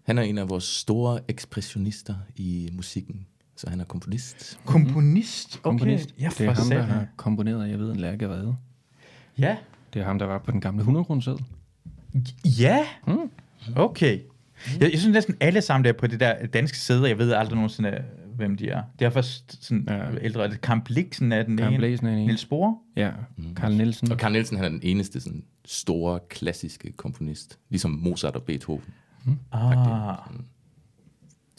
Speaker 1: Han er en af vores store ekspressionister i musikken. Så han er komponist.
Speaker 2: Komponist? Okay.
Speaker 3: Komponist.
Speaker 2: Ja,
Speaker 3: det
Speaker 2: for
Speaker 3: er ham, der
Speaker 2: satan.
Speaker 3: har komponeret, jeg ved, en lærke redde.
Speaker 2: Ja.
Speaker 3: Det er ham, der var på den gamle 100 kroneseddel.
Speaker 2: Ja?
Speaker 3: Hmm.
Speaker 2: Okay. Jeg, jeg synes næsten alle sammen der på det der danske sæde, jeg ved aldrig nogensinde, øh, hvem de er. Det er først sådan ja.
Speaker 3: Ja.
Speaker 2: ældre. Er det Kamp Bliksen er den
Speaker 3: Karen
Speaker 2: ene.
Speaker 3: Blæsen er en.
Speaker 2: Niels Bohr?
Speaker 3: Ja,
Speaker 1: Mm.
Speaker 3: Karl Nielsen.
Speaker 1: Og Carl Nielsen han er den eneste sådan, store, klassiske komponist. Ligesom Mozart og Beethoven.
Speaker 2: Ah.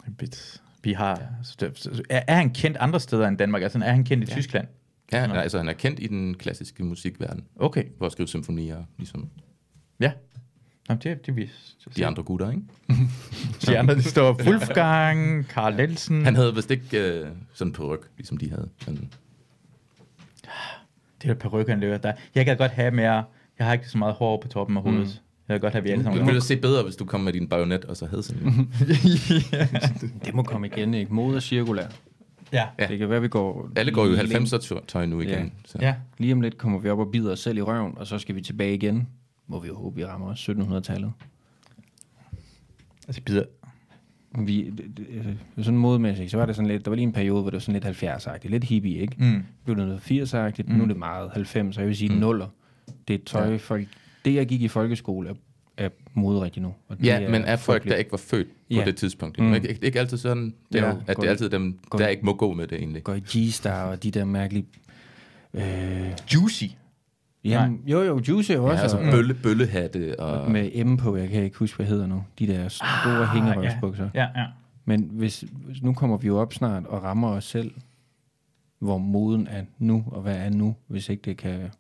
Speaker 2: En bit. Vi har... Er, er han kendt andre steder end Danmark? Altså, er han kendt i ja. Tyskland?
Speaker 1: Ja, han, er- altså, han er kendt i den klassiske musikverden.
Speaker 2: Okay.
Speaker 1: For at skrive symfonier. Ligesom.
Speaker 2: Ja. Nå, det, det er vi.
Speaker 1: De andre gutter, ikke?
Speaker 2: de andre, de står Wolfgang, Karl Nielsen.
Speaker 1: Han havde vist ikke øh, sådan en peruk, ligesom de havde. Men
Speaker 2: Det er perukken løber der. Jeg kan godt have mere... Jeg har ikke så meget hår på toppen
Speaker 3: Hmm.
Speaker 2: af hovedet. Jeg kan godt have, at vi alle
Speaker 1: det
Speaker 2: sammen
Speaker 1: ville se bedre, hvis du kom med din bajonet, og så havde sådan en.
Speaker 3: Det må komme igen, ikke? Mode er cirkulær.
Speaker 2: Ja.
Speaker 1: Ja.
Speaker 3: Ja. Det kan være, vi går...
Speaker 1: Alle går jo i
Speaker 3: lige-
Speaker 1: 90'er-tøj nu igen.
Speaker 3: Ja.
Speaker 1: Så.
Speaker 2: ja.
Speaker 3: Lige om lidt kommer vi op og bider os selv i røven, og så skal vi tilbage igen. Må vi jo håbe, vi rammer 1700-tallet.
Speaker 2: Altså, bider.
Speaker 3: Vi, det- det- øh, sådan modmæssigt, så var det sådan lidt, der var lige en periode, hvor det var sådan lidt 70-agtigt, lidt hippie, ikke?
Speaker 2: Mm.
Speaker 3: Det blev det noget 80-agtigt, mm. nu er det meget 90, så jeg vil sige mm. nuller. Det er tøj, ja. folk, det jeg gik i folkeskole er, er mode rigtigt nu. Og det
Speaker 1: Ja, men er folk, der
Speaker 3: frygteligt.
Speaker 1: ikke var født på
Speaker 3: Ja.
Speaker 1: det tidspunkt? Mm. Ikke, ikke altid sådan, det er,
Speaker 3: Ja,
Speaker 1: jo,
Speaker 3: går
Speaker 1: at det er
Speaker 3: det-
Speaker 1: altid dem,
Speaker 3: går
Speaker 1: der
Speaker 3: det-
Speaker 1: ikke må gå med det egentlig.
Speaker 3: Går i G-Star og de der mærkelige... Øh,
Speaker 2: Juicy.
Speaker 3: jamen, jo, jo, Juice er jo
Speaker 1: Ja,
Speaker 3: også...
Speaker 1: altså
Speaker 3: og-
Speaker 1: bølle, bøllehatte og...
Speaker 3: med M på, jeg kan ikke huske, hvad hedder nu. De der store ah, hængerøvsbukser.
Speaker 2: Ja, ja.
Speaker 3: Men hvis, hvis- nu kommer vi jo op snart og rammer os selv, hvor moden er nu, og hvad er nu, hvis ikke det kan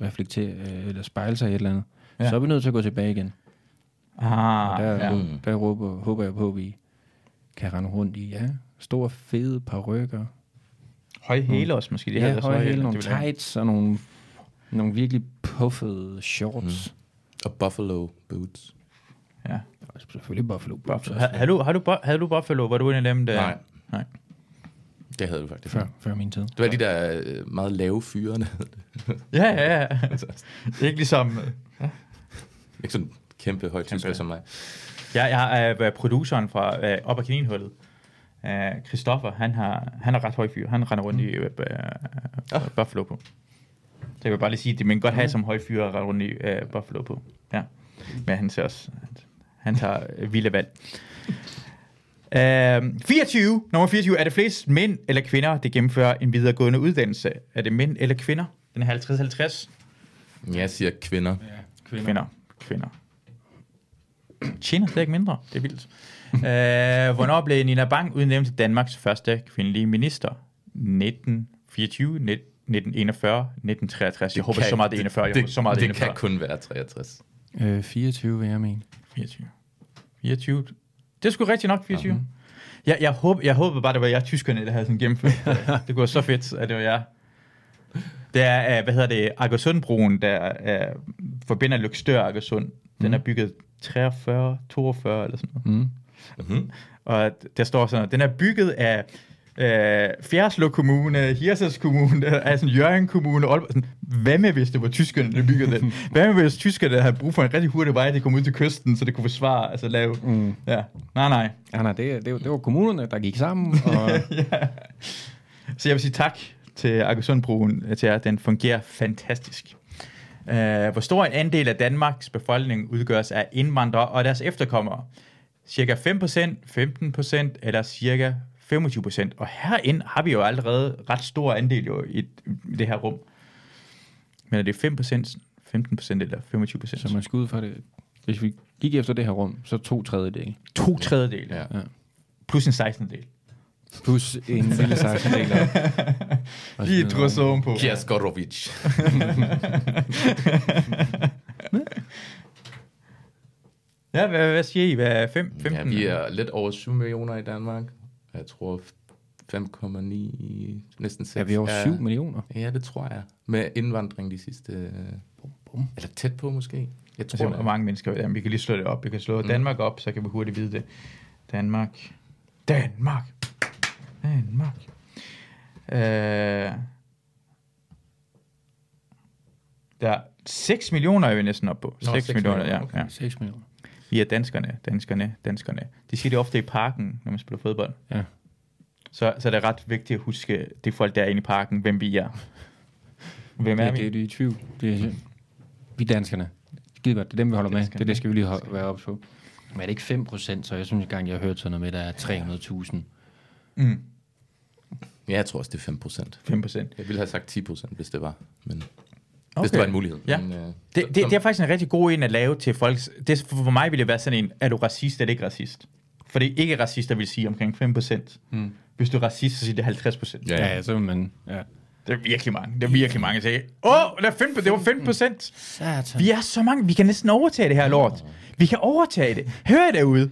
Speaker 3: reflektere øh, eller spejle sig i et eller andet.
Speaker 2: Ja.
Speaker 3: Ja. Så er vi nødt til at gå tilbage igen. Og
Speaker 2: Ah,
Speaker 3: der,
Speaker 2: ja.
Speaker 3: ja. der råber, håber jeg på, at vi kan rende rundt i, ja, store fede parrykker.
Speaker 2: Høje hæle også måske. De
Speaker 3: Ja,
Speaker 2: havde også
Speaker 3: høje hæle,
Speaker 2: det
Speaker 3: nogle
Speaker 2: ville jeg-
Speaker 3: tights og nogle, nogle virkelig puffede shorts.
Speaker 2: Mm.
Speaker 1: Og buffalo boots.
Speaker 2: Ja.
Speaker 3: Mm. Og selvfølgelig buffalo. boots
Speaker 2: Buffalo.
Speaker 3: også.
Speaker 2: Har, har, du, har, du, bu- havde du Buffalo? Var du en af dem, der...
Speaker 1: Nej.
Speaker 2: Nej.
Speaker 1: Det havde vi faktisk.
Speaker 3: Før, før min tid.
Speaker 1: Det var de der øh, meget lave fyre. der havde det.
Speaker 2: Ja, ja, ja. Ikke ligesom...
Speaker 1: ikke sådan kæmpe højt tysker som mig.
Speaker 2: Jeg, jeg er øh, produceren fra øh, Op ad Kaninhullet. Øh, Christoffer, han, har, han er ret høj fyr. Han render rundt i øh, øh, øh, Buffalo på. Så jeg vil bare lige sige, det man kan godt have som høj fyr at rende rundt i øh, Buffalo på. Ja. Men han ser også... Han tager øh, vilde valg. Øhm, 24. Nummer 24. Er det flest mænd eller kvinder, der gennemfører en videregående uddannelse? Er det mænd eller kvinder? Den er 50-50.
Speaker 1: Jeg siger kvinder.
Speaker 2: Kvinder. Kvinder. Tjener slet ikke mindre. Det er vildt. øh, hvornår blev Nina Bang udnævnt til Danmarks første kvindelige minister? 1924, 1941, 1963. Jeg håber
Speaker 1: Kan-
Speaker 2: så meget, det er 41. Jeg
Speaker 1: det,
Speaker 2: håber så meget, det er
Speaker 1: det kan
Speaker 2: 41.
Speaker 1: kun være 63.
Speaker 3: Øh, 24, vil jeg mene.
Speaker 2: 24. 24. Det er sgu rigtigt nok 24. Mm-hmm. Jeg, jeg, håb, jeg håbede bare, det var jeg tyskerne, der havde sådan gennemført. det. det kunne være så fedt, at det var jeg. Det er, øh, hvad hedder det, Akersundbroen, der øh, forbinder Løgstør og Akersund. Den er bygget 43, 42 eller sådan noget.
Speaker 3: Mm.
Speaker 1: Mm-hmm.
Speaker 2: Og der står sådan, den er bygget af øh, Fjerslo Kommune, Hirsens Kommune, altså Jørgen Kommune, Aalborg. Sådan, Hvad med, hvis det var tyskerne, der byggede den? Hvad med, hvis tyskerne havde brug for en rigtig hurtig vej, de kom ud til kysten, så det kunne forsvare, altså lave... Mm. Ja, nej, nej.
Speaker 3: Ja, nej, det, det, det var kommunerne, der gik sammen, og
Speaker 2: Så jeg vil sige tak til Akersundbroen, øh, til at den fungerer fantastisk. Uh, hvor stor en andel af Danmarks befolkning udgøres af indvandrere og deres efterkommere? Cirka 5%, 15% eller cirka 25%. Og herinde har vi jo allerede ret stor andel jo i, i det her rum. Men er det 5%, 15% eller 25%?
Speaker 3: så man skal ud fra det. Hvis vi gik efter det her rum, så to tredjedel.
Speaker 2: to tredjedel.
Speaker 1: Ja.
Speaker 3: Ja.
Speaker 2: Plus en 16. del.
Speaker 3: Plus en lille 16 del.
Speaker 2: Lige drysset ovenpå.
Speaker 1: Kjaskorovic.
Speaker 2: Ja, hvad, hvad siger I? Hvad er 5, 15?
Speaker 1: Ja, vi er lidt over 7 millioner i Danmark. Jeg tror 5,9, næsten 6.
Speaker 3: Er vi over 7 millioner?
Speaker 1: Ja, det tror jeg. Med indvandring de sidste... øh, Eller tæt på måske. Jeg tror
Speaker 2: Altså, hvor
Speaker 1: det.
Speaker 2: mange mennesker. Jamen, vi kan lige slå det op. Vi kan slå mm. Danmark op, så kan vi hurtigt vide det. Danmark. Danmark. Danmark. Øh, der er 6 millioner er vi næsten oppe på. 6,
Speaker 1: Nå,
Speaker 2: 6
Speaker 1: seks
Speaker 2: millioner,
Speaker 1: millioner,
Speaker 2: ja,
Speaker 1: okay.
Speaker 2: ja.
Speaker 3: 6 millioner.
Speaker 2: Vi er danskerne, danskerne, danskerne. De siger det ofte i parken, når man spiller fodbold.
Speaker 3: Ja.
Speaker 2: Så, så er det ret vigtigt at huske, det er folk, der er inde i parken, hvem vi er. Hvem er
Speaker 3: Ja, det er
Speaker 2: vi?
Speaker 3: de i tvivl. Det er, vi danskerne. Skide godt. Det er dem, vi holder med. Det, er det skal vi lige ho- være op på. Men er det ikke 5 procent, så jeg synes engang, jeg har hørt sådan noget med, der er 300.000.
Speaker 2: Mm,
Speaker 1: Ja, jeg tror også, det er 5 procent.
Speaker 2: 5 procent.
Speaker 1: Jeg ville have sagt 10 procent, hvis det var. Men okay. Hvis det var en mulighed.
Speaker 2: Ja.
Speaker 1: Men, øh,
Speaker 2: Det,
Speaker 1: så-
Speaker 2: det,
Speaker 1: så-
Speaker 2: det er faktisk en rigtig god en at lave til folk. Det, for mig ville det være sådan en, er du racist eller ikke racist? For det er ikke racister vil sige omkring 5%. Mm. Hvis du er racist, så siger det 50%.
Speaker 1: Ja, ja.
Speaker 3: så vil man... Ja.
Speaker 2: Det er virkelig mange. Det er virkelig mange. Jeg sagde, åh, det, er 5, det var 5 procent.
Speaker 3: Mm. Satan.
Speaker 2: Vi er så mange. Vi kan næsten overtage det her lort. Vi kan overtage det. Hør jer derude.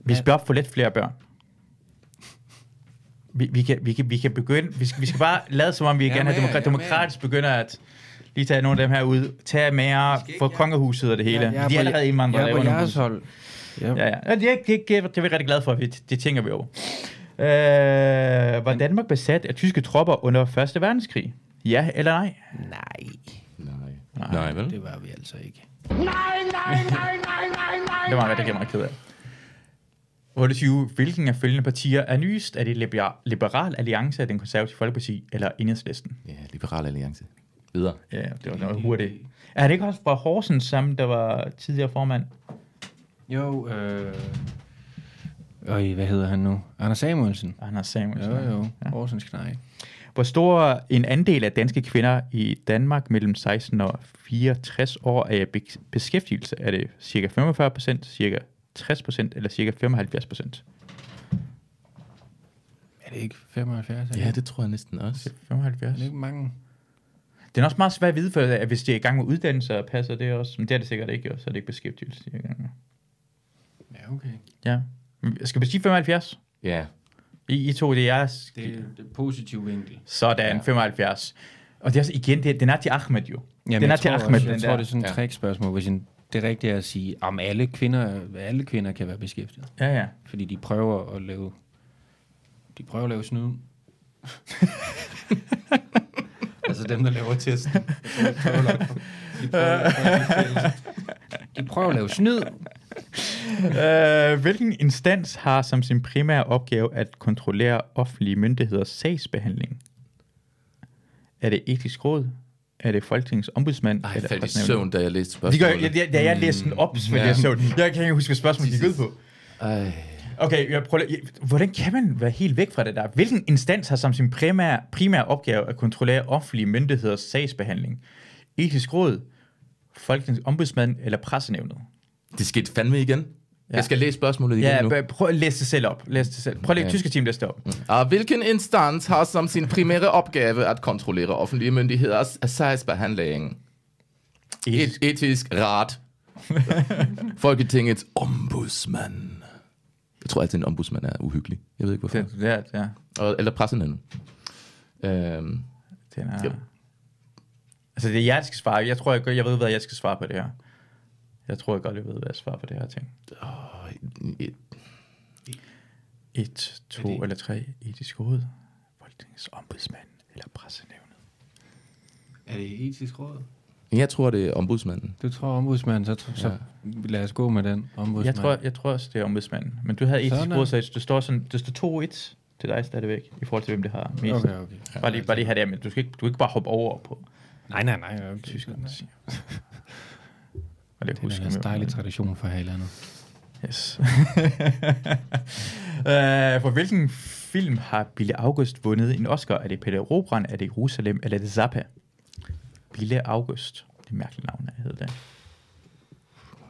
Speaker 2: Vi skal op for lidt flere børn. Vi, vi, kan, vi, kan, vi kan begynde... Vi skal, vi skal bare lade som om, vi
Speaker 3: Jeg er
Speaker 2: gerne
Speaker 3: med,
Speaker 2: har
Speaker 3: jeg er
Speaker 2: demokrat, demokratisk begynder at lige tage nogle af dem her ud. Tage med jer for kongehuset og det hele.
Speaker 3: Jeg
Speaker 2: de
Speaker 3: er på-
Speaker 2: er allerede indvandrere.
Speaker 3: Jeg er
Speaker 2: der
Speaker 3: på
Speaker 2: under
Speaker 3: jeres
Speaker 2: huset.
Speaker 3: hold. Jeg,
Speaker 2: Ja, ja. ja det, er, det, det, det er vi rigtig glade for, at vi, det tænker vi over. Øh, var Danmark besat af tyske tropper under 1. verdenskrig? Ja eller nej?
Speaker 3: Nej,
Speaker 1: Nej. Nej, vel?
Speaker 3: det var vi altså ikke.
Speaker 5: Nein, nein, nein, nein, nein, nein.
Speaker 2: Det var meget, det jeg meget ked af. 28. Hvilken af følgende partier er nyest? Er det Liber- Liberal Alliance af den konservative Folkeparti eller Enhedslisten?
Speaker 1: Ja, Liberal Alliance. Videre.
Speaker 2: Ja, det var noget hurtigt. Er det ikke også fra Horsens sammen, der var tidligere formand?
Speaker 3: Jo, øh... Øj, hvad hedder han nu? Anders Samuelsen.
Speaker 2: Anders Ah, Samuelsen.
Speaker 3: Jo, jo. Horsens Knæk.
Speaker 2: Hvor stor en andel af danske kvinder i Danmark mellem 16 og 64 år er i be- beskæftigelse? Er det cirka 45 procent, cirka 60 procent eller cirka 75 procent?
Speaker 3: Er det ikke 75? Er
Speaker 1: Ja, det tror jeg næsten også.
Speaker 2: 75.
Speaker 3: det ikke mange?
Speaker 2: Det er også meget svært at vide, for at hvis de er i gang med uddannelse, passer det også. Men det er det sikkert ikke, og så er det ikke beskæftigelse, de er i gang med.
Speaker 3: Ja, okay.
Speaker 2: Ja. Skal vi sige 75?
Speaker 1: Ja.
Speaker 2: I, I to, det er jeres.
Speaker 3: Det er det positive vinkel.
Speaker 2: Sådan, 75. Og det er også, igen, det, den er til Ahmed jo.
Speaker 3: Jamen,
Speaker 2: den er
Speaker 3: jeg
Speaker 2: til
Speaker 3: tror,
Speaker 2: Ahmed,
Speaker 3: også, jeg
Speaker 2: den
Speaker 3: tror,
Speaker 2: der.
Speaker 3: det er sådan et
Speaker 1: Ja.
Speaker 3: ja. trickspørgsmål, hvis en, det rigtige er at sige, om alle kvinder, alle kvinder kan være beskæftiget.
Speaker 2: Ja, ja.
Speaker 3: Fordi de prøver at lave, de prøver at lave snyden. altså dem, der laver testen. Jeg tror, De prøver, at- de prøver, at- de prøver at lave snyd.
Speaker 2: Øh, hvilken instans har som sin primære opgave at kontrollere offentlige myndigheders sagsbehandling? Er det etisk råd? Er det Folketingets ombudsmand?
Speaker 1: Ej,
Speaker 2: er
Speaker 1: jeg
Speaker 2: det
Speaker 1: faldt i
Speaker 2: Præsidenten?
Speaker 1: søvn, da jeg læste
Speaker 2: De gør,
Speaker 1: spørgsmålet. Mm.
Speaker 2: jeg, jeg, jeg, jeg læste den op, men jeg så den. Jeg kan ikke huske, hvad spørgsmålet gik ud på.
Speaker 1: Ej.
Speaker 2: Okay, jeg prøver, lige- jeg, hvordan kan man være helt væk fra det der? Hvilken instans har som sin primære, primære opgave at kontrollere offentlige myndigheders sagsbehandling? Etisk råd, Folketingets ombudsmand eller pressenævnet?
Speaker 1: Det skete fandme igen. Ja. Jeg skal læse spørgsmålet igen
Speaker 2: Ja,
Speaker 1: nu.
Speaker 2: b- prøv at læse det selv op. Læs det selv. Prøv at lægge
Speaker 1: Ja.
Speaker 2: tyske team læse det op.
Speaker 1: Og hvilken instans har som sin primære opgave at kontrollere offentlige myndigheders sagsbehandling? Et etisk rat. Folketingets ombudsmand. Jeg tror altid, en ombudsmand er uhyggelig. Jeg ved ikke, hvorfor.
Speaker 2: Det, det, er- det, er-
Speaker 1: Og, eller pressenænden. Øhm,
Speaker 2: den er...
Speaker 1: Yep.
Speaker 2: Altså, det er jeg, der skal svare. Jeg tror, jeg, godt- jeg ved, hvad jeg skal svare på det her. Jeg tror, jeg godt, jeg ved, hvad jeg svarer på det her ting.
Speaker 1: et-
Speaker 2: Et, to det... eller tre etisk råd. Folketingets ombudsmand eller pressenævnet.
Speaker 3: Er det etisk råd?
Speaker 1: jeg tror, det er ombudsmanden.
Speaker 3: Du tror ombudsmanden, så, så ja. lad os gå med den ombudsmand.
Speaker 2: Jeg tror, jeg tror også, det er ombudsmanden. Men du havde etisk
Speaker 3: Sådan.
Speaker 2: råd, så du står, sådan, du står 2-1 til dig stadigvæk, i forhold til, hvem det har mest.
Speaker 3: Okay, okay.
Speaker 2: Bare lige, bare lige have det her med. Du skal ikke, du kan ikke bare hoppe over på
Speaker 3: Nej, nej, nej. Okay.
Speaker 2: tyskerne. siger. Og det,
Speaker 3: Det er
Speaker 2: husker man
Speaker 3: en
Speaker 2: jo.
Speaker 3: dejlig tradition for her i landet.
Speaker 2: Yes. uh, for hvilken film har Bille August vundet en Oscar? Er det Peter Robran, er det Jerusalem, eller er det Zappa? Bille August. Det er mærkeligt navn, jeg hedder det.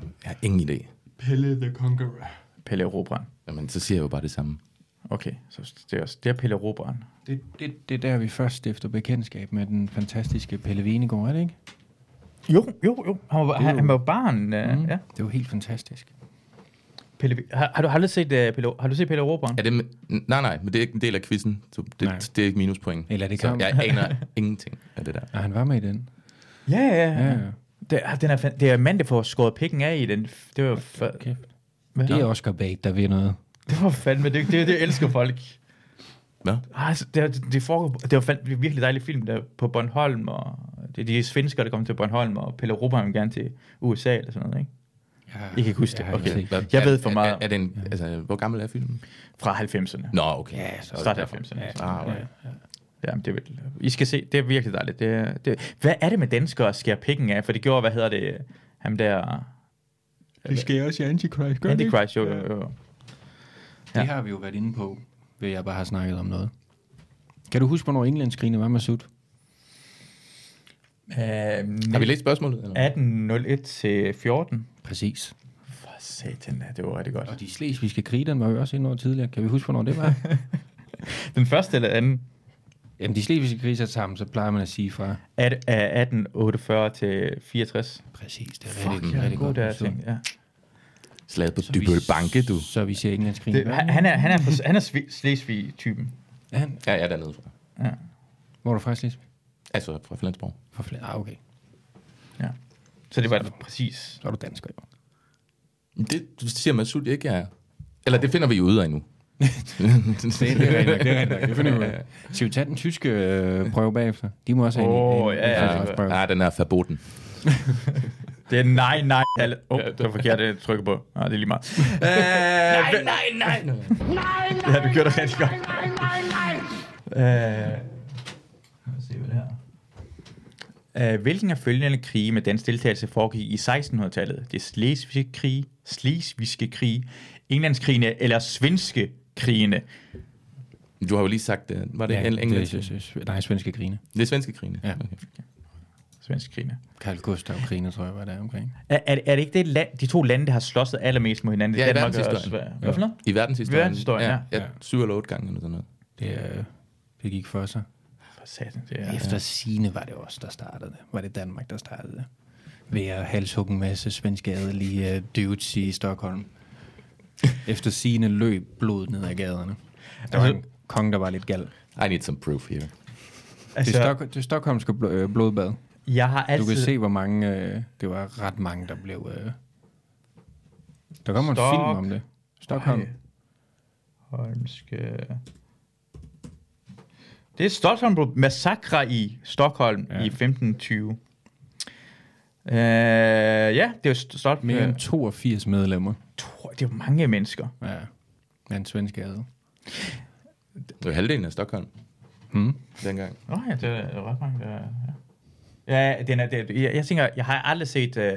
Speaker 1: Jeg har ingen idé.
Speaker 6: Pelle the Conqueror.
Speaker 2: Pelle Robran.
Speaker 1: Jamen, så siger jeg jo bare det samme.
Speaker 2: Okay, så det er, også, det er Pelle Robran.
Speaker 3: Det, det, det er der, vi først stifter bekendtskab med den fantastiske Pelle Venegård, er det ikke?
Speaker 2: Jo, jo, jo. Han var, han, han var barn. Uh, mm. ja.
Speaker 3: Det var helt fantastisk.
Speaker 2: Pelle, har, har, du, har, du set, uh, Pelle, har du set Pelle Robran?
Speaker 1: Er det, med- nej, nej, men det er ikke en del af quizzen. Så det,
Speaker 3: Nej.
Speaker 1: det er ikke minuspoint.
Speaker 3: Eller det
Speaker 1: så
Speaker 3: kan-
Speaker 1: jeg aner ingenting af det der.
Speaker 3: Og han var med i den.
Speaker 2: Ja, ja,
Speaker 3: Ja,
Speaker 2: ja.
Speaker 3: ja.
Speaker 2: Det, ah, den er, fan- det er mand, der får skåret pikken af i den. Det var, fa-
Speaker 3: Kæft.
Speaker 2: Hvad?
Speaker 3: Det er Oscar Bate, der ved noget.
Speaker 2: det var fandme det, det, det elsker folk.
Speaker 1: Nå?
Speaker 2: Ah, altså, det, det, det, foregår, det var fandme en virkelig dejlig film der på Bornholm, og det er de svensker, der kom til Bornholm, og Pelle Robram gerne til USA eller sådan noget, ikke?
Speaker 3: Ja,
Speaker 2: I kan ikke huske det.
Speaker 3: jeg har ikke
Speaker 2: Okay.
Speaker 3: set
Speaker 1: Hvad-
Speaker 2: Jeg
Speaker 1: er-
Speaker 2: ved for
Speaker 1: er-
Speaker 2: meget.
Speaker 1: Er, er det en, altså, hvor gammel er filmen?
Speaker 2: Fra 90'erne.
Speaker 1: Nå, okay.
Speaker 3: Ja, så er det
Speaker 2: Start
Speaker 1: derfor.
Speaker 2: 90'erne. Ja.
Speaker 1: Ah, okay.
Speaker 2: Jamen, det er, virkelig- I skal se, det er virkelig dejligt. Det, er- det, hvad er det med danskere at skære pikken af? For det gjorde, hvad hedder det, ham der...
Speaker 6: Det skal jeg også i Antichrist, gør det ikke?
Speaker 2: Antichrist, jo, jo, jo. Ja.
Speaker 3: Det har vi jo været inde på, ved jeg bare har snakket om noget. Kan du huske, hvornår Englandskrigene var med sut?
Speaker 1: Har vi
Speaker 2: Uh,
Speaker 1: læst spørgsmålet? Eller?
Speaker 2: 1801 til 14.
Speaker 3: Præcis.
Speaker 2: For satan, da, det var rigtig godt.
Speaker 3: Og de slesvigske krige, den var jo også inde over tidligere. Kan vi huske, hvornår det var?
Speaker 2: Den første eller anden?
Speaker 3: Jamen, de sleviske kriser sammen, så plejer man at sige fra.
Speaker 2: At, af 1848 til 64.
Speaker 3: Præcis, det er
Speaker 2: Fuck,
Speaker 3: rigtig,
Speaker 2: jeg er
Speaker 3: rigtig
Speaker 2: god
Speaker 3: godt.
Speaker 2: der,
Speaker 3: beskrevet.
Speaker 2: ting. Ja.
Speaker 1: Slaget på
Speaker 3: Så vi-
Speaker 1: Dybøl Banke, du.
Speaker 3: Så vi ser Englandskrigen.
Speaker 2: Det, han, han er, han er, fra- han er sve- Slesvig-typen.
Speaker 3: Er han,
Speaker 1: Ja, jeg er dernede fra.
Speaker 3: hvor er du faktisk lidt?
Speaker 1: Altså fra Flensborg.
Speaker 3: For flere. Ah, okay.
Speaker 2: Så det var det præcis.
Speaker 3: Så er du dansker, jo.
Speaker 1: Det siger Masud ikke, jeg er. Eller det finder vi jo ud af nu.
Speaker 3: Det er rigtig nok, det er rigtig nok. Det finder vi ud af. Skal vi tage den tyske øh, prøve bagefter? De må også have en-
Speaker 2: Åh,
Speaker 3: en,
Speaker 2: ja, ja.
Speaker 3: en,
Speaker 1: Ja, ah, den er forboden.
Speaker 2: Det er nej, nej. alle- Åh, oh, det var forkert, at jeg trykker på. Nej, det er lige meget. Øh, nej, nej.
Speaker 5: Nein,
Speaker 2: Ja, du gjorde det
Speaker 5: nein,
Speaker 2: rigtig godt.
Speaker 5: nein, nein, nein.
Speaker 2: Øh, lad os se, hvad det her. Øh, hvilken af følgende krige med dansk deltagelse foregik i 1600-tallet? Det er Slesvigske krige, Slesvigske krige, Englandskrigene eller Svenske krigene?
Speaker 1: Du har jo lige sagt, øh, var det
Speaker 3: Ja,
Speaker 1: ja, en
Speaker 3: det er,
Speaker 1: engelsk?
Speaker 3: s- s- nej, svenske grine.
Speaker 1: Det er svenske krigene.
Speaker 3: Ja.
Speaker 1: Okay.
Speaker 2: Svenske krigene.
Speaker 3: Karl Gustav grine, tror jeg, var der omkring.
Speaker 2: Er, er, er det ikke det land, de to lande, der har slåsset allermest mod hinanden? Det er
Speaker 1: Ja, i
Speaker 2: Danmark og
Speaker 1: verdenshistorien.
Speaker 2: Sverige. Hvad for noget?
Speaker 1: I verdenshistorien.
Speaker 2: Verdenshistorien, ja.
Speaker 1: ja. Syv eller otte gange eller sådan noget.
Speaker 3: Det, øh, det gik for sig.
Speaker 2: For satan, det er...
Speaker 3: Ja. Efter sine var det os, der startede det. Var det Danmark, der startede det. Ved at halshugge en masse svenske adelige uh, dudes i Stockholm. Efter sine løb blod ned ad gaderne. Der var en konge, der var lidt gal. Det,
Speaker 1: I need some proof here.
Speaker 3: er
Speaker 2: Altså,
Speaker 3: Stok- det er stockholmske bl- øh, blodbad.
Speaker 2: jeg har
Speaker 3: Du
Speaker 2: altid...
Speaker 3: kan se, hvor mange... Øh, det var ret mange, der blev... Øh, der kommer
Speaker 2: Stok-
Speaker 3: en film om det. Stockholm.
Speaker 2: Ej. Holmske... Det er Stockholm Massakre i Stockholm ja. i 1520. Uh, ja, det er jo st- Stockholm. Øh,
Speaker 3: Mere end 82 medlemmer.
Speaker 2: Det er jo mange mennesker.
Speaker 3: Ja. Af en svensk adel.
Speaker 1: Det var halvdelen af Stockholm
Speaker 3: Hmm.
Speaker 1: dengang.
Speaker 2: Nå ja, det er ret mange. Der, ja. ja, den er, det, er- jeg, jeg tænker, jeg har aldrig set... Øh,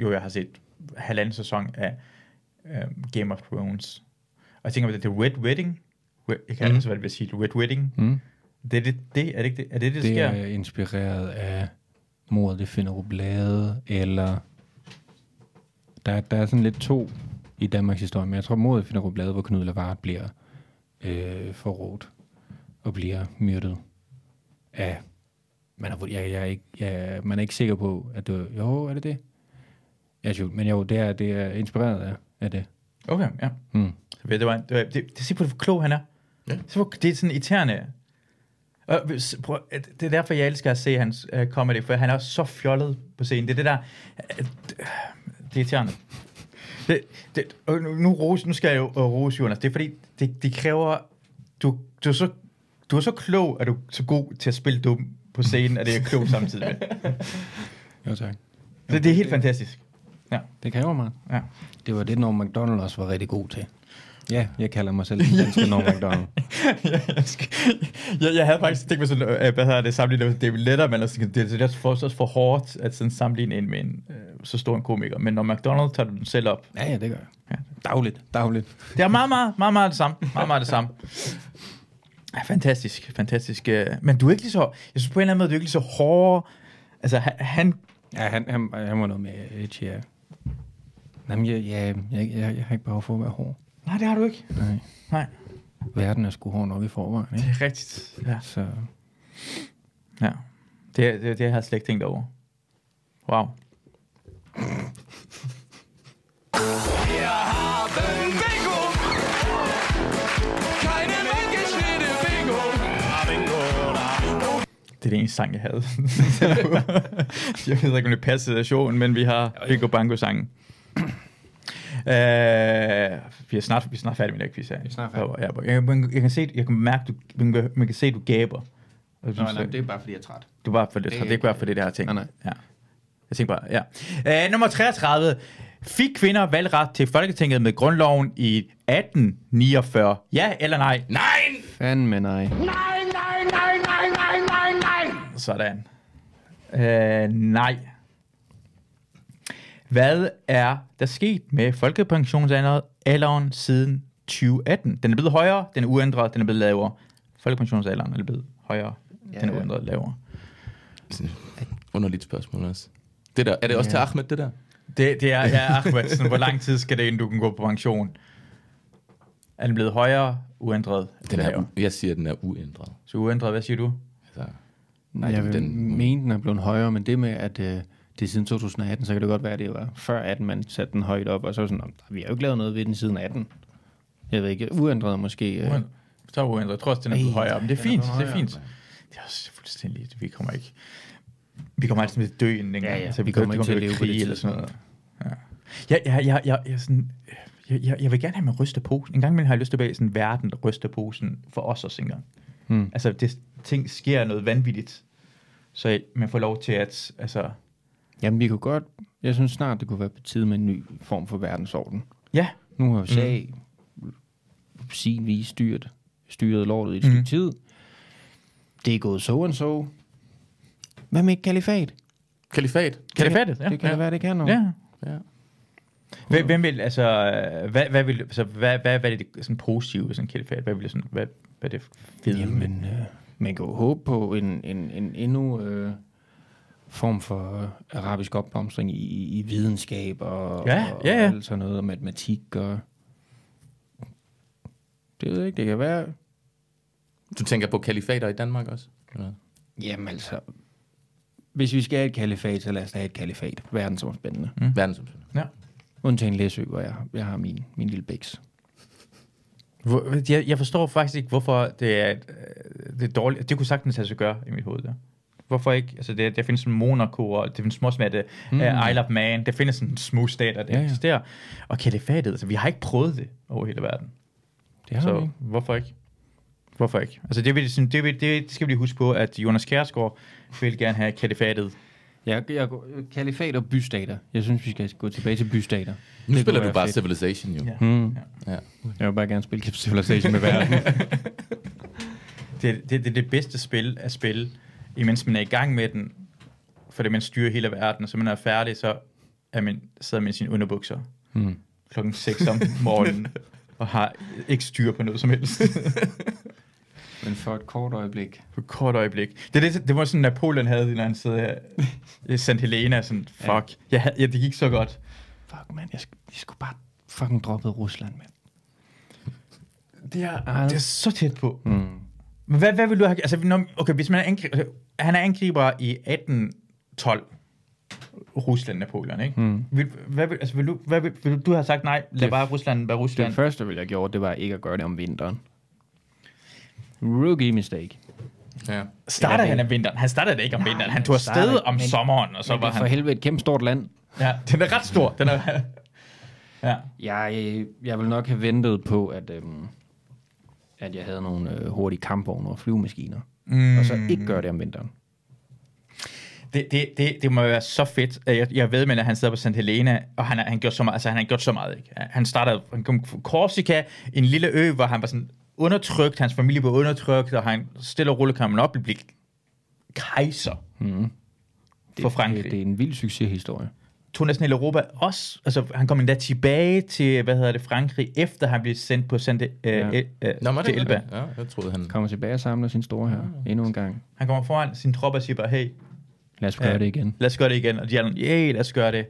Speaker 2: jo, jeg har set halvanden sæson af øh, Game of Thrones. Og jeg tænker på det, det er Red Wedding. Red- Jeg kan mm. altid, hvad det vil sige. Red Wedding.
Speaker 3: Mm.
Speaker 2: Det er det, det, er det, ikke det, er det, det, det
Speaker 3: Det
Speaker 2: sker?
Speaker 3: er inspireret af mordet i Finderup Lade, eller... Der, der er sådan lidt to i Danmarks historie, men jeg tror, mordet i Finderup Lade, hvor Knud Lavard bliver øh, forrådt og bliver myrdet af... Man er, jeg, jeg, er ikke, jeg, man er ikke sikker på, at det var, Jo, er det det? Jeg er i tvivl, men jo, det er, det er inspireret af, af det.
Speaker 2: Okay, ja.
Speaker 3: Mm.
Speaker 2: Så ved Det, var, det, var, det, det, se på, hvor klog han er. Ja. Se på, det er sådan irriterende. Og, hvis- prøv, at- det er derfor, jeg elsker at se hans uh, comedy, for han er så fjollet på scenen. Det er det der... øh, det det er irriterende. Det, det, og nu, nu, rose, nu skal jeg jo øh, rose, Jonas. Det er fordi, det, det kræver... Du, du, er så, du er så klog, at du er så god til at spille dum på scenen, at det er klog samtidig med.
Speaker 3: Jo, tak.
Speaker 2: Det, det er helt fantastisk.
Speaker 3: Det kræver meget.
Speaker 2: Ja.
Speaker 3: Det var det, Norm MacDonald også var rigtig god til. Ja, jeg kalder mig selv den danske Norm MacDonald.
Speaker 2: jeg, jeg, jeg havde faktisk tænkt mig sådan, øh, hvad hedder det, sammenlignet med David Letterman, og sådan, det, det er for, også for hårdt at sådan sammenligne en med en øh, så stor en komiker, men når McDonald tager den selv op,
Speaker 3: Ja, ja, det gør jeg.
Speaker 2: Ja.
Speaker 3: Ja. Dagligt, dagligt.
Speaker 2: det er meget, meget, meget, meget det samme, meget, meget det samme. Ja, fantastisk, fantastisk. øh, Men du er ikke lige så, jeg synes på en eller anden måde, du er ikke lige så hård, altså han, han
Speaker 3: Ja, han, han, han var noget med øh, edgy, ja. Jamen, jeg, ja, jeg, jeg, jeg har ikke behov for at være hård.
Speaker 2: nej, det har du ikke.
Speaker 3: Nej.
Speaker 2: Nej,
Speaker 3: Verden er sgu hård nok i forvejen,
Speaker 2: det
Speaker 3: ikke?
Speaker 2: er rigtigt. Ja,
Speaker 3: Så
Speaker 2: ja. Det, er- det, er- det har jeg slet ikke tænkt over. Wow. Det er den eneste sang, jeg havde. jeg ved ikke, om det passede af showen, men vi har Bingo Bango-sangen. Uh, vi, er snart, vi er snart færdige med det her quiz her. Vi er
Speaker 3: snart færdige.
Speaker 2: Ja, jeg, jeg, jeg, kan se, jeg kan mærke, du, man kan- man kan se, du gaber. Nå,
Speaker 3: er bare, fordi jeg er træt.
Speaker 2: du var for det,
Speaker 3: Det
Speaker 2: det,
Speaker 3: er
Speaker 2: det er ikke bare for det, der har tænkt.
Speaker 3: Nej, nej.
Speaker 2: Ja. Jeg tænkte bare, ja. Øh, nummer 33. Fik kvinder valgret til Folketinget med grundloven i 1849? Ja eller nej?
Speaker 1: Nej!
Speaker 3: Fanden med nej.
Speaker 5: Nein, nein, nein, nein, nein, nein, nein.
Speaker 2: Sådan. Øh, nej. Hvad er der sket med folkepensionsalderen siden 2018? Den er blevet højere, den er uændret, den er blevet lavere. Folkepensionsalderen er blevet højere, ja, den er uændret, lavere.
Speaker 1: Underligt spørgsmål også. Det der, er det også til Ahmed, det der?
Speaker 2: Det, det er, ja, Ahmed, sådan, hvor lang tid skal det, inden du kan gå på pension? Er den blevet højere, uændret?
Speaker 1: Den er,
Speaker 2: laver?
Speaker 1: u- jeg siger, at den er uændret.
Speaker 2: Så uændret, hvad siger du?
Speaker 1: Altså,
Speaker 3: Nej, jeg
Speaker 1: det-
Speaker 3: vil
Speaker 1: den-
Speaker 3: den... mene, den er blevet højere, men det med, at øh, det er siden 2018, så kan det godt være, at det var før 18, man satte den højt op, og så er det sådan, "Nå, vi har jo ikke lavet noget ved den siden 18. Jeg ved ikke, uændret måske. Øh,
Speaker 2: Uændret. Så er uændret. Jeg tror også, den er blevet
Speaker 3: Ej,
Speaker 2: højere. Men det er
Speaker 3: den er
Speaker 2: fint,
Speaker 3: blevet
Speaker 2: det er
Speaker 3: højere,
Speaker 2: fint. Det er også fuldstændig, vi kommer ikke... Vi kommer altid med Altså, at dø inden engang.
Speaker 3: Ja, ja, vi kommer ikke til at leve på det
Speaker 2: krig eller sådan noget. Ja. Jeg, jeg, jeg, jeg, jeg, er sådan, jeg, jeg, jeg vil gerne have, at man ryster posen. En gang imellem har jeg lyst til at være i sådan en verden, der ryster posen for os også engang.
Speaker 3: Hmm.
Speaker 2: Altså, det, ting sker noget vanvittigt. Så man får lov til at... Altså,
Speaker 3: Jamen, vi kunne godt, jeg synes snart, det kunne være på tide med en ny form for verdensorden.
Speaker 2: ja,
Speaker 3: Nu
Speaker 2: Mhm.
Speaker 3: har USA mm. sin vis styret, styret lortet i et stykke
Speaker 2: Mm.
Speaker 3: tid. Det er gået så and så. Hvad med et kalifat?
Speaker 1: kalifat.
Speaker 2: kan det fatte? Ja,
Speaker 3: det kan
Speaker 2: ja.
Speaker 3: da være, det kan noget.
Speaker 2: Ja.
Speaker 1: Ja.
Speaker 2: Hvem, hvem vil, altså, øh, hvad, hvad, vil, altså, hvad, hvad, hvad er det sådan positive ved sådan en kalifat? Hvad, vil, det sådan, hvad, hvad er det fede?
Speaker 3: Jamen, øh, man kan jo håbe på en, en, en endnu øh, form for øh, arabisk opblomstring i, i videnskab og,
Speaker 2: Ja,
Speaker 3: og,
Speaker 2: ja, ja.
Speaker 3: og alt sådan noget, og matematik og... Det ved jeg ikke, det kan være...
Speaker 1: Du tænker på kalifater i Danmark også? Eller?
Speaker 3: Jamen altså, hvis vi skal have et kalifat, så lad os da have et kalifat. Verdensomspændende. Mm.
Speaker 2: Hmm?
Speaker 1: Verdensomspændende.
Speaker 2: Ja.
Speaker 3: Undtagen Læsø, hvor jeg, jeg har min, min lille bæks.
Speaker 2: Hvor, jeg, jeg forstår faktisk ikke, hvorfor det er, et, øh, det er dårligt. Det kunne sagtens lade sig gøre i mit hoved, der. Hvorfor ikke? Altså, det, der findes sådan Monaco, og det findes smås med, at mm. uh, Isle of Man, der findes sådan små stater, der ja,
Speaker 3: Ja,
Speaker 2: ja.
Speaker 3: ja.
Speaker 2: eksisterer. Og kalifatet, altså, vi har ikke prøvet det over hele verden.
Speaker 3: Det har
Speaker 2: Så
Speaker 3: vi ikke.
Speaker 2: hvorfor ikke? Hvorfor ikke? Altså det, vil, sådan- det, vil, det skal vi lige huske på, at Jonas Kjærsgaard vil gerne have kalifatet.
Speaker 3: Jeg, jeg, kalifat og bystater. Jeg synes, vi skal gå tilbage til bystater.
Speaker 1: Nu
Speaker 3: Det
Speaker 1: spiller
Speaker 3: kunne
Speaker 1: du
Speaker 3: være
Speaker 1: bare
Speaker 3: fedt.
Speaker 1: Civilization, jo.
Speaker 2: Ja.
Speaker 1: Ja.
Speaker 3: Mm.
Speaker 1: ja.
Speaker 3: Jeg vil bare gerne spille Civilization med verden.
Speaker 2: Det, det, det er det bedste spil at spille, imens man er i gang med den, for det man styrer hele verden, og så man er færdig, så er man, sidder man i sine underbukser
Speaker 3: Mm.
Speaker 2: klokken 6 om morgenen, og har ikke styr på noget som helst.
Speaker 3: Men for et kort øjeblik.
Speaker 2: på et kort øjeblik. Det, er det, det var sådan, Napoleon havde, når han sad her i St. Helena, sådan, fuck, ja. Jeg, havde- ja, det gik så godt.
Speaker 3: Fuck, mand. Jeg, sk- jeg skulle bare fucking droppe Rusland, mand.
Speaker 2: Det er,
Speaker 3: Ej.
Speaker 2: det er så tæt på.
Speaker 3: Ah, Mm.
Speaker 2: Men hvad, hvad vil du have... Altså, når, okay, hvis man er angriber... Han er angriber i 1812. Rusland, Napoleon, ikke? Mm. Vil, hvad, vil, altså, vil du, hvad vil, vil du have sagt nej? Lad
Speaker 3: Det-
Speaker 2: bare Rusland være Rusland.
Speaker 3: Det første, jeg ville have gjort, det var ikke at gøre det om vinteren. Rookie mistake.
Speaker 1: ja.
Speaker 2: starter
Speaker 3: Ja,
Speaker 2: han
Speaker 3: det-
Speaker 2: om vinteren? Han startede det ikke om vinteren. Han tog
Speaker 3: han starter
Speaker 2: afsted
Speaker 3: ikke,
Speaker 2: om
Speaker 3: men-
Speaker 2: sommeren, og så
Speaker 3: Men det
Speaker 2: var
Speaker 3: er for
Speaker 2: han...
Speaker 3: helvede et kæmpe stort land.
Speaker 2: Ja, den er ret stor. Den er, ja.
Speaker 3: Jeg, jeg ville nok have ventet på, at, øhm, at jeg havde nogle øh, hurtige kampvogne og flyvemaskiner. Mm. Og så ikke gøre det om vinteren.
Speaker 2: Det, det, det, det må være så fedt. Øh, Jeg, jeg ved, men at han sad på St. Helena, og han, har- han gjorde så meget. Altså, han har gjort så meget. Ikke? Han startede, han kom fra Korsika, en lille ø, hvor han var sådan undertrykt, hans familie blev undertrykt, og han stille og roligt kom han op og blev kejser mm.
Speaker 3: Mhm. Det,
Speaker 2: for Frankrig.
Speaker 3: Det, det er en vild succeshistorie.
Speaker 2: Tog næsten hele Europa også. Altså, han kom endda tilbage til, hvad hedder det, Frankrig, efter han blev sendt på Sante, øh,
Speaker 3: Ja.
Speaker 2: ja. øh,
Speaker 1: Nå, men
Speaker 2: til
Speaker 1: det,
Speaker 2: Elba.
Speaker 1: det, ja, jeg troede, han...
Speaker 3: Kommer tilbage og samler sin store her endnu en gang.
Speaker 2: Han kommer foran sine tropper og siger bare, hey,
Speaker 3: Lad os gøre
Speaker 2: Ja.
Speaker 3: det igen.
Speaker 2: lad os gøre det igen. Og de er sådan, yeah, lad os gøre det.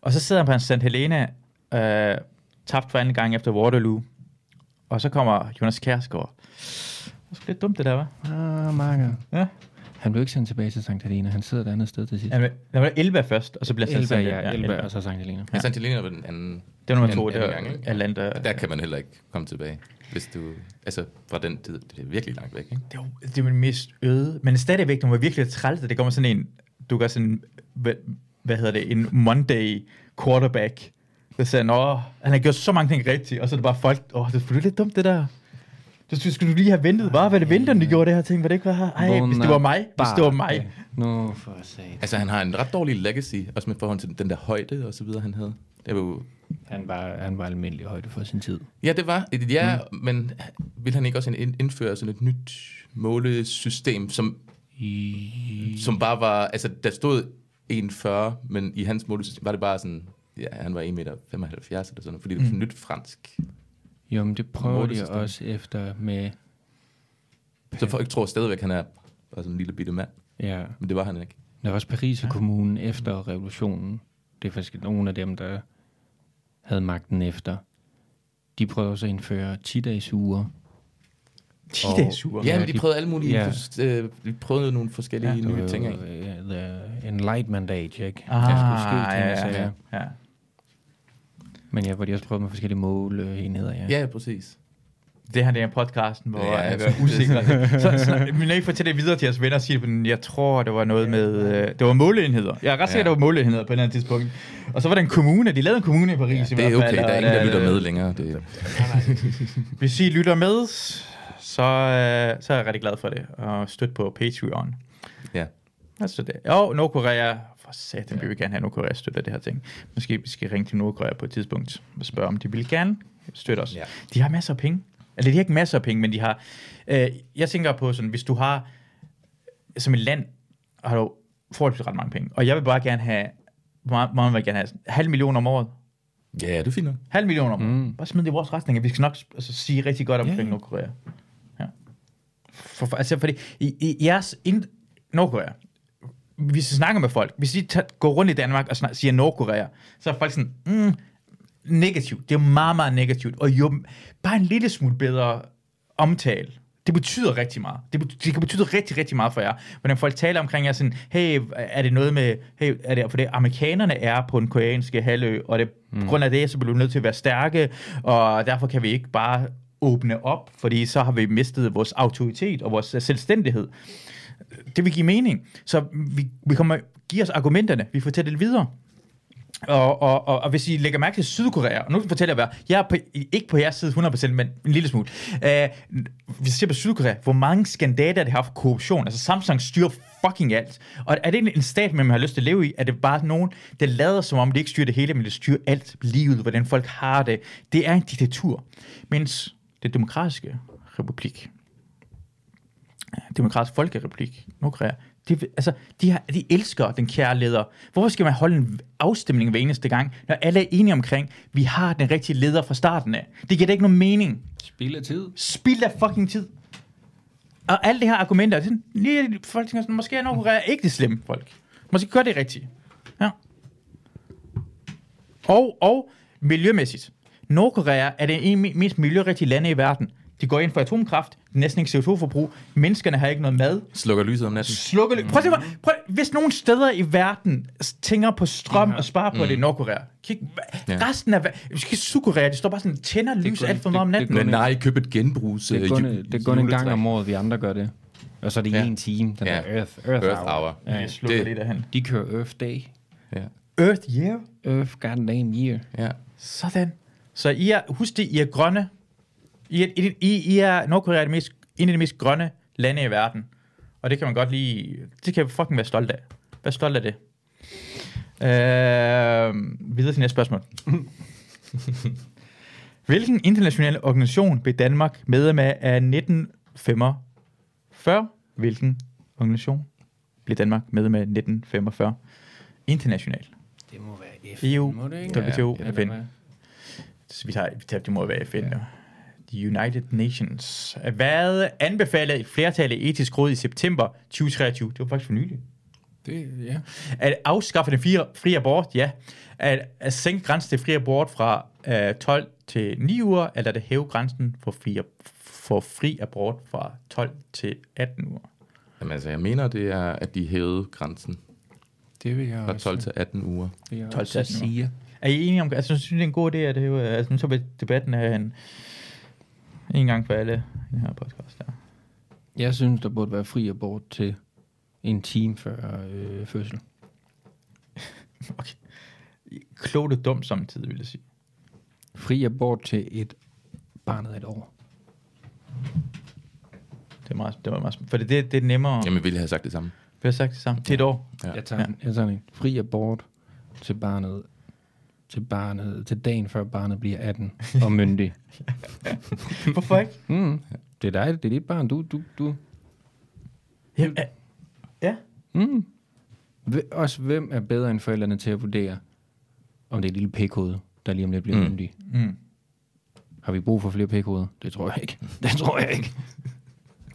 Speaker 2: Og så sidder han på hans St. Helena, øh, tabt for anden gang efter Waterloo. Og så kommer Jonas Kjærsgaard. Det var sgu lidt dumt, det der, var.
Speaker 3: Ah, Marker.
Speaker 2: Ja.
Speaker 3: Han blev ikke sendt tilbage til Sankt Helena. Han sidder et andet sted til sidst.
Speaker 2: Han, der var Elba først, og så bliver han sendt
Speaker 3: Elba,
Speaker 2: til St.
Speaker 3: ja, Elba,
Speaker 2: Elba.
Speaker 3: og så Sankt Helena.
Speaker 1: Ja. Santa Helena var den anden.
Speaker 2: Det var nummer
Speaker 1: anden-
Speaker 2: to, det
Speaker 1: anden
Speaker 2: var
Speaker 1: gang, ikke?
Speaker 2: Atlanta.
Speaker 1: Der kan man heller ikke komme tilbage, hvis du... Altså, fra den tid, det er virkelig langt væk, ikke?
Speaker 2: Det var det var det mest øde. Men stadigvæk, når man var virkelig træls, at det kommer sådan en, du gør sådan, hvad, hvad hedder det, en Monday quarterback, der siger, nå, han har gjort så mange ting rigtigt, og så er det bare folk, åh, det er sgu lidt dumt det der. Det skulle, skulle du lige have ventet, bare hvad det vinteren, de gjorde det her ting, var det ikke var her? Ej, hvis det var mig, hvis det var mig.
Speaker 3: Nu no, for sat.
Speaker 1: Altså, han har en ret dårlig legacy, også med forhold til den der højde og så videre, han havde. Det var jo...
Speaker 3: Han var, han var almindelig højde for sin tid.
Speaker 1: Ja, det var. et Ja, mm. men vil han ikke også ind- indføre sådan et nyt målesystem, som, som bare var... Altså, der stod 1,40, men i hans målesystem var det bare sådan... Ja, han var 1,75 meter eller sådan noget, fordi det var sådan mm. nyt fransk.
Speaker 3: Jo, men det prøver de
Speaker 1: Målesystem.
Speaker 3: også efter med...
Speaker 1: Så folk tror stadigvæk, han er bare sådan en lille bitte mand.
Speaker 3: Ja,
Speaker 1: Men det var han ikke.
Speaker 3: der var også Paris og kommunen efter revolutionen. Det er faktisk nogle af dem, der havde magten efter. De prøvede også at indføre 10-dages uger
Speaker 2: De er sure.
Speaker 1: Ja,
Speaker 3: Ja,
Speaker 1: men de
Speaker 3: de-
Speaker 1: prøvede alle mulige,
Speaker 3: ja.
Speaker 1: yeah. øh, de prøvede nogle forskellige
Speaker 2: Ja.
Speaker 1: ja, nye ting af.
Speaker 3: Uh, the Enlightenment Age, ikke?
Speaker 2: Ah,
Speaker 3: Der skulle ske ting
Speaker 2: ja,
Speaker 3: og
Speaker 2: ja,
Speaker 3: sager.
Speaker 2: ja, ja.
Speaker 3: Men ja, hvor de også prøvede med forskellige målenheder, ja.
Speaker 1: Ja, ja, præcis.
Speaker 2: Det her det er podcasten, hvor
Speaker 1: Ja,
Speaker 2: ja, jeg
Speaker 1: ja.
Speaker 2: er usikker. så, så, men når I fortæller videre til jeres venner og siger, det, men jeg tror, det var noget med... Øh, det var måleenheder. Jeg er ret sikker,
Speaker 1: Ja.
Speaker 2: ja. det var måleenheder på et eller andet tidspunkt. Og så var der en kommune. De lavede en kommune i Paris ja, i
Speaker 1: Det
Speaker 2: hvert
Speaker 1: er
Speaker 2: fald.
Speaker 1: okay, der er
Speaker 2: og
Speaker 1: ingen, der lytter med længere. Det,
Speaker 2: Hvis I lytter med, så, øh, så er jeg rigtig glad for det. Og støt på Patreon.
Speaker 1: ja.
Speaker 2: Altså det. Jo, Nordkorea. For satan, vi vil gerne have Nordkorea støtter det her ting. Måske vi skal ringe til Nordkorea på et tidspunkt og spørge, om de vil gerne støtte os.
Speaker 1: Ja.
Speaker 2: De har masser af penge. Eller de har ikke masser af penge, men de har... Øh, jeg tænker på sådan, hvis du har... Som et land har du forholdsvis ret mange penge. Og jeg vil bare gerne have... Meget, meget vil jeg gerne have sådan, halv million om året.
Speaker 1: ja, det er fint nok.
Speaker 2: Halv million om året. Bare smid det i vores retning, at vi skal nok altså, sige rigtig godt omkring
Speaker 1: Ja, ja.
Speaker 2: Nordkorea. Ja. For, for, altså, fordi i, i jeres... Ind, Nordkorea. Hvis I snakker med folk, hvis I tager, går rundt i Danmark og snak, siger Nordkorea, så er folk sådan, mm, negativt. Det er meget, meget negativt. Og jo, bare en lille smule bedre omtale. Det betyder rigtig meget. Det, bet- det kan betyde rigtig, rigtig meget for jer. Hvordan folk taler omkring jer sådan, hey, er det noget med, hey, er det, for det amerikanerne er på den koreanske halvø, og det, mm. på grund af det, så bliver vi nødt til at være stærke, og derfor kan vi ikke bare åbne op, fordi så har vi mistet vores autoritet og vores øh, selvstændighed. Det vil give mening. Så vi, vi kommer, giver os argumenterne, vi fortæller det videre. Og, og, og, og hvis I lægger mærke til Sydkorea, og nu fortæller jeg, hvad jeg er på, ikke på jeres side 100%, men en lille smule. Øh, hvis I ser på Sydkorea, hvor mange skandaler det har for korruption, altså Samsung styrer fucking alt. Og er det en- en stat, man har lyst til at leve i? Er det bare nogen, der lader som om, de ikke styrer det hele, men de styrer alt livet, hvordan folk har det? Det er en diktatur. Mens det demokratiske republik, demokratisk folkerepublik, Nordkorea, de, vil- altså, de, har, de elsker den kære leder. Hvorfor skal man holde en afstemning hver eneste gang, når alle er enige omkring, vi har den rigtige leder fra starten af? Det giver da ikke nogen mening.
Speaker 3: Spil af tid.
Speaker 2: Spild af fucking tid. Og alle de her argumenter, det er sådan, lige, folk tænker sådan, måske er Nordkorea ikke det slemme folk. Måske gør det rigtigt. Ja. Og, og miljømæssigt. Nordkorea er det en me- mest miljørigtige lande i verden. De går ind for atomkraft, næsten ikke CO2-forbrug, menneskerne har ikke noget mad,
Speaker 1: Slukker lyset om natten.
Speaker 2: slukker ly- Prøv at se, hvor- prøv, hvis nogen steder i verden s- tænker på strøm og sparer på mm. det i Nordkorea. Kig,
Speaker 1: Ja.
Speaker 2: ja. resten af... ver- Måske Sydkorea, de står bare sådan, tænder lys
Speaker 3: går-
Speaker 2: alt for meget om
Speaker 3: det- det
Speaker 2: natten.
Speaker 1: Men nej, køb et genbrugs...
Speaker 3: Det er
Speaker 1: øh,
Speaker 3: kun,
Speaker 1: ju-
Speaker 3: det er kun en gang
Speaker 1: juletræ.
Speaker 3: om året, vi andre gør det. Og så er det i
Speaker 1: Ja.
Speaker 3: en time, den
Speaker 1: Ja.
Speaker 3: ja. der Earth, Earth,
Speaker 1: Earth
Speaker 3: Hour.
Speaker 1: Hour.
Speaker 3: Ja.
Speaker 2: Jeg slukker
Speaker 1: Det-
Speaker 2: det, derhen.
Speaker 3: De kører Earth Day.
Speaker 1: Ja.
Speaker 2: Earth Year.
Speaker 3: Earth goddamn year.
Speaker 1: ja.
Speaker 2: Sådan. Så I er, husk det, I er grønne. I er, I, I I er Nordkorea er det mest, en af de mest grønne lande i verden. Og det kan man godt lige... Det kan jeg fucking være stolt af. Vær stolt af det. Øh, videre til næste spørgsmål. Hvilken international organisation blev Danmark medlem af af 1945? Hvilken organisation blev Danmark medlem af 1945? International. E
Speaker 3: Det må være F.
Speaker 2: EU,
Speaker 3: Må det ikke?
Speaker 2: WTO,
Speaker 3: Eller
Speaker 2: FN.
Speaker 3: hvad?
Speaker 2: Så vi tager, vi tager, det må være FN. Ja. The United Nations. Hvad anbefalede et flertal af etisk råd i september 2023? Det var faktisk for nylig.
Speaker 3: Det, ja.
Speaker 2: At afskaffe den fire, frie abort, ja. At, at sænke grænsen til fri abort fra øh, 12 til 9 uger, eller at hæve grænsen for fri, for fri abort fra 12 til 18 uger.
Speaker 1: Jamen, altså, jeg mener, det er, at de hævede grænsen
Speaker 3: Det vil jeg
Speaker 1: fra
Speaker 3: også,
Speaker 1: 12 til 18 uger.
Speaker 3: vil jeg
Speaker 2: 12
Speaker 3: også
Speaker 2: til 18 år.
Speaker 3: sige.
Speaker 2: Er I enige om, altså synes I, det er en god idé, at det er, altså nu tager vi debatten her en, en gang for alle i den her podcast der.
Speaker 3: Jeg synes, der burde være fri abort til en time før øh, fødsel.
Speaker 2: Okay. Klogt og dumt samtidig, vil jeg sige.
Speaker 3: Fri abort til et barnet af et år.
Speaker 2: Det er meget, det var meget, sm- for det, det, det er nemmere. Jamen.
Speaker 1: Jamen, ville jeg have sagt det samme.
Speaker 2: Vi har sagt det samme. Til et år.
Speaker 1: Ja.
Speaker 3: Jeg tager, ja. jeg tager en fri abort til barnet til barnet, til dagen før barnet bliver 18 og myndig.
Speaker 2: Hvorfor ikke?
Speaker 3: Mm. Det er dig, det er dit barn, du, du, du.
Speaker 2: Jamen, ja. ja.
Speaker 3: Mm. Hve- Også hvem er bedre end forældrene til at vurdere, om det er et lille p-kode, der lige om lidt bliver
Speaker 1: Mm.
Speaker 3: mm. myndig.
Speaker 2: Mm.
Speaker 3: Har vi brug for flere p-koder? Det tror jeg ikke. Det tror jeg ikke.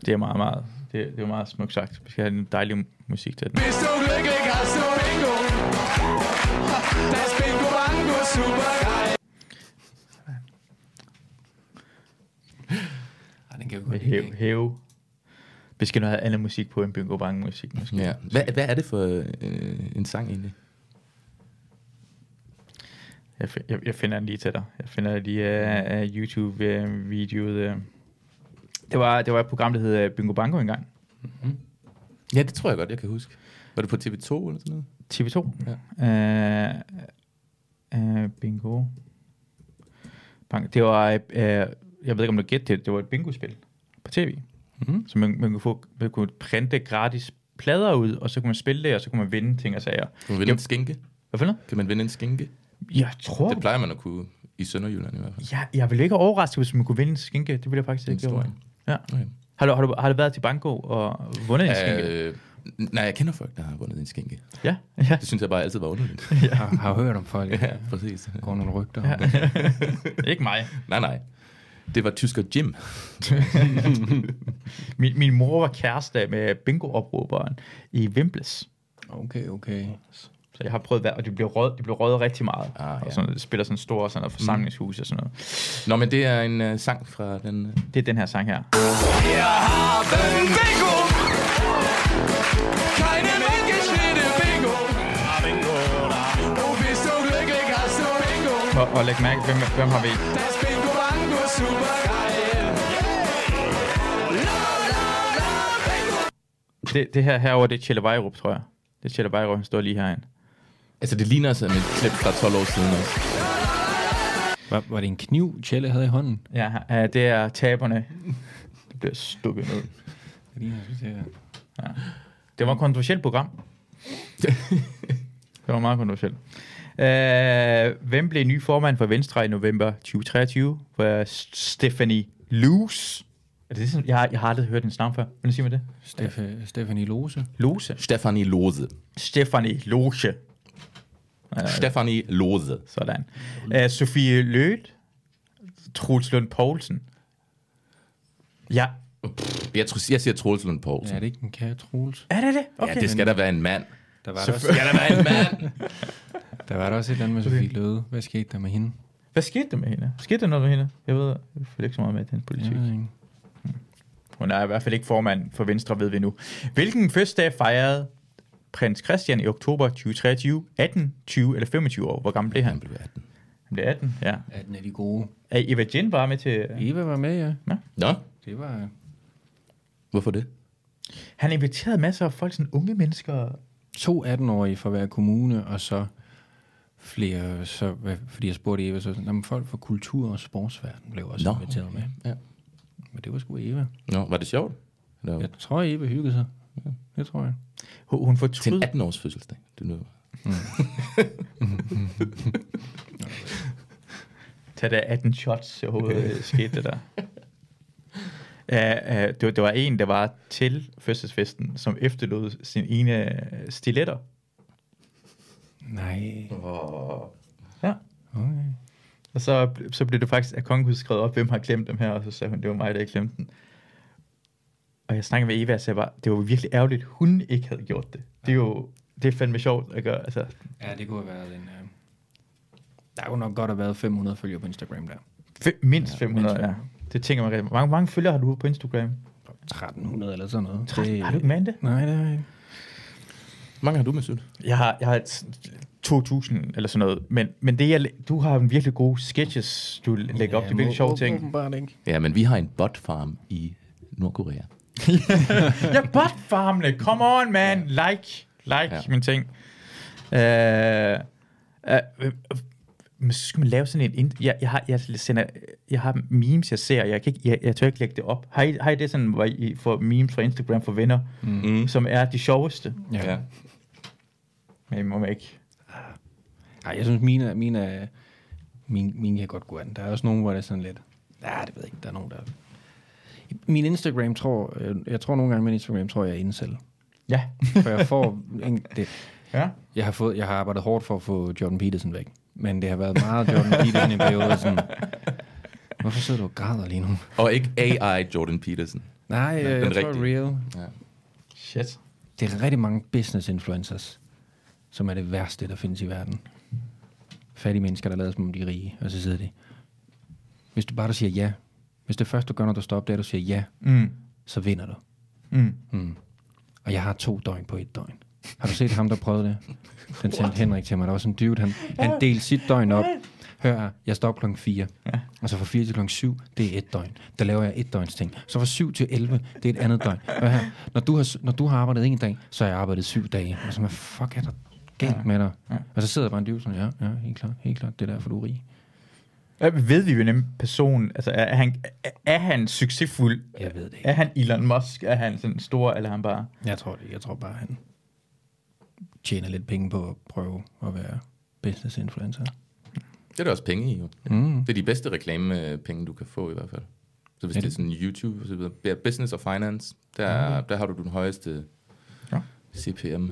Speaker 2: Det er meget, meget, det, det er meget smukt sagt. Vi skal have en dejlig musik til den.
Speaker 7: Hvis du lykkelig har slå bingo Der er bingo bango super gej
Speaker 1: Ej, den Han kan jo
Speaker 2: Med
Speaker 1: godt lide
Speaker 2: hæve.
Speaker 1: det,
Speaker 2: hæve. Vi skal nu have andet musik på end Bingo Bang musik. Måske.
Speaker 1: ikke? Ja. Hvad, hvad er det for øh, en sang egentlig?
Speaker 2: Jeg, fi- jeg, jeg finder den lige til dig. Jeg finder lige af uh, YouTube-videoet. Uh, det, var, det var et program, der hed øh, Bingo Bango engang.
Speaker 1: Ja, det tror jeg godt, jeg kan huske. Var det på TV2 eller sådan noget?
Speaker 2: TV2. Ja. Uh, uh, Øh, bingo. Bang. Det var, uh, jeg ved ikke om du gætte det, det var et bingo-spil på tv.
Speaker 1: Mhm.
Speaker 2: Mm-hmm. Så man, man, kunne få, man kunne printe gratis plader ud, og så kunne man spille det, og så kunne man vinde ting og sager.
Speaker 1: Kan man vinde en skinke?
Speaker 2: Hvad for noget?
Speaker 1: Kan man vinde en skinke?
Speaker 2: Jeg tror,
Speaker 1: Det plejer man at kunne i Sønderjylland i hvert fald.
Speaker 2: jeg, jeg ville ikke overraske, hvis man kunne vinde en skinke. Det ville jeg faktisk
Speaker 1: Det er
Speaker 2: ikke.
Speaker 1: en stor en.
Speaker 2: Ja.
Speaker 1: Okay.
Speaker 2: Har du, har, du, har du været til Banko og vundet en skinke?
Speaker 1: Øh, n- nej, jeg kender folk, der har vundet en skinke.
Speaker 2: Ja, ja.
Speaker 1: Det synes jeg bare altid var underligt.
Speaker 3: Jeg har, har hørt om folk, ja.
Speaker 1: ja, præcis.
Speaker 3: går nogle rygter om det.
Speaker 2: Ikke mig.
Speaker 1: Nej, nej. Det var tysker Jim.
Speaker 2: Min, min mor var kæreste med bingo-opråberen i Vimples.
Speaker 3: Okay, okay.
Speaker 2: Så jeg har prøvet hver, og det blev røget, det blev røget rigtig meget.
Speaker 1: Ah, ja.
Speaker 2: og sådan, det spiller sådan store sådan noget, forsamlingshus og sådan noget.
Speaker 1: Nå, men det er en uh, sang fra den... Uh,
Speaker 2: Det er den her sang her.
Speaker 7: Bingo! Keine Menschenrede, Bingo! Du bist so glücklich, hast du Bingo!
Speaker 2: Og, og læg mærke, hvem, hvem har vi?
Speaker 7: Das Bingo Bango super geil!
Speaker 2: Det, det her herover det er Tjelle Vejrup, tror jeg. Det er Tjelle Vejrup, han står lige herinde.
Speaker 1: altså, det ligner sådan et klip fra 12 år siden også.
Speaker 3: Var, var det en kniv, Tjelle havde i hånden?
Speaker 2: Ja, øh, det er taberne. Det bliver stukket ned.
Speaker 3: Det ligner, jeg synes, det er-
Speaker 2: Det var et kontroversielt program. det var meget kontroversielt. Øh, hvem blev ny formand for Venstre i november 2023? For øh, Stephanie Lose. Er det sådan, jeg, har, jeg har aldrig hørt hendes navn før. Hvordan siger man det?
Speaker 3: Steff- Stephanie Lose.
Speaker 2: Lose.
Speaker 1: Stefanie Lose.
Speaker 2: Stephanie Lose.
Speaker 1: Stefanie Lose.
Speaker 2: Sådan.
Speaker 1: Mm.
Speaker 2: Uh, Sofie Lødt. Truls Lund Poulsen. Ja.
Speaker 1: Jeg, tror, jeg siger Troels Lund
Speaker 3: Ja,
Speaker 1: Poulsen.
Speaker 3: er
Speaker 1: Ja,
Speaker 3: det ikke en kære Troels?
Speaker 2: Er det det?
Speaker 1: okay. ja, det skal da være en mand.
Speaker 3: Der var, der, også,
Speaker 1: Skal der være en mand?
Speaker 3: der var der også et eller andet med Sofie Løde. Hvad skete der med hende?
Speaker 2: Hvad skete der med hende? Skete der noget med hende? Jeg ved, jeg følger ikke så meget med til hendes politik.
Speaker 3: Jeg ved ikke.
Speaker 2: Hun er i hvert fald ikke formand for Venstre, ved vi nu. Hvilken fødselsdag fejrede prins Christian i oktober 2023? 18, 20 eller 25 år? Hvor gammel blev han?
Speaker 1: Han blev 18.
Speaker 2: Han blev 18, ja.
Speaker 3: Ja, den er de gode.
Speaker 2: Er Eva Jin bare med til...
Speaker 3: Eva var med, ja.
Speaker 1: Nå,
Speaker 3: Det var...
Speaker 1: hvorfor det?
Speaker 2: Han inviterede masser af folk, sådan unge mennesker.
Speaker 3: to 18-årige fra hver kommune, og så flere, så, hvad, fordi jeg spurgte Eva, så sådan, "Jamen, folk fra kultur- og sportsverden blev også
Speaker 1: Nå,
Speaker 3: Nå, inviteret med.
Speaker 1: ja.
Speaker 3: Men det var sgu Eva.
Speaker 1: Nå, var det sjovt? Eller,
Speaker 3: Jeg tror, Eva hyggede sig. Ja, det tror jeg.
Speaker 2: Hun hun
Speaker 1: Til en
Speaker 2: fortrød,
Speaker 1: 18-års fødselsdag. Det lyder
Speaker 2: Tag da 18 shots i hovedet, skete det der. Uh, uh, det, var, det var en, der var til fødselsfesten, som efterlod sin ene øh, stiletter.
Speaker 3: Nej.
Speaker 2: Ja.
Speaker 3: Okay.
Speaker 2: Og så, bl- så blev det faktisk af kongehuset skrevet op, hvem har glemt dem her, og så sagde hun, det var mig, der ikke glemte den. Og jeg snakkede med Eva, og sagde bare, det var virkelig ærgerligt, hun ikke havde gjort det. Det er jo, det er fandme sjovt at gøre. Altså,
Speaker 3: Ja, det kunne have været en... Øh... Der kunne nok godt have været 500 følgere på Instagram der.
Speaker 2: fe- mindst ja, 500, mindst. ja. Det tænker man rigtig. Hvor mange, mange følgere har du på Instagram?
Speaker 3: 1300 eller sådan noget.
Speaker 2: Det... Har du ikke mere end det?
Speaker 3: Nej, det har jeg ikke.
Speaker 1: mange har du med, Sødt?
Speaker 2: Jeg har, jeg har et, 2000 eller sådan noget, men, men det, jeg, læ- du har en virkelig gode sketches, du lægger op. Ja, det er virkelig sjove ting.
Speaker 3: Åbenbart ikke.
Speaker 1: Ja, men vi har en botfarm i Nordkorea.
Speaker 2: Ja, botfarmene. Come on, man. Like. Like
Speaker 1: Ja.
Speaker 2: ja. min ting. Uh, uh, uh, men så skal man lave sådan en... ind- Jeg, jeg, har, jeg, sender, jeg har memes, jeg ser, og jeg, kan ikke, jeg, jeg tør ikke lægge det op. Har I, har I det sådan, hvor I får memes fra Instagram for venner, mm. som er de sjoveste?
Speaker 3: Ja. ja.
Speaker 2: Men I må man ikke.
Speaker 3: Nej, jeg synes, mine, mine, er- mine, mine kan godt gå an. Der er også nogen, hvor det er sådan lidt... Ja, det ved jeg ikke. Der er nogen, der... Min Instagram tror... øh, Jeg tror nogle gange, min Instagram tror, jeg er incel.
Speaker 2: Ja.
Speaker 3: For jeg får... en- det,
Speaker 2: ja.
Speaker 3: jeg, har fået, jeg har arbejdet hårdt for at få Jordan Peterson væk. Men det har været meget Jordan Peterson i perioder. Sådan, Hvorfor sidder du og græder lige nu?
Speaker 1: Og ikke AI Jordan Peterson.
Speaker 3: Nej, øh, jeg
Speaker 1: den
Speaker 3: tror
Speaker 1: rigtige.
Speaker 3: real.
Speaker 2: Shit.
Speaker 3: Det er rigtig mange business influencers, som er det værste, der findes i verden. Fattige mennesker, der lader som om de er rige, og så sidder de. Hvis du bare siger ja, Hvis det første, du gør, når du står op, det er, at du siger ja,
Speaker 2: Mm.
Speaker 3: så vinder du.
Speaker 2: Mm.
Speaker 3: Og jeg har to døgn på et døgn. Har du set ham, der prøvede det? Den sendte Henrik til mig. Der var sådan en dude, han, han delte sit døgn op. Hør her, jeg står op klokken 4. Og så fra 4 til klokken 7, det er et døgn. Der laver jeg et døgns ting. Så fra 7 til 11, det er et andet døgn. Hør her, når du har, når du har arbejdet en dag, så har jeg arbejdet syv dage. Og så hvad fuck er der galt med dig? Og så sidder der bare en dude sådan, ja, ja, helt klart, helt klart, det er derfor, du er rig.
Speaker 2: Hvad Ved vi, hvem personen, altså er, er han, er, er han succesfuld?
Speaker 3: Jeg ved det ikke.
Speaker 2: Er han Elon Musk? Er han sådan stor, eller er han bare...
Speaker 3: Jeg tror det. Jeg tror bare, han tjener lidt penge på at prøve at være business influencer.
Speaker 1: Det er der også penge i, jo. Mm. Det er de bedste reklamepenge, du kan få i hvert fald. Så hvis
Speaker 3: Ja,
Speaker 1: det Mm. er sådan YouTube og så videre. Ja, business og finance, der, der har du den højeste
Speaker 2: Ja.
Speaker 1: CPM.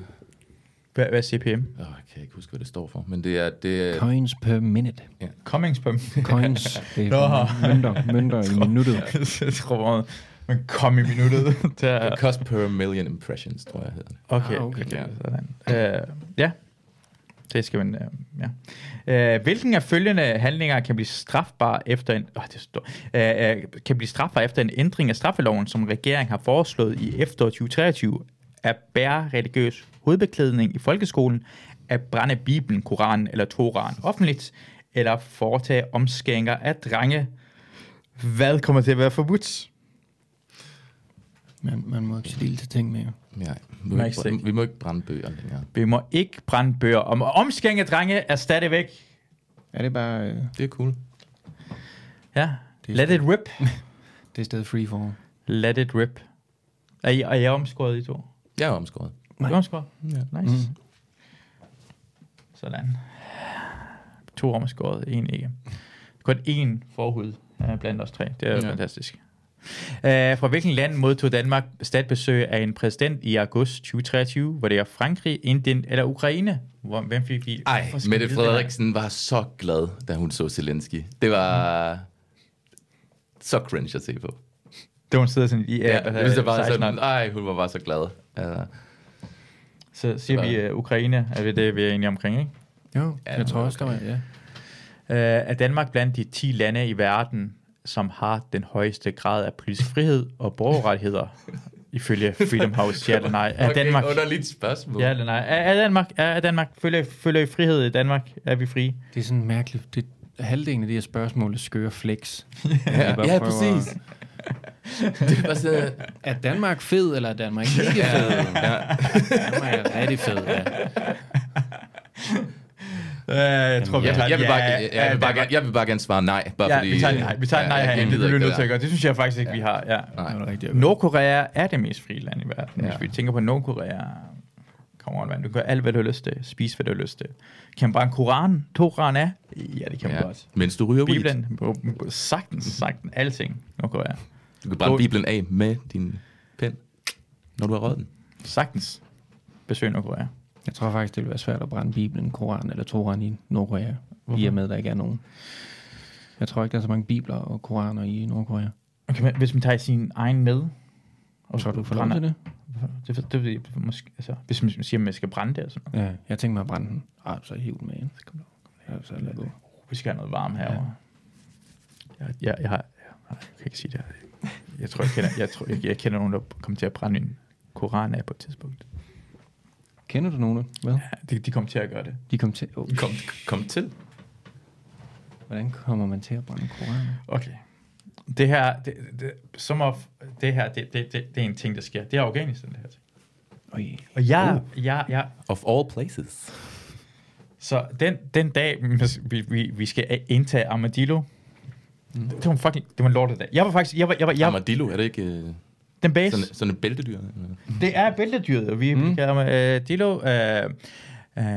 Speaker 2: Hvad, hvad er CPM?
Speaker 1: Åh, jeg kan ikke huske, hvad det står for. Men det er... Det er
Speaker 3: Coins per minute.
Speaker 2: Cummings på
Speaker 3: Coins. Det
Speaker 2: Nå.
Speaker 3: er mønter, mønter i minuttet.
Speaker 2: Jeg tror, man- man kom i minuttet. Der.
Speaker 1: cost per million impressions, tror jeg hedder det.
Speaker 2: Okay,
Speaker 3: Ah,
Speaker 2: okay.
Speaker 3: okay.
Speaker 2: okay. Sådan. Øh, ja, det skal man... Øh, ja. Øh, hvilken af følgende handlinger kan blive strafbar efter en... Oh, det står, øh, øh, kan blive strafbar efter en ændring af straffeloven, som regeringen har foreslået i efteråret 2023? At bære religiøs hovedbeklædning i folkeskolen, at brænde Bibelen, Koranen eller Toraen offentligt, eller foretage omskæringer af drenge. Hvad kommer til at være forbudt?
Speaker 3: Man, man må ikke stille til ting mere.
Speaker 1: Nej, vi må,
Speaker 2: ikke
Speaker 1: ikke, brænde-
Speaker 2: stikke.
Speaker 1: vi må ikke brænde bøger længere.
Speaker 2: Vi må ikke brænde bøger. Om omskæring af drenge er stadigvæk
Speaker 3: Er det bare... Øh,
Speaker 1: Det er cool.
Speaker 2: Ja. Let it rip.
Speaker 3: det er stadig free for.
Speaker 2: Let it rip. Er I, er I omskåret i to?
Speaker 1: Jeg er omskåret.
Speaker 2: Nej.
Speaker 3: Nej.
Speaker 2: Er I omskåret? Ja. Nice. Mm. Sådan. To omskåret, en ikke. Kun én forhud øh, blandt os tre. Det er ja.
Speaker 1: Ja.
Speaker 2: fantastisk. Uh, fra hvilken land modtog Danmark statbesøg af en præsident i august 2023? Var det af Frankrig, Indien eller Ukraine? Hvor, hvem fik vi?
Speaker 1: Ej,
Speaker 2: Hvorfor skal vi
Speaker 1: Mette
Speaker 2: vide det her?
Speaker 1: Frederiksen var så glad, da hun så Zelensky. Det var så cringe at se på.
Speaker 2: Det var hun sidder sådan i...
Speaker 1: Mm. Ja,
Speaker 2: hvad
Speaker 1: det,
Speaker 2: hedder
Speaker 1: det, det var
Speaker 2: 16
Speaker 1: sådan, ej, hun var bare så glad. Altså,
Speaker 2: Så siger vi øh, Ukraine, er det det, vi er enige omkring, ikke?
Speaker 3: Jo,
Speaker 1: Ja,
Speaker 3: ja, jeg tror
Speaker 1: okay.
Speaker 3: også, der var... Ja.
Speaker 2: Øh, er Danmark blandt de 10 lande i verden, som har den højeste grad af politisk frihed og borgerrettigheder, ifølge Freedom House? Ja eller nej? Er
Speaker 1: okay,
Speaker 2: Danmark...
Speaker 1: underligt spørgsmål.
Speaker 2: Ja eller nej? Er, er Danmark... Er, er Danmark følger, følger I frihed i Danmark? Er vi frie?
Speaker 3: Det er sådan mærkeligt. Det, halvdelen af de her spørgsmål er skøre flex.
Speaker 1: ja,
Speaker 3: Jeg bare prøver-
Speaker 1: ja præcis. det var sådan,
Speaker 3: Er Danmark fed, eller er Danmark ikke fed? ja. Danmark er rigtig fed, ja.
Speaker 2: Øh, jeg tror,
Speaker 1: jeg, jeg, vil bare, jeg, jeg, vil bare, gerne- jeg vil bare gerne svare nej. Bare
Speaker 2: Ja,
Speaker 1: fordi, øh,
Speaker 2: vi tager en nej. Vi tager en nej
Speaker 1: jeg
Speaker 2: herinde. Det
Speaker 1: gider
Speaker 2: bliver vi
Speaker 1: ikke
Speaker 2: nødt til at
Speaker 1: der.
Speaker 2: gøre. Det synes jeg faktisk ikke, vi har. Ja.
Speaker 1: Nej.
Speaker 3: Det var rigtigt.
Speaker 2: Nordkorea er det mest frie land i verden. Ja.
Speaker 1: Ja.
Speaker 2: Hvis vi tænker på Nordkorea, kom on, man. Du kan gøre alt, hvad du har lyst til. Spis, hvad du har lyst til. Kan man bare en koran? To koran af? Ja, det kan man
Speaker 1: Ja.
Speaker 2: godt.
Speaker 1: Mens du ryger weed.
Speaker 2: Bibelen? Bo- Sagtens, sagtens. Alting. Nordkorea.
Speaker 1: Du kan brænde Bibelen af med din pen, når du har røget den.
Speaker 2: Sagtens. Besøg Nordkorea.
Speaker 3: Jeg tror faktisk, det ville være svært at brænde Bibelen, Koran eller Toran i Nordkorea, Hvorfor? i og med, at der ikke er nogen. Jeg tror ikke, der er så mange bibler og koraner i Nordkorea.
Speaker 2: Okay, men hvis man tager sin egen med, og
Speaker 3: Tror du, får lov
Speaker 2: brænder-
Speaker 3: til
Speaker 2: Det,
Speaker 3: det?
Speaker 2: det, det, det, måske, altså, hvis man siger, at man skal brænde det, og sådan noget.
Speaker 3: Ja, jeg tænkte mig at brænde den. Ej, så hiv den med ind. Ja, så lad gå.
Speaker 2: vi skal have noget varme herovre. Ja. Jeg, jeg, jeg, har, jeg, nej, jeg kan ikke sige det. her. Jeg tror, jeg kender, jeg, tror, jeg, jeg kender nogen, der kommer til at brænde en koran af på et tidspunkt.
Speaker 3: Kender du nogen? Hvad?
Speaker 2: Ja, de, de kommer til at gøre det.
Speaker 3: De kom til... Oh,
Speaker 1: Kom, kom til.
Speaker 3: hvordan kommer man til at brænde koraner?
Speaker 2: Okay. Det her, det, det, som of, det her, det, det, det, det, er en ting, der sker. Det er Afghanistan, det her ting. Uh.
Speaker 3: Oj.
Speaker 2: Og jeg, jeg, jeg,
Speaker 1: Of all places.
Speaker 2: så den, den dag, vi, vi, vi skal indtage Armadillo, mm. det var en fucking, det var en lortedag. Jeg var faktisk, jeg var, jeg var, jeg, var,
Speaker 1: Armadillo, er det ikke øh,
Speaker 2: den base.
Speaker 1: sådan, sådan et bæltedyr? eller?
Speaker 2: Det er bæltedyret, og vi mm. kalder Armadillo. Øh,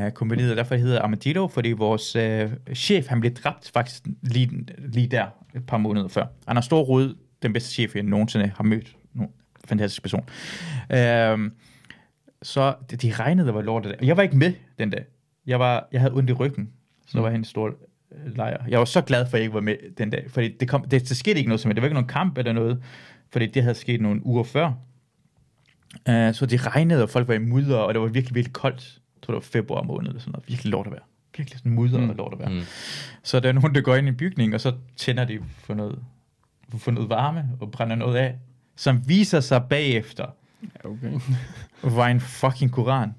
Speaker 2: øh, kompaniet, og derfor hedder det Armadillo, fordi vores øh, chef, han blev dræbt faktisk lige, lige der et par måneder før. Anders Storrud, den bedste chef, jeg nogensinde har mødt. No, fantastisk person. Øh, så det, de regnede, der var lort der. Jeg var ikke med den dag. Jeg, var, jeg havde ondt i ryggen. Så mm. var han en stor øh, lejr. Jeg var så glad for, at jeg ikke var med den dag. Fordi det, kom, det, det skete ikke noget som helst. Det var ikke nogen kamp eller noget. Fordi det havde sket nogle uger før. Uh, så det regnede, og folk var i mudder, og det var virkelig, virkelig koldt. Jeg tror, det var februar måned eller sådan noget. Virkelig lort at være. Virkelig sådan mudder mm. og lort at være. Mm. Så der er nogen, der går ind i en bygning, og så tænder de for noget få noget varme og brænde noget af, som viser sig bagefter
Speaker 3: Okay.
Speaker 2: var en fucking koran.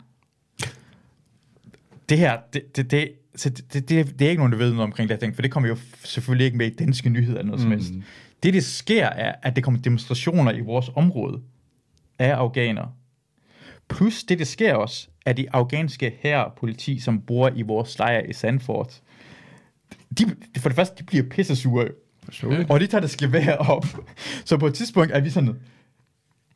Speaker 2: Det her, det, det, det, så det, det, det, det er ikke nogen, der ved noget omkring det her ting, for det kommer jo f- selvfølgelig ikke med i danske nyheder eller noget mm. som helst. Det, der sker, er, at der kommer demonstrationer i vores område af afghanere. Plus det, der sker også, at de afghanske her politi, som bor i vores lejr i Sandford, de, for det første, de bliver pissesure.
Speaker 3: Forståeligt.
Speaker 2: Og de tager det skevær op. Så på et tidspunkt er vi sådan,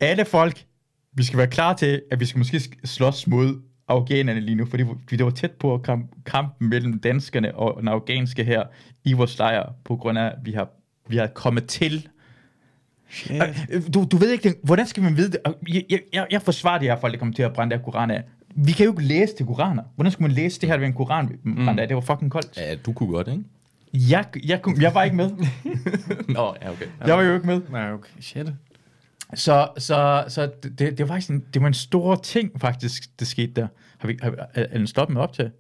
Speaker 2: alle folk, vi skal være klar til, at vi skal måske sk- slås mod afghanerne lige nu, fordi vi det var tæt på kamp, kampen mellem danskerne og den afghanske her i vores lejr, på grund af, at vi har, vi har kommet til. Øh, Du, du ved ikke, det- hvordan skal man vide det? Og Jeg, jeg- jeg, jeg forsvarer de her folk, der kommer til at brænde der koran af. Vi kan jo ikke læse til koraner. Hvordan skulle man læse det her ved en koran, vi brændte af? Det var fucking koldt.
Speaker 1: Ja, du kunne godt, ikke?
Speaker 2: Jeg, jeg, kunne- jeg var ikke med.
Speaker 1: Nå, ja, okay.
Speaker 2: Jeg var jo ikke med.
Speaker 3: Nej, okay. Shit.
Speaker 2: Så, så, så det, det, det var faktisk en, det var en stor ting, faktisk, det skete der. Har vi, har, vi- er, er den stoppet med op til?
Speaker 1: Åh,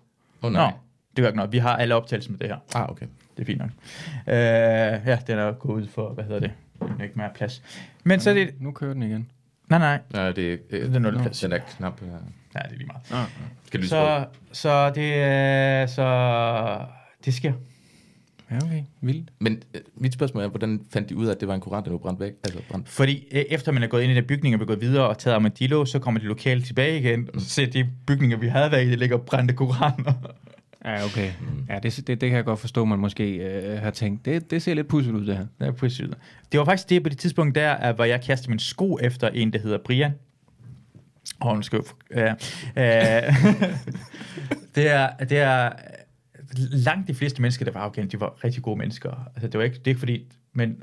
Speaker 1: oh, nej.
Speaker 2: Nå, det gør ikke noget. Vi har alle optagelser med det her.
Speaker 1: Ah, okay.
Speaker 2: Det er fint nok. Øh, ja, den er gået ud for, hvad hedder det? Den er ikke mere plads. Men så er det...
Speaker 3: Nu kører den igen.
Speaker 2: Nej, nej.
Speaker 1: Nej, det er... Øh,
Speaker 2: Den er nul plads.
Speaker 1: Den er knap... Ja.
Speaker 2: Nej, det er lige meget.
Speaker 3: Ah.
Speaker 1: Skal lyse så...
Speaker 2: Så, så det er... Så det sker.
Speaker 3: Ja, okay. Vildt.
Speaker 1: Men øh, mit spørgsmål er, hvordan fandt de ud af, at det var en koran, der var brændt væk? Altså brændt...
Speaker 2: Fordi øh, efter man er gået ind i den bygning og vi er gået videre og taget Armadillo, så kommer de lokale tilbage igen, og så ser de bygninger, vi havde været i, der ligger brændte koraner.
Speaker 3: Ja, okay. Ja, det, det, det kan jeg godt forstå, man måske øh, har tænkt. Det, det ser lidt pudset ud, det her.
Speaker 2: Ja, præcis. Det var faktisk det på det tidspunkt der, at, hvor jeg kastede min sko efter en, der hedder Brian. Åh, oh, nu skal jeg... f- Ja. Øh, det er... Det er langt de fleste mennesker, der var afghan, de var rigtig gode mennesker. Altså, det var ikke, det er ikke fordi... Men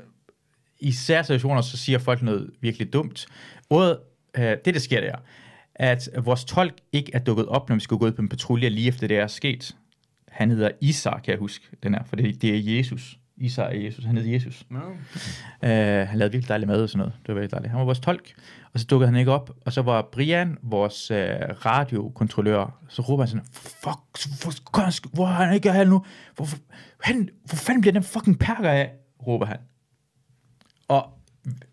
Speaker 2: i sære situationer, så siger folk noget virkelig dumt. Og, øh, det, der sker, der, at vores tolk ikke er dukket op, når vi skulle gå ud på en patrulje lige efter det er sket. Han hedder Isar, kan jeg huske, den her, for det, det er Jesus. Isar er Jesus, han hed Jesus.
Speaker 3: No.
Speaker 2: Øh, han lavede virkelig dejlig mad og sådan noget. Det var virkelig dejligt. Han var vores tolk, og så dukkede han ikke op. Og så var Brian, vores øh, radiokontrollør, så råber han sådan, fuck, hvor, hvor, hvor er han ikke her nu? Hvor, hvor, han, hvor fanden bliver den fucking perker af? råber han. Og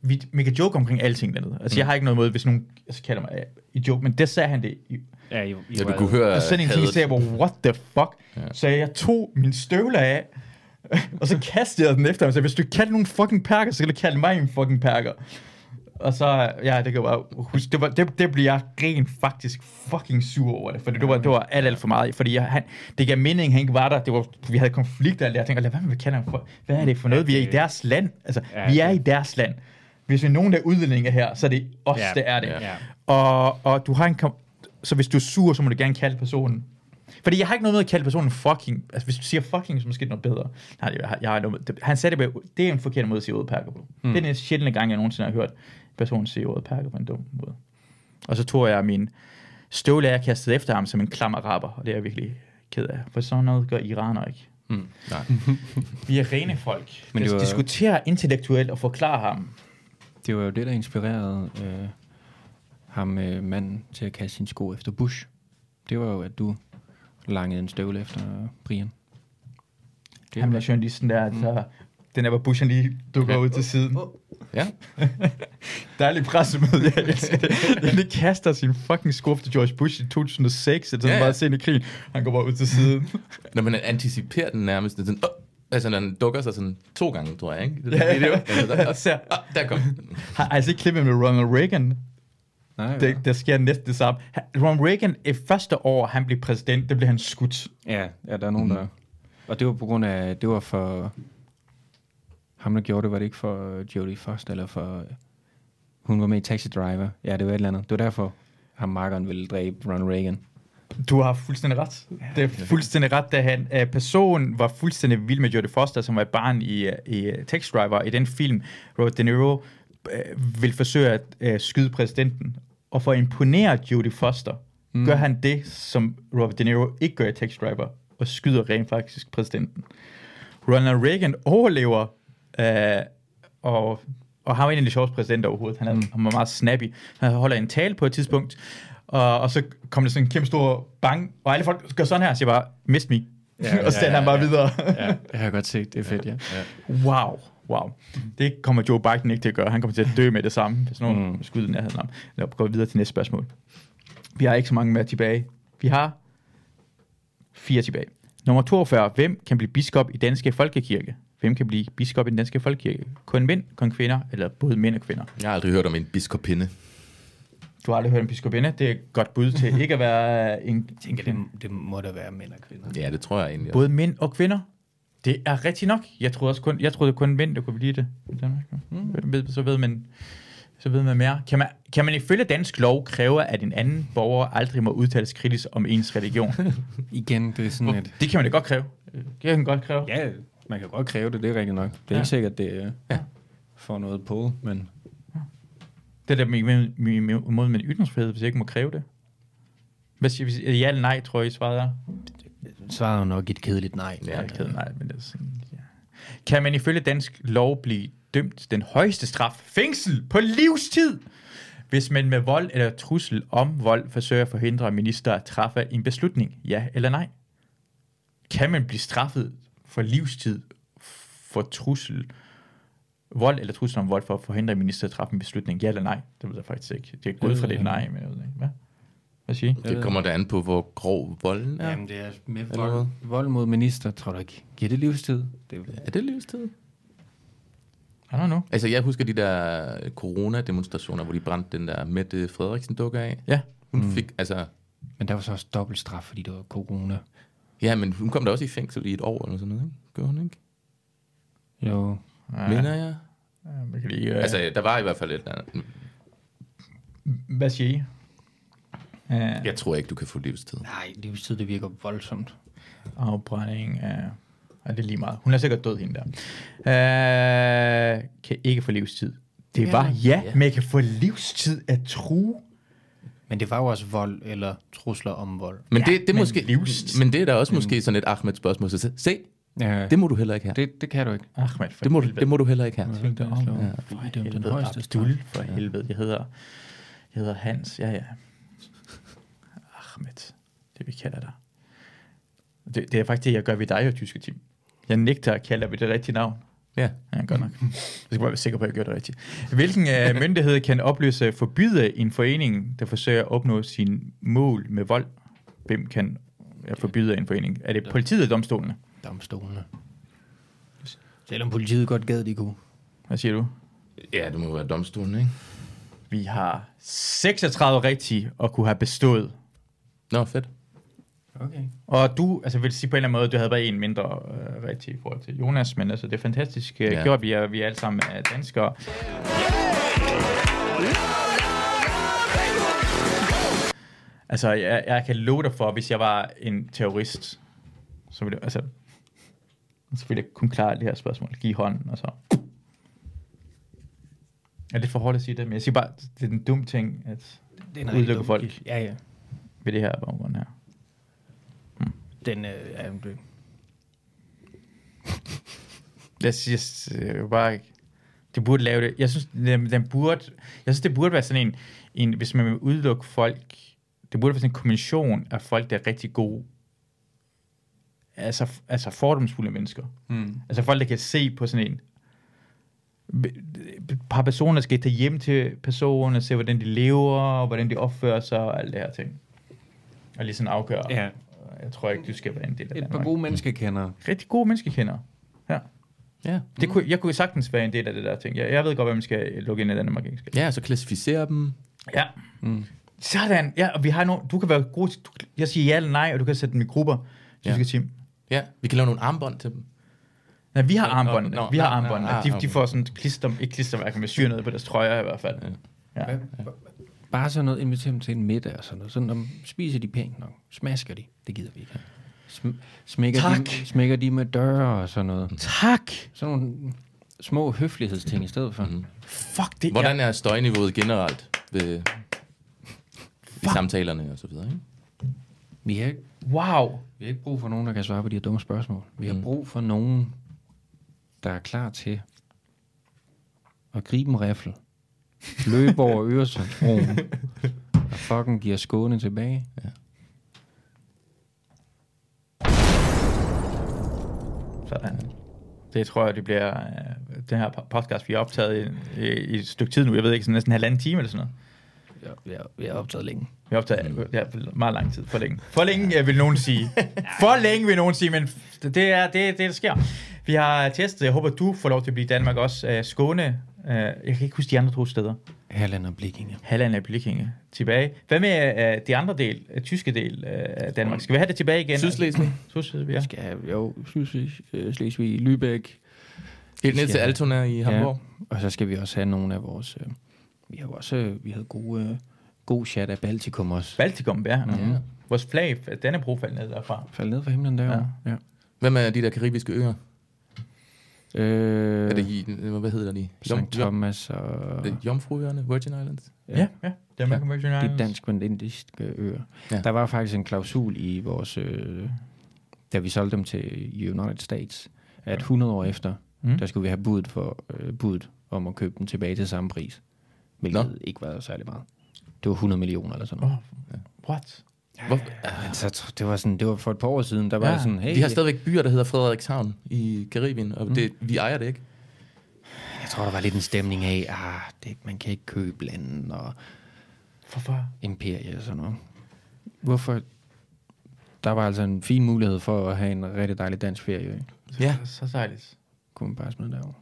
Speaker 2: vi, vi kan joke omkring alting dernede. Altså, mm. jeg har ikke noget imod, hvis nogen altså, kalder mig øh, i joke, men det sagde han det i,
Speaker 3: Ja, I, I
Speaker 1: Ja, du kunne høre
Speaker 2: og sådan en kiste,
Speaker 1: hadet.
Speaker 2: jeg var, what the fuck? Ja. Så jeg tog min støvler af, og så kastede jeg den efter ham, så hvis du ikke kalder nogen fucking perker, så skal du kalde mig en fucking perker. Og så, ja, det kan jeg bare huske, det, var, det, det blev jeg rent faktisk fucking sur over det, for det var, det var alt, alt for meget, fordi jeg, han, det gav mening, han ikke var der, det var, vi havde konflikter, og jeg tænkte, lad være med, hvad kalder han for, hvad er det for noget, vi er i deres land, altså,
Speaker 3: Ja,
Speaker 2: vi er
Speaker 3: det-
Speaker 2: i deres land. Hvis vi er nogen, der er udlændinge her, så er det os,
Speaker 3: Ja,
Speaker 2: der er det.
Speaker 3: ja.
Speaker 2: Og, og du har en kom- så hvis du er sur, så må du gerne kalde personen. Fordi jeg har ikke noget med at kalde personen fucking. Altså, hvis du siger fucking, så er det måske noget bedre. Nej, jeg har, jeg har noget med, det, han sagde det, på- det er en forkert måde at sige udpakker på.
Speaker 3: Hmm.
Speaker 2: Mm. Det er den sjældne gang, jeg nogensinde har hørt personen sige udpakker på en dum måde. Og så tog jeg min støvle, af, jeg kastede efter ham som en klam araber, og det er jeg virkelig ked af. For sådan noget gør iraner ikke.
Speaker 1: Mm, nej.
Speaker 2: Vi er rene folk. Men
Speaker 3: Hmm, Men
Speaker 2: det
Speaker 3: det var-
Speaker 2: diskuterer intellektuelt og forklarer ham.
Speaker 3: Det var jo det, der inspirerede øh, ham øh, manden til at kaste sin sko efter Bush. Det var jo, at du langede en støvle efter Brian. Det Hmm.
Speaker 2: Han var journalisten der, så den der, hvor Bush han lige dukker ud til siden.
Speaker 1: Ja.
Speaker 2: Dejlig pressemøde, jeg elsker det. Han lige kaster sin fucking sko efter George Bush i 2006, eller sådan
Speaker 1: Ja,
Speaker 2: ja,
Speaker 1: ja.
Speaker 2: meget sent i krigen. Han går bare ud til siden.
Speaker 1: Når man anticiperer den nærmest, det er sådan... Oh! Altså, når den dukker sig sådan to gange, tror jeg, ikke? Det
Speaker 2: Ja, ja.
Speaker 1: Altså, der,
Speaker 2: Ser.
Speaker 1: ah, der kom den.
Speaker 2: Har har I set klippet med Ronald Reagan?
Speaker 3: Nej, det,
Speaker 2: Det, der sker næsten det samme. Han- Ronald Reagan, i første år, han blev præsident, der blev han skudt.
Speaker 3: ja, ja, der er nogen, der... Og det var på grund af, det var for... Ham, der gjorde det, var det ikke for Jodie Foster, eller for... Hun var med i Taxi Driver. Ja, det var et eller andet. Det var derfor, ham markeren ville dræbe Ronald Reagan.
Speaker 2: Du har fuldstændig ret. Det er fuldstændig ret, da han, øh, personen var fuldstændig vild med Jodie Foster, som var et barn i, øh, i øh, Taxi Driver. I den film, Robert De Niro øh, vil forsøge at øh, skyde præsidenten. Og for at imponere Jodie Foster, mm. gør han det, som Robert De Niro ikke gør i Taxi Driver, og skyder rent faktisk præsidenten. Ronald Reagan overlever, øh, og, og han var en af de sjoveste præsidenter overhovedet. Han, er, mm. han var meget snappy. Han holder en tale på et tidspunkt, og, og så kom der sådan en kæmpe stor bang, og alle folk gør sådan her, og siger bare, mist me. Ja, og så
Speaker 3: ja,
Speaker 2: ja, han bare ja, videre.
Speaker 3: Jeg har godt set, det er fedt, ja.
Speaker 2: wow. Wow. Det kommer Joe Biden ikke til at gøre. Han kommer til at dø med det samme, hvis nogen mm. skyder nærheden ham. Lad os gå videre til næste spørgsmål. Vi har ikke så mange mere tilbage. Vi har fire tilbage. Nummer 42. Hvem kan blive biskop i Danske Folkekirke? Hvem kan blive biskop i den danske folkekirke? Kun mænd, kun kvinder, eller både mænd og kvinder?
Speaker 1: Jeg har aldrig hørt om en biskopinde.
Speaker 2: Du har aldrig hørt om biskopinde. Det er et godt bud til ikke at være en...
Speaker 3: Jeg tænker, det, det må da være mænd og kvinder.
Speaker 1: Ja, det tror jeg egentlig. også.
Speaker 2: Både mænd og kvinder? Det er rigtigt nok. Jeg troede, også kun, jeg troede kun mænd, der kunne blive det. i Danmark. Ved- Så ved man, så ved man mere. Kan man, kan man ifølge dansk lov kræve, at en anden borger aldrig må udtales kritisk om ens religion?
Speaker 3: Igen, det er sådan et...
Speaker 2: det kan man da godt kræve. Det kan man godt kræve.
Speaker 3: Ja, man kan godt kræve det, det er rigtigt nok. Det er ja. ikke sikkert, det øh, ja. får noget på, men...
Speaker 2: Det er da med- med- med- imod min ytringsfrihed, hvis jeg ikke må kræve det. Hvad siger vi? Ja eller nej, tror jeg, I svaret er.
Speaker 3: Svaret er nok et kedeligt nej. øh,
Speaker 2: Ja, jeg kæder, nej, men det er sådan, ja. Kan man ifølge dansk lov blive dømt til den højeste straf, fængsel på livstid, hvis man med vold eller trussel om vold forsøger at forhindre en minister at træffe en beslutning, ja eller nej? Kan man blive straffet for livstid for trussel, vold eller trussel om vold for at forhindre en minister at træffe en beslutning, ja eller nej? Det ved jeg faktisk ikke. Det er gået
Speaker 3: Øh.
Speaker 2: fra det er nej, men jeg ved det ikke. Hvad? Hvad siger I?
Speaker 1: Det kommer da an på, hvor grov volden er.
Speaker 3: Jamen, det er med
Speaker 1: hvad?
Speaker 3: vold, vold mod minister, tror du ikke. Giver det livstid? Det,
Speaker 1: Er det livstid?
Speaker 2: I don't know.
Speaker 1: Altså, jeg husker de der corona-demonstrationer, hvor de brændte den der Mette Frederiksen-dukke af.
Speaker 2: Ja,
Speaker 1: Hun mm. fik, altså...
Speaker 3: men der var så også dobbelt straf, fordi det var corona.
Speaker 1: Ja, men hun kom da også i fængsel i et år eller sådan noget, ikke? Gjorde hun ikke?
Speaker 3: Jo,
Speaker 1: Ja. Minder jeg?
Speaker 2: Ja, man kan lige, øh,
Speaker 1: Altså, der var i hvert fald et eller andet.
Speaker 2: Hvad siger I? Uh,
Speaker 1: Jeg tror ikke, du kan få livstid.
Speaker 3: nej, livstid, det virker voldsomt.
Speaker 2: afbrænding af... Og det er lige meget. Hun er sikkert død, hende der. Uh, kan ikke få livstid. Det var ja, men jeg kan få livstid at true.
Speaker 3: Men det var jo også vold eller trusler om vold.
Speaker 1: Men det, det er
Speaker 2: men
Speaker 1: måske,
Speaker 2: livstid.
Speaker 1: men det er da også måske sådan et Ahmed spørgsmål. Så se- se,
Speaker 3: Ja,
Speaker 1: det må du heller ikke have.
Speaker 3: det, det kan du ikke.
Speaker 2: Ahmed, for
Speaker 1: Det må, du,
Speaker 2: helvede.
Speaker 1: det må du heller ikke have.
Speaker 3: Tænk dig om. Ja.
Speaker 2: For
Speaker 3: Det er jo den
Speaker 2: helvede,
Speaker 3: højeste straf.
Speaker 2: Abdul, for helvede. Jeg hedder, jeg hedder Hans. Ja, ja. Ahmed. Det vi kalder dig. Det, det er faktisk det, jeg gør ved dig og tyske team. Jeg nægter at kalde dig ved det rigtige navn.
Speaker 1: Ja.
Speaker 2: Ja, godt nok. Jeg skal bare være sikker på, at jeg gjorde det rigtigt. Hvilken uh, myndighed kan opløse forbyde en forening, der forsøger at opnå sin mål med vold? Hvem kan øh, forbyde en forening? Er det politiet eller domstolene?
Speaker 3: Domstolene. Selvom politiet godt gad, de kunne.
Speaker 2: Hvad siger du?
Speaker 1: ja, det må være domstolen, ikke?
Speaker 2: Vi har 36 rigtige at kunne have bestået.
Speaker 1: Nå, fedt.
Speaker 3: Okay.
Speaker 2: Og du, altså vil sige på en eller anden måde, at du havde bare en mindre øh, rigtig i forhold til Jonas, men altså det er fantastisk øh,
Speaker 1: Ja.
Speaker 2: gjort, vi er, vi er alle sammen øh, danskere. Altså jeg, jeg kan love dig for, at hvis jeg var en terrorist, så ville jeg, altså, så ville jeg kunne klare det her spørgsmål, give hånden og så. Jeg er lidt for hårdt at sige det, men jeg siger bare, det er en dum ting, at
Speaker 3: Den
Speaker 2: Udelukke folk.
Speaker 3: Ja, ja.
Speaker 2: ved det her baggrund her.
Speaker 3: Den øh, er jo død.
Speaker 2: Jeg synes jeg synes bare ikke. Det burde lave det. Jeg synes, den, den burde, jeg synes, det burde være sådan en, en, hvis man vil udelukke folk, det burde være sådan en kommission af folk, der er rigtig gode, altså, altså fordomsfulde mennesker. Mm. Altså folk, der kan se på sådan en, et par personer skal tage hjem til personen og se, hvordan de lever, og hvordan de opfører sig, og alt det her ting. Og lige sådan afgøre.
Speaker 3: Ja.
Speaker 2: Jeg tror ikke, du skal være en del af
Speaker 3: Et par
Speaker 2: Danmark.
Speaker 3: gode menneskekendere.
Speaker 2: Rigtig gode menneskekender. Ja.
Speaker 1: Ja.
Speaker 2: Det kunne, jeg kunne sagtens være en del af det der ting. Jeg, jeg ved godt, hvad man skal øh, lukke ind i Danmark. Ikke? Skal.
Speaker 1: Ja, så klassificere dem.
Speaker 2: Ja. Mm. Sådan. Ja, og vi har nogle, du kan være god til, du, jeg siger ja eller nej, og du kan sætte dem i grupper. Ja.
Speaker 1: Ja.
Speaker 2: Skal team.
Speaker 1: Ja, vi kan lave nogle armbånd til dem.
Speaker 2: Nej, vi har
Speaker 1: Nå,
Speaker 2: armbåndene.
Speaker 1: nå,
Speaker 2: vi har
Speaker 1: nå, ah,
Speaker 2: armbåndene.
Speaker 1: nå,
Speaker 2: de, de,
Speaker 1: armbånd.
Speaker 2: får sådan et klister, ikke klisterværk, men syre noget på deres trøjer i hvert fald. Ja. ja.
Speaker 3: Bare sådan noget, inviterer dem til en middag og sådan noget. Sådan, om spiser de pænt nok, smasker de, det gider vi ikke. have. Sm- smækker,
Speaker 2: Tak.
Speaker 3: De, smækker de med døre og sådan noget.
Speaker 2: Tak.
Speaker 3: Sådan nogle små høflighedsting i stedet for. Mm-hmm.
Speaker 2: Fuck det.
Speaker 1: Hvordan
Speaker 2: er...
Speaker 1: er støjniveauet generelt ved, i samtalerne og så videre, ikke?
Speaker 3: Vi, har ikke,
Speaker 2: Wow.
Speaker 3: vi har ikke brug for nogen, der kan svare på de her dumme spørgsmål. Vi har brug for nogen, der er klar til at gribe en rifle, løbe over Øresundsbroen og fucking giver skåne tilbage.
Speaker 2: Sådan. Det tror jeg, det bliver øh, den her po- podcast, vi har optaget i, i, i et stykke tid nu. Jeg ved ikke, sådan næsten en halvanden time eller sådan noget.
Speaker 3: Jeg, jeg, jeg er optaget længe.
Speaker 2: Vi har optaget ja, meget lang tid. For længe. For længe, øh, vil nogen sige. For længe, vil nogen sige, men f- det er det, det, der sker. Vi har testet. Jeg håber, du får lov til at blive i Danmark også. Øh, Skåne. øh, Jeg kan ikke huske de andre to steder.
Speaker 3: Herland og Blikinge.
Speaker 2: Halland er Blikinge tilbage. Hvad med øh, de andre del, øh, tyske del øh, af Danmark? Skal vi have det tilbage igen?
Speaker 1: Sydslesvig.
Speaker 2: Sydslesvig, ja.
Speaker 3: Skal jeg, jo, Slesvig, øh, Slesvig, Lübeck.
Speaker 1: Helt ned til Altona i Hamburg.
Speaker 3: Og så skal vi også have nogle af vores... Øh, vi har jo også øh, vi havde gode, øh, god chat af Baltikum også.
Speaker 2: Baltikum, ja. Mm. Vores flag, Dannebro faldt ned derfra.
Speaker 3: Faldt ned fra himlen derovre. Ja. ja.
Speaker 1: Hvem er de der karibiske øer?
Speaker 3: Øh,
Speaker 1: Er det i, hvad hedder de? Jom,
Speaker 3: St.
Speaker 1: Jom,
Speaker 3: Thomas og...
Speaker 1: er det Jomfruøerne? Virgin Islands?
Speaker 2: Ja, ja. Danmark ja. Virgin
Speaker 3: De
Speaker 2: Islands.
Speaker 3: dansk-vendiske øer.
Speaker 1: Ja.
Speaker 3: Ja. Der var faktisk en klausul i vores... Øh, da vi solgte dem til United States, at 100 år efter,
Speaker 2: Mm.
Speaker 3: mm. der skulle vi have budet, for, øh, budet om at købe dem tilbage til samme pris. Hvilket Nå. ikke var særlig meget. Det var 100 millioner eller sådan noget.
Speaker 2: What?
Speaker 1: Hvor,
Speaker 3: Oh. Men så, tr- det, var sådan, det var for et par år siden, der var
Speaker 2: Ja.
Speaker 3: ja. sådan, hey,
Speaker 1: de har stadigvæk byer, der hedder Frederikshavn i Karibien, og det, vi ejer det ikke.
Speaker 3: jeg tror, der var lidt en stemning af, ah, det, man kan ikke købe landet og
Speaker 2: Hvorfor?
Speaker 3: imperie og sådan noget. Hvorfor? Der var altså en fin mulighed for at have en rigtig dejlig dansk ferie. ikke?
Speaker 1: Ja.
Speaker 2: Så dejligt.
Speaker 3: Kunne man bare smide derovre.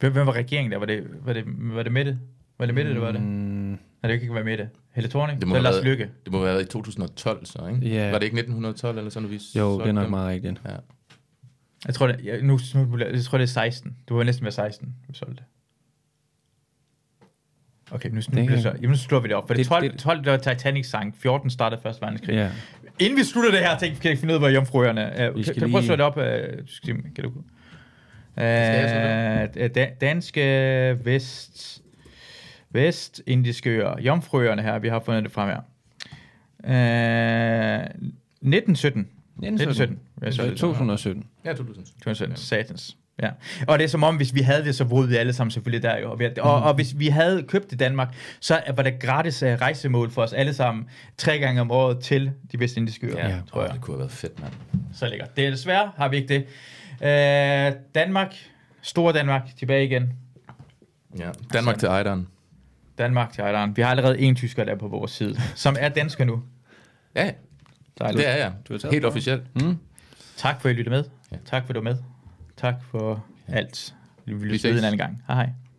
Speaker 2: Hvem, hvem var regeringen der? Var det, var det, var det Mette? Var det Mette, mm. eller var det? Nej, det kan ikke være Mette. Helle Thorning? Det må
Speaker 1: have
Speaker 2: Lars
Speaker 1: været-
Speaker 2: Lykke.
Speaker 1: Det må have været i 2012 så, ikke?
Speaker 3: Ja.
Speaker 1: Var det ikke 1912 eller sådan noget? vi
Speaker 3: Jo,
Speaker 1: solgte
Speaker 3: det er nok
Speaker 1: dem?
Speaker 3: meget rigtigt.
Speaker 1: Ja.
Speaker 2: Jeg tror, det, jeg, nu, nu, jeg tror, det er 16. Du var næsten være 16, vi solgte det. Okay, nu, nu,
Speaker 3: Det
Speaker 2: nu,
Speaker 3: kan-
Speaker 2: så, jamen, nu slår vi det op. For det,
Speaker 3: Det-
Speaker 2: 12, det,
Speaker 3: det-
Speaker 2: 12 der Titanic sang, 14 startede Første Verdenskrig.
Speaker 3: Ja.
Speaker 2: Inden vi slutter det her, tænk, kan jeg ikke finde ud af, hvor jomfruerne er. Uh,
Speaker 3: Vi
Speaker 2: kan,
Speaker 3: skal
Speaker 2: kan du prøve at
Speaker 3: lige-
Speaker 2: slå det op? Uh, kan du,
Speaker 1: jeg
Speaker 2: uh, da, danske vest, vestindiske øer. Jomfruerne her, vi har fundet det frem her. Uh, 1917. 1917. Ja,
Speaker 3: Altså,
Speaker 2: så er det-
Speaker 3: 2017.
Speaker 1: ja, 2000.
Speaker 2: 2017. Satans. Ja. Og det er som om, hvis vi havde det, så boede vi alle sammen selvfølgelig der jo. Og, vi, og, og hvis vi havde købt det i Danmark, så var det gratis uh, rejsemål for os alle sammen tre gange om året til de vestindiske øer, ja.
Speaker 3: Ja.
Speaker 2: tror jeg.
Speaker 1: Det kunne have været fedt, mand.
Speaker 2: Så lækkert. Det er desværre, har vi ikke det. Øh, Danmark, Store Danmark, tilbage igen.
Speaker 1: Ja. Danmark til ejderen.
Speaker 2: Danmark til Ejderen. Vi har allerede en tysker der på vores side, som er dansker nu.
Speaker 1: Ja, ja. det er jeg.
Speaker 3: Du har taget
Speaker 1: Helt
Speaker 3: på.
Speaker 1: officielt.
Speaker 2: Tak for, at I lyttede med.
Speaker 1: Ja.
Speaker 2: Tak for, at du var med. Tak for alt. Vi
Speaker 1: Vi
Speaker 2: lyttes
Speaker 1: ses.
Speaker 2: ved en anden gang. Hej hej.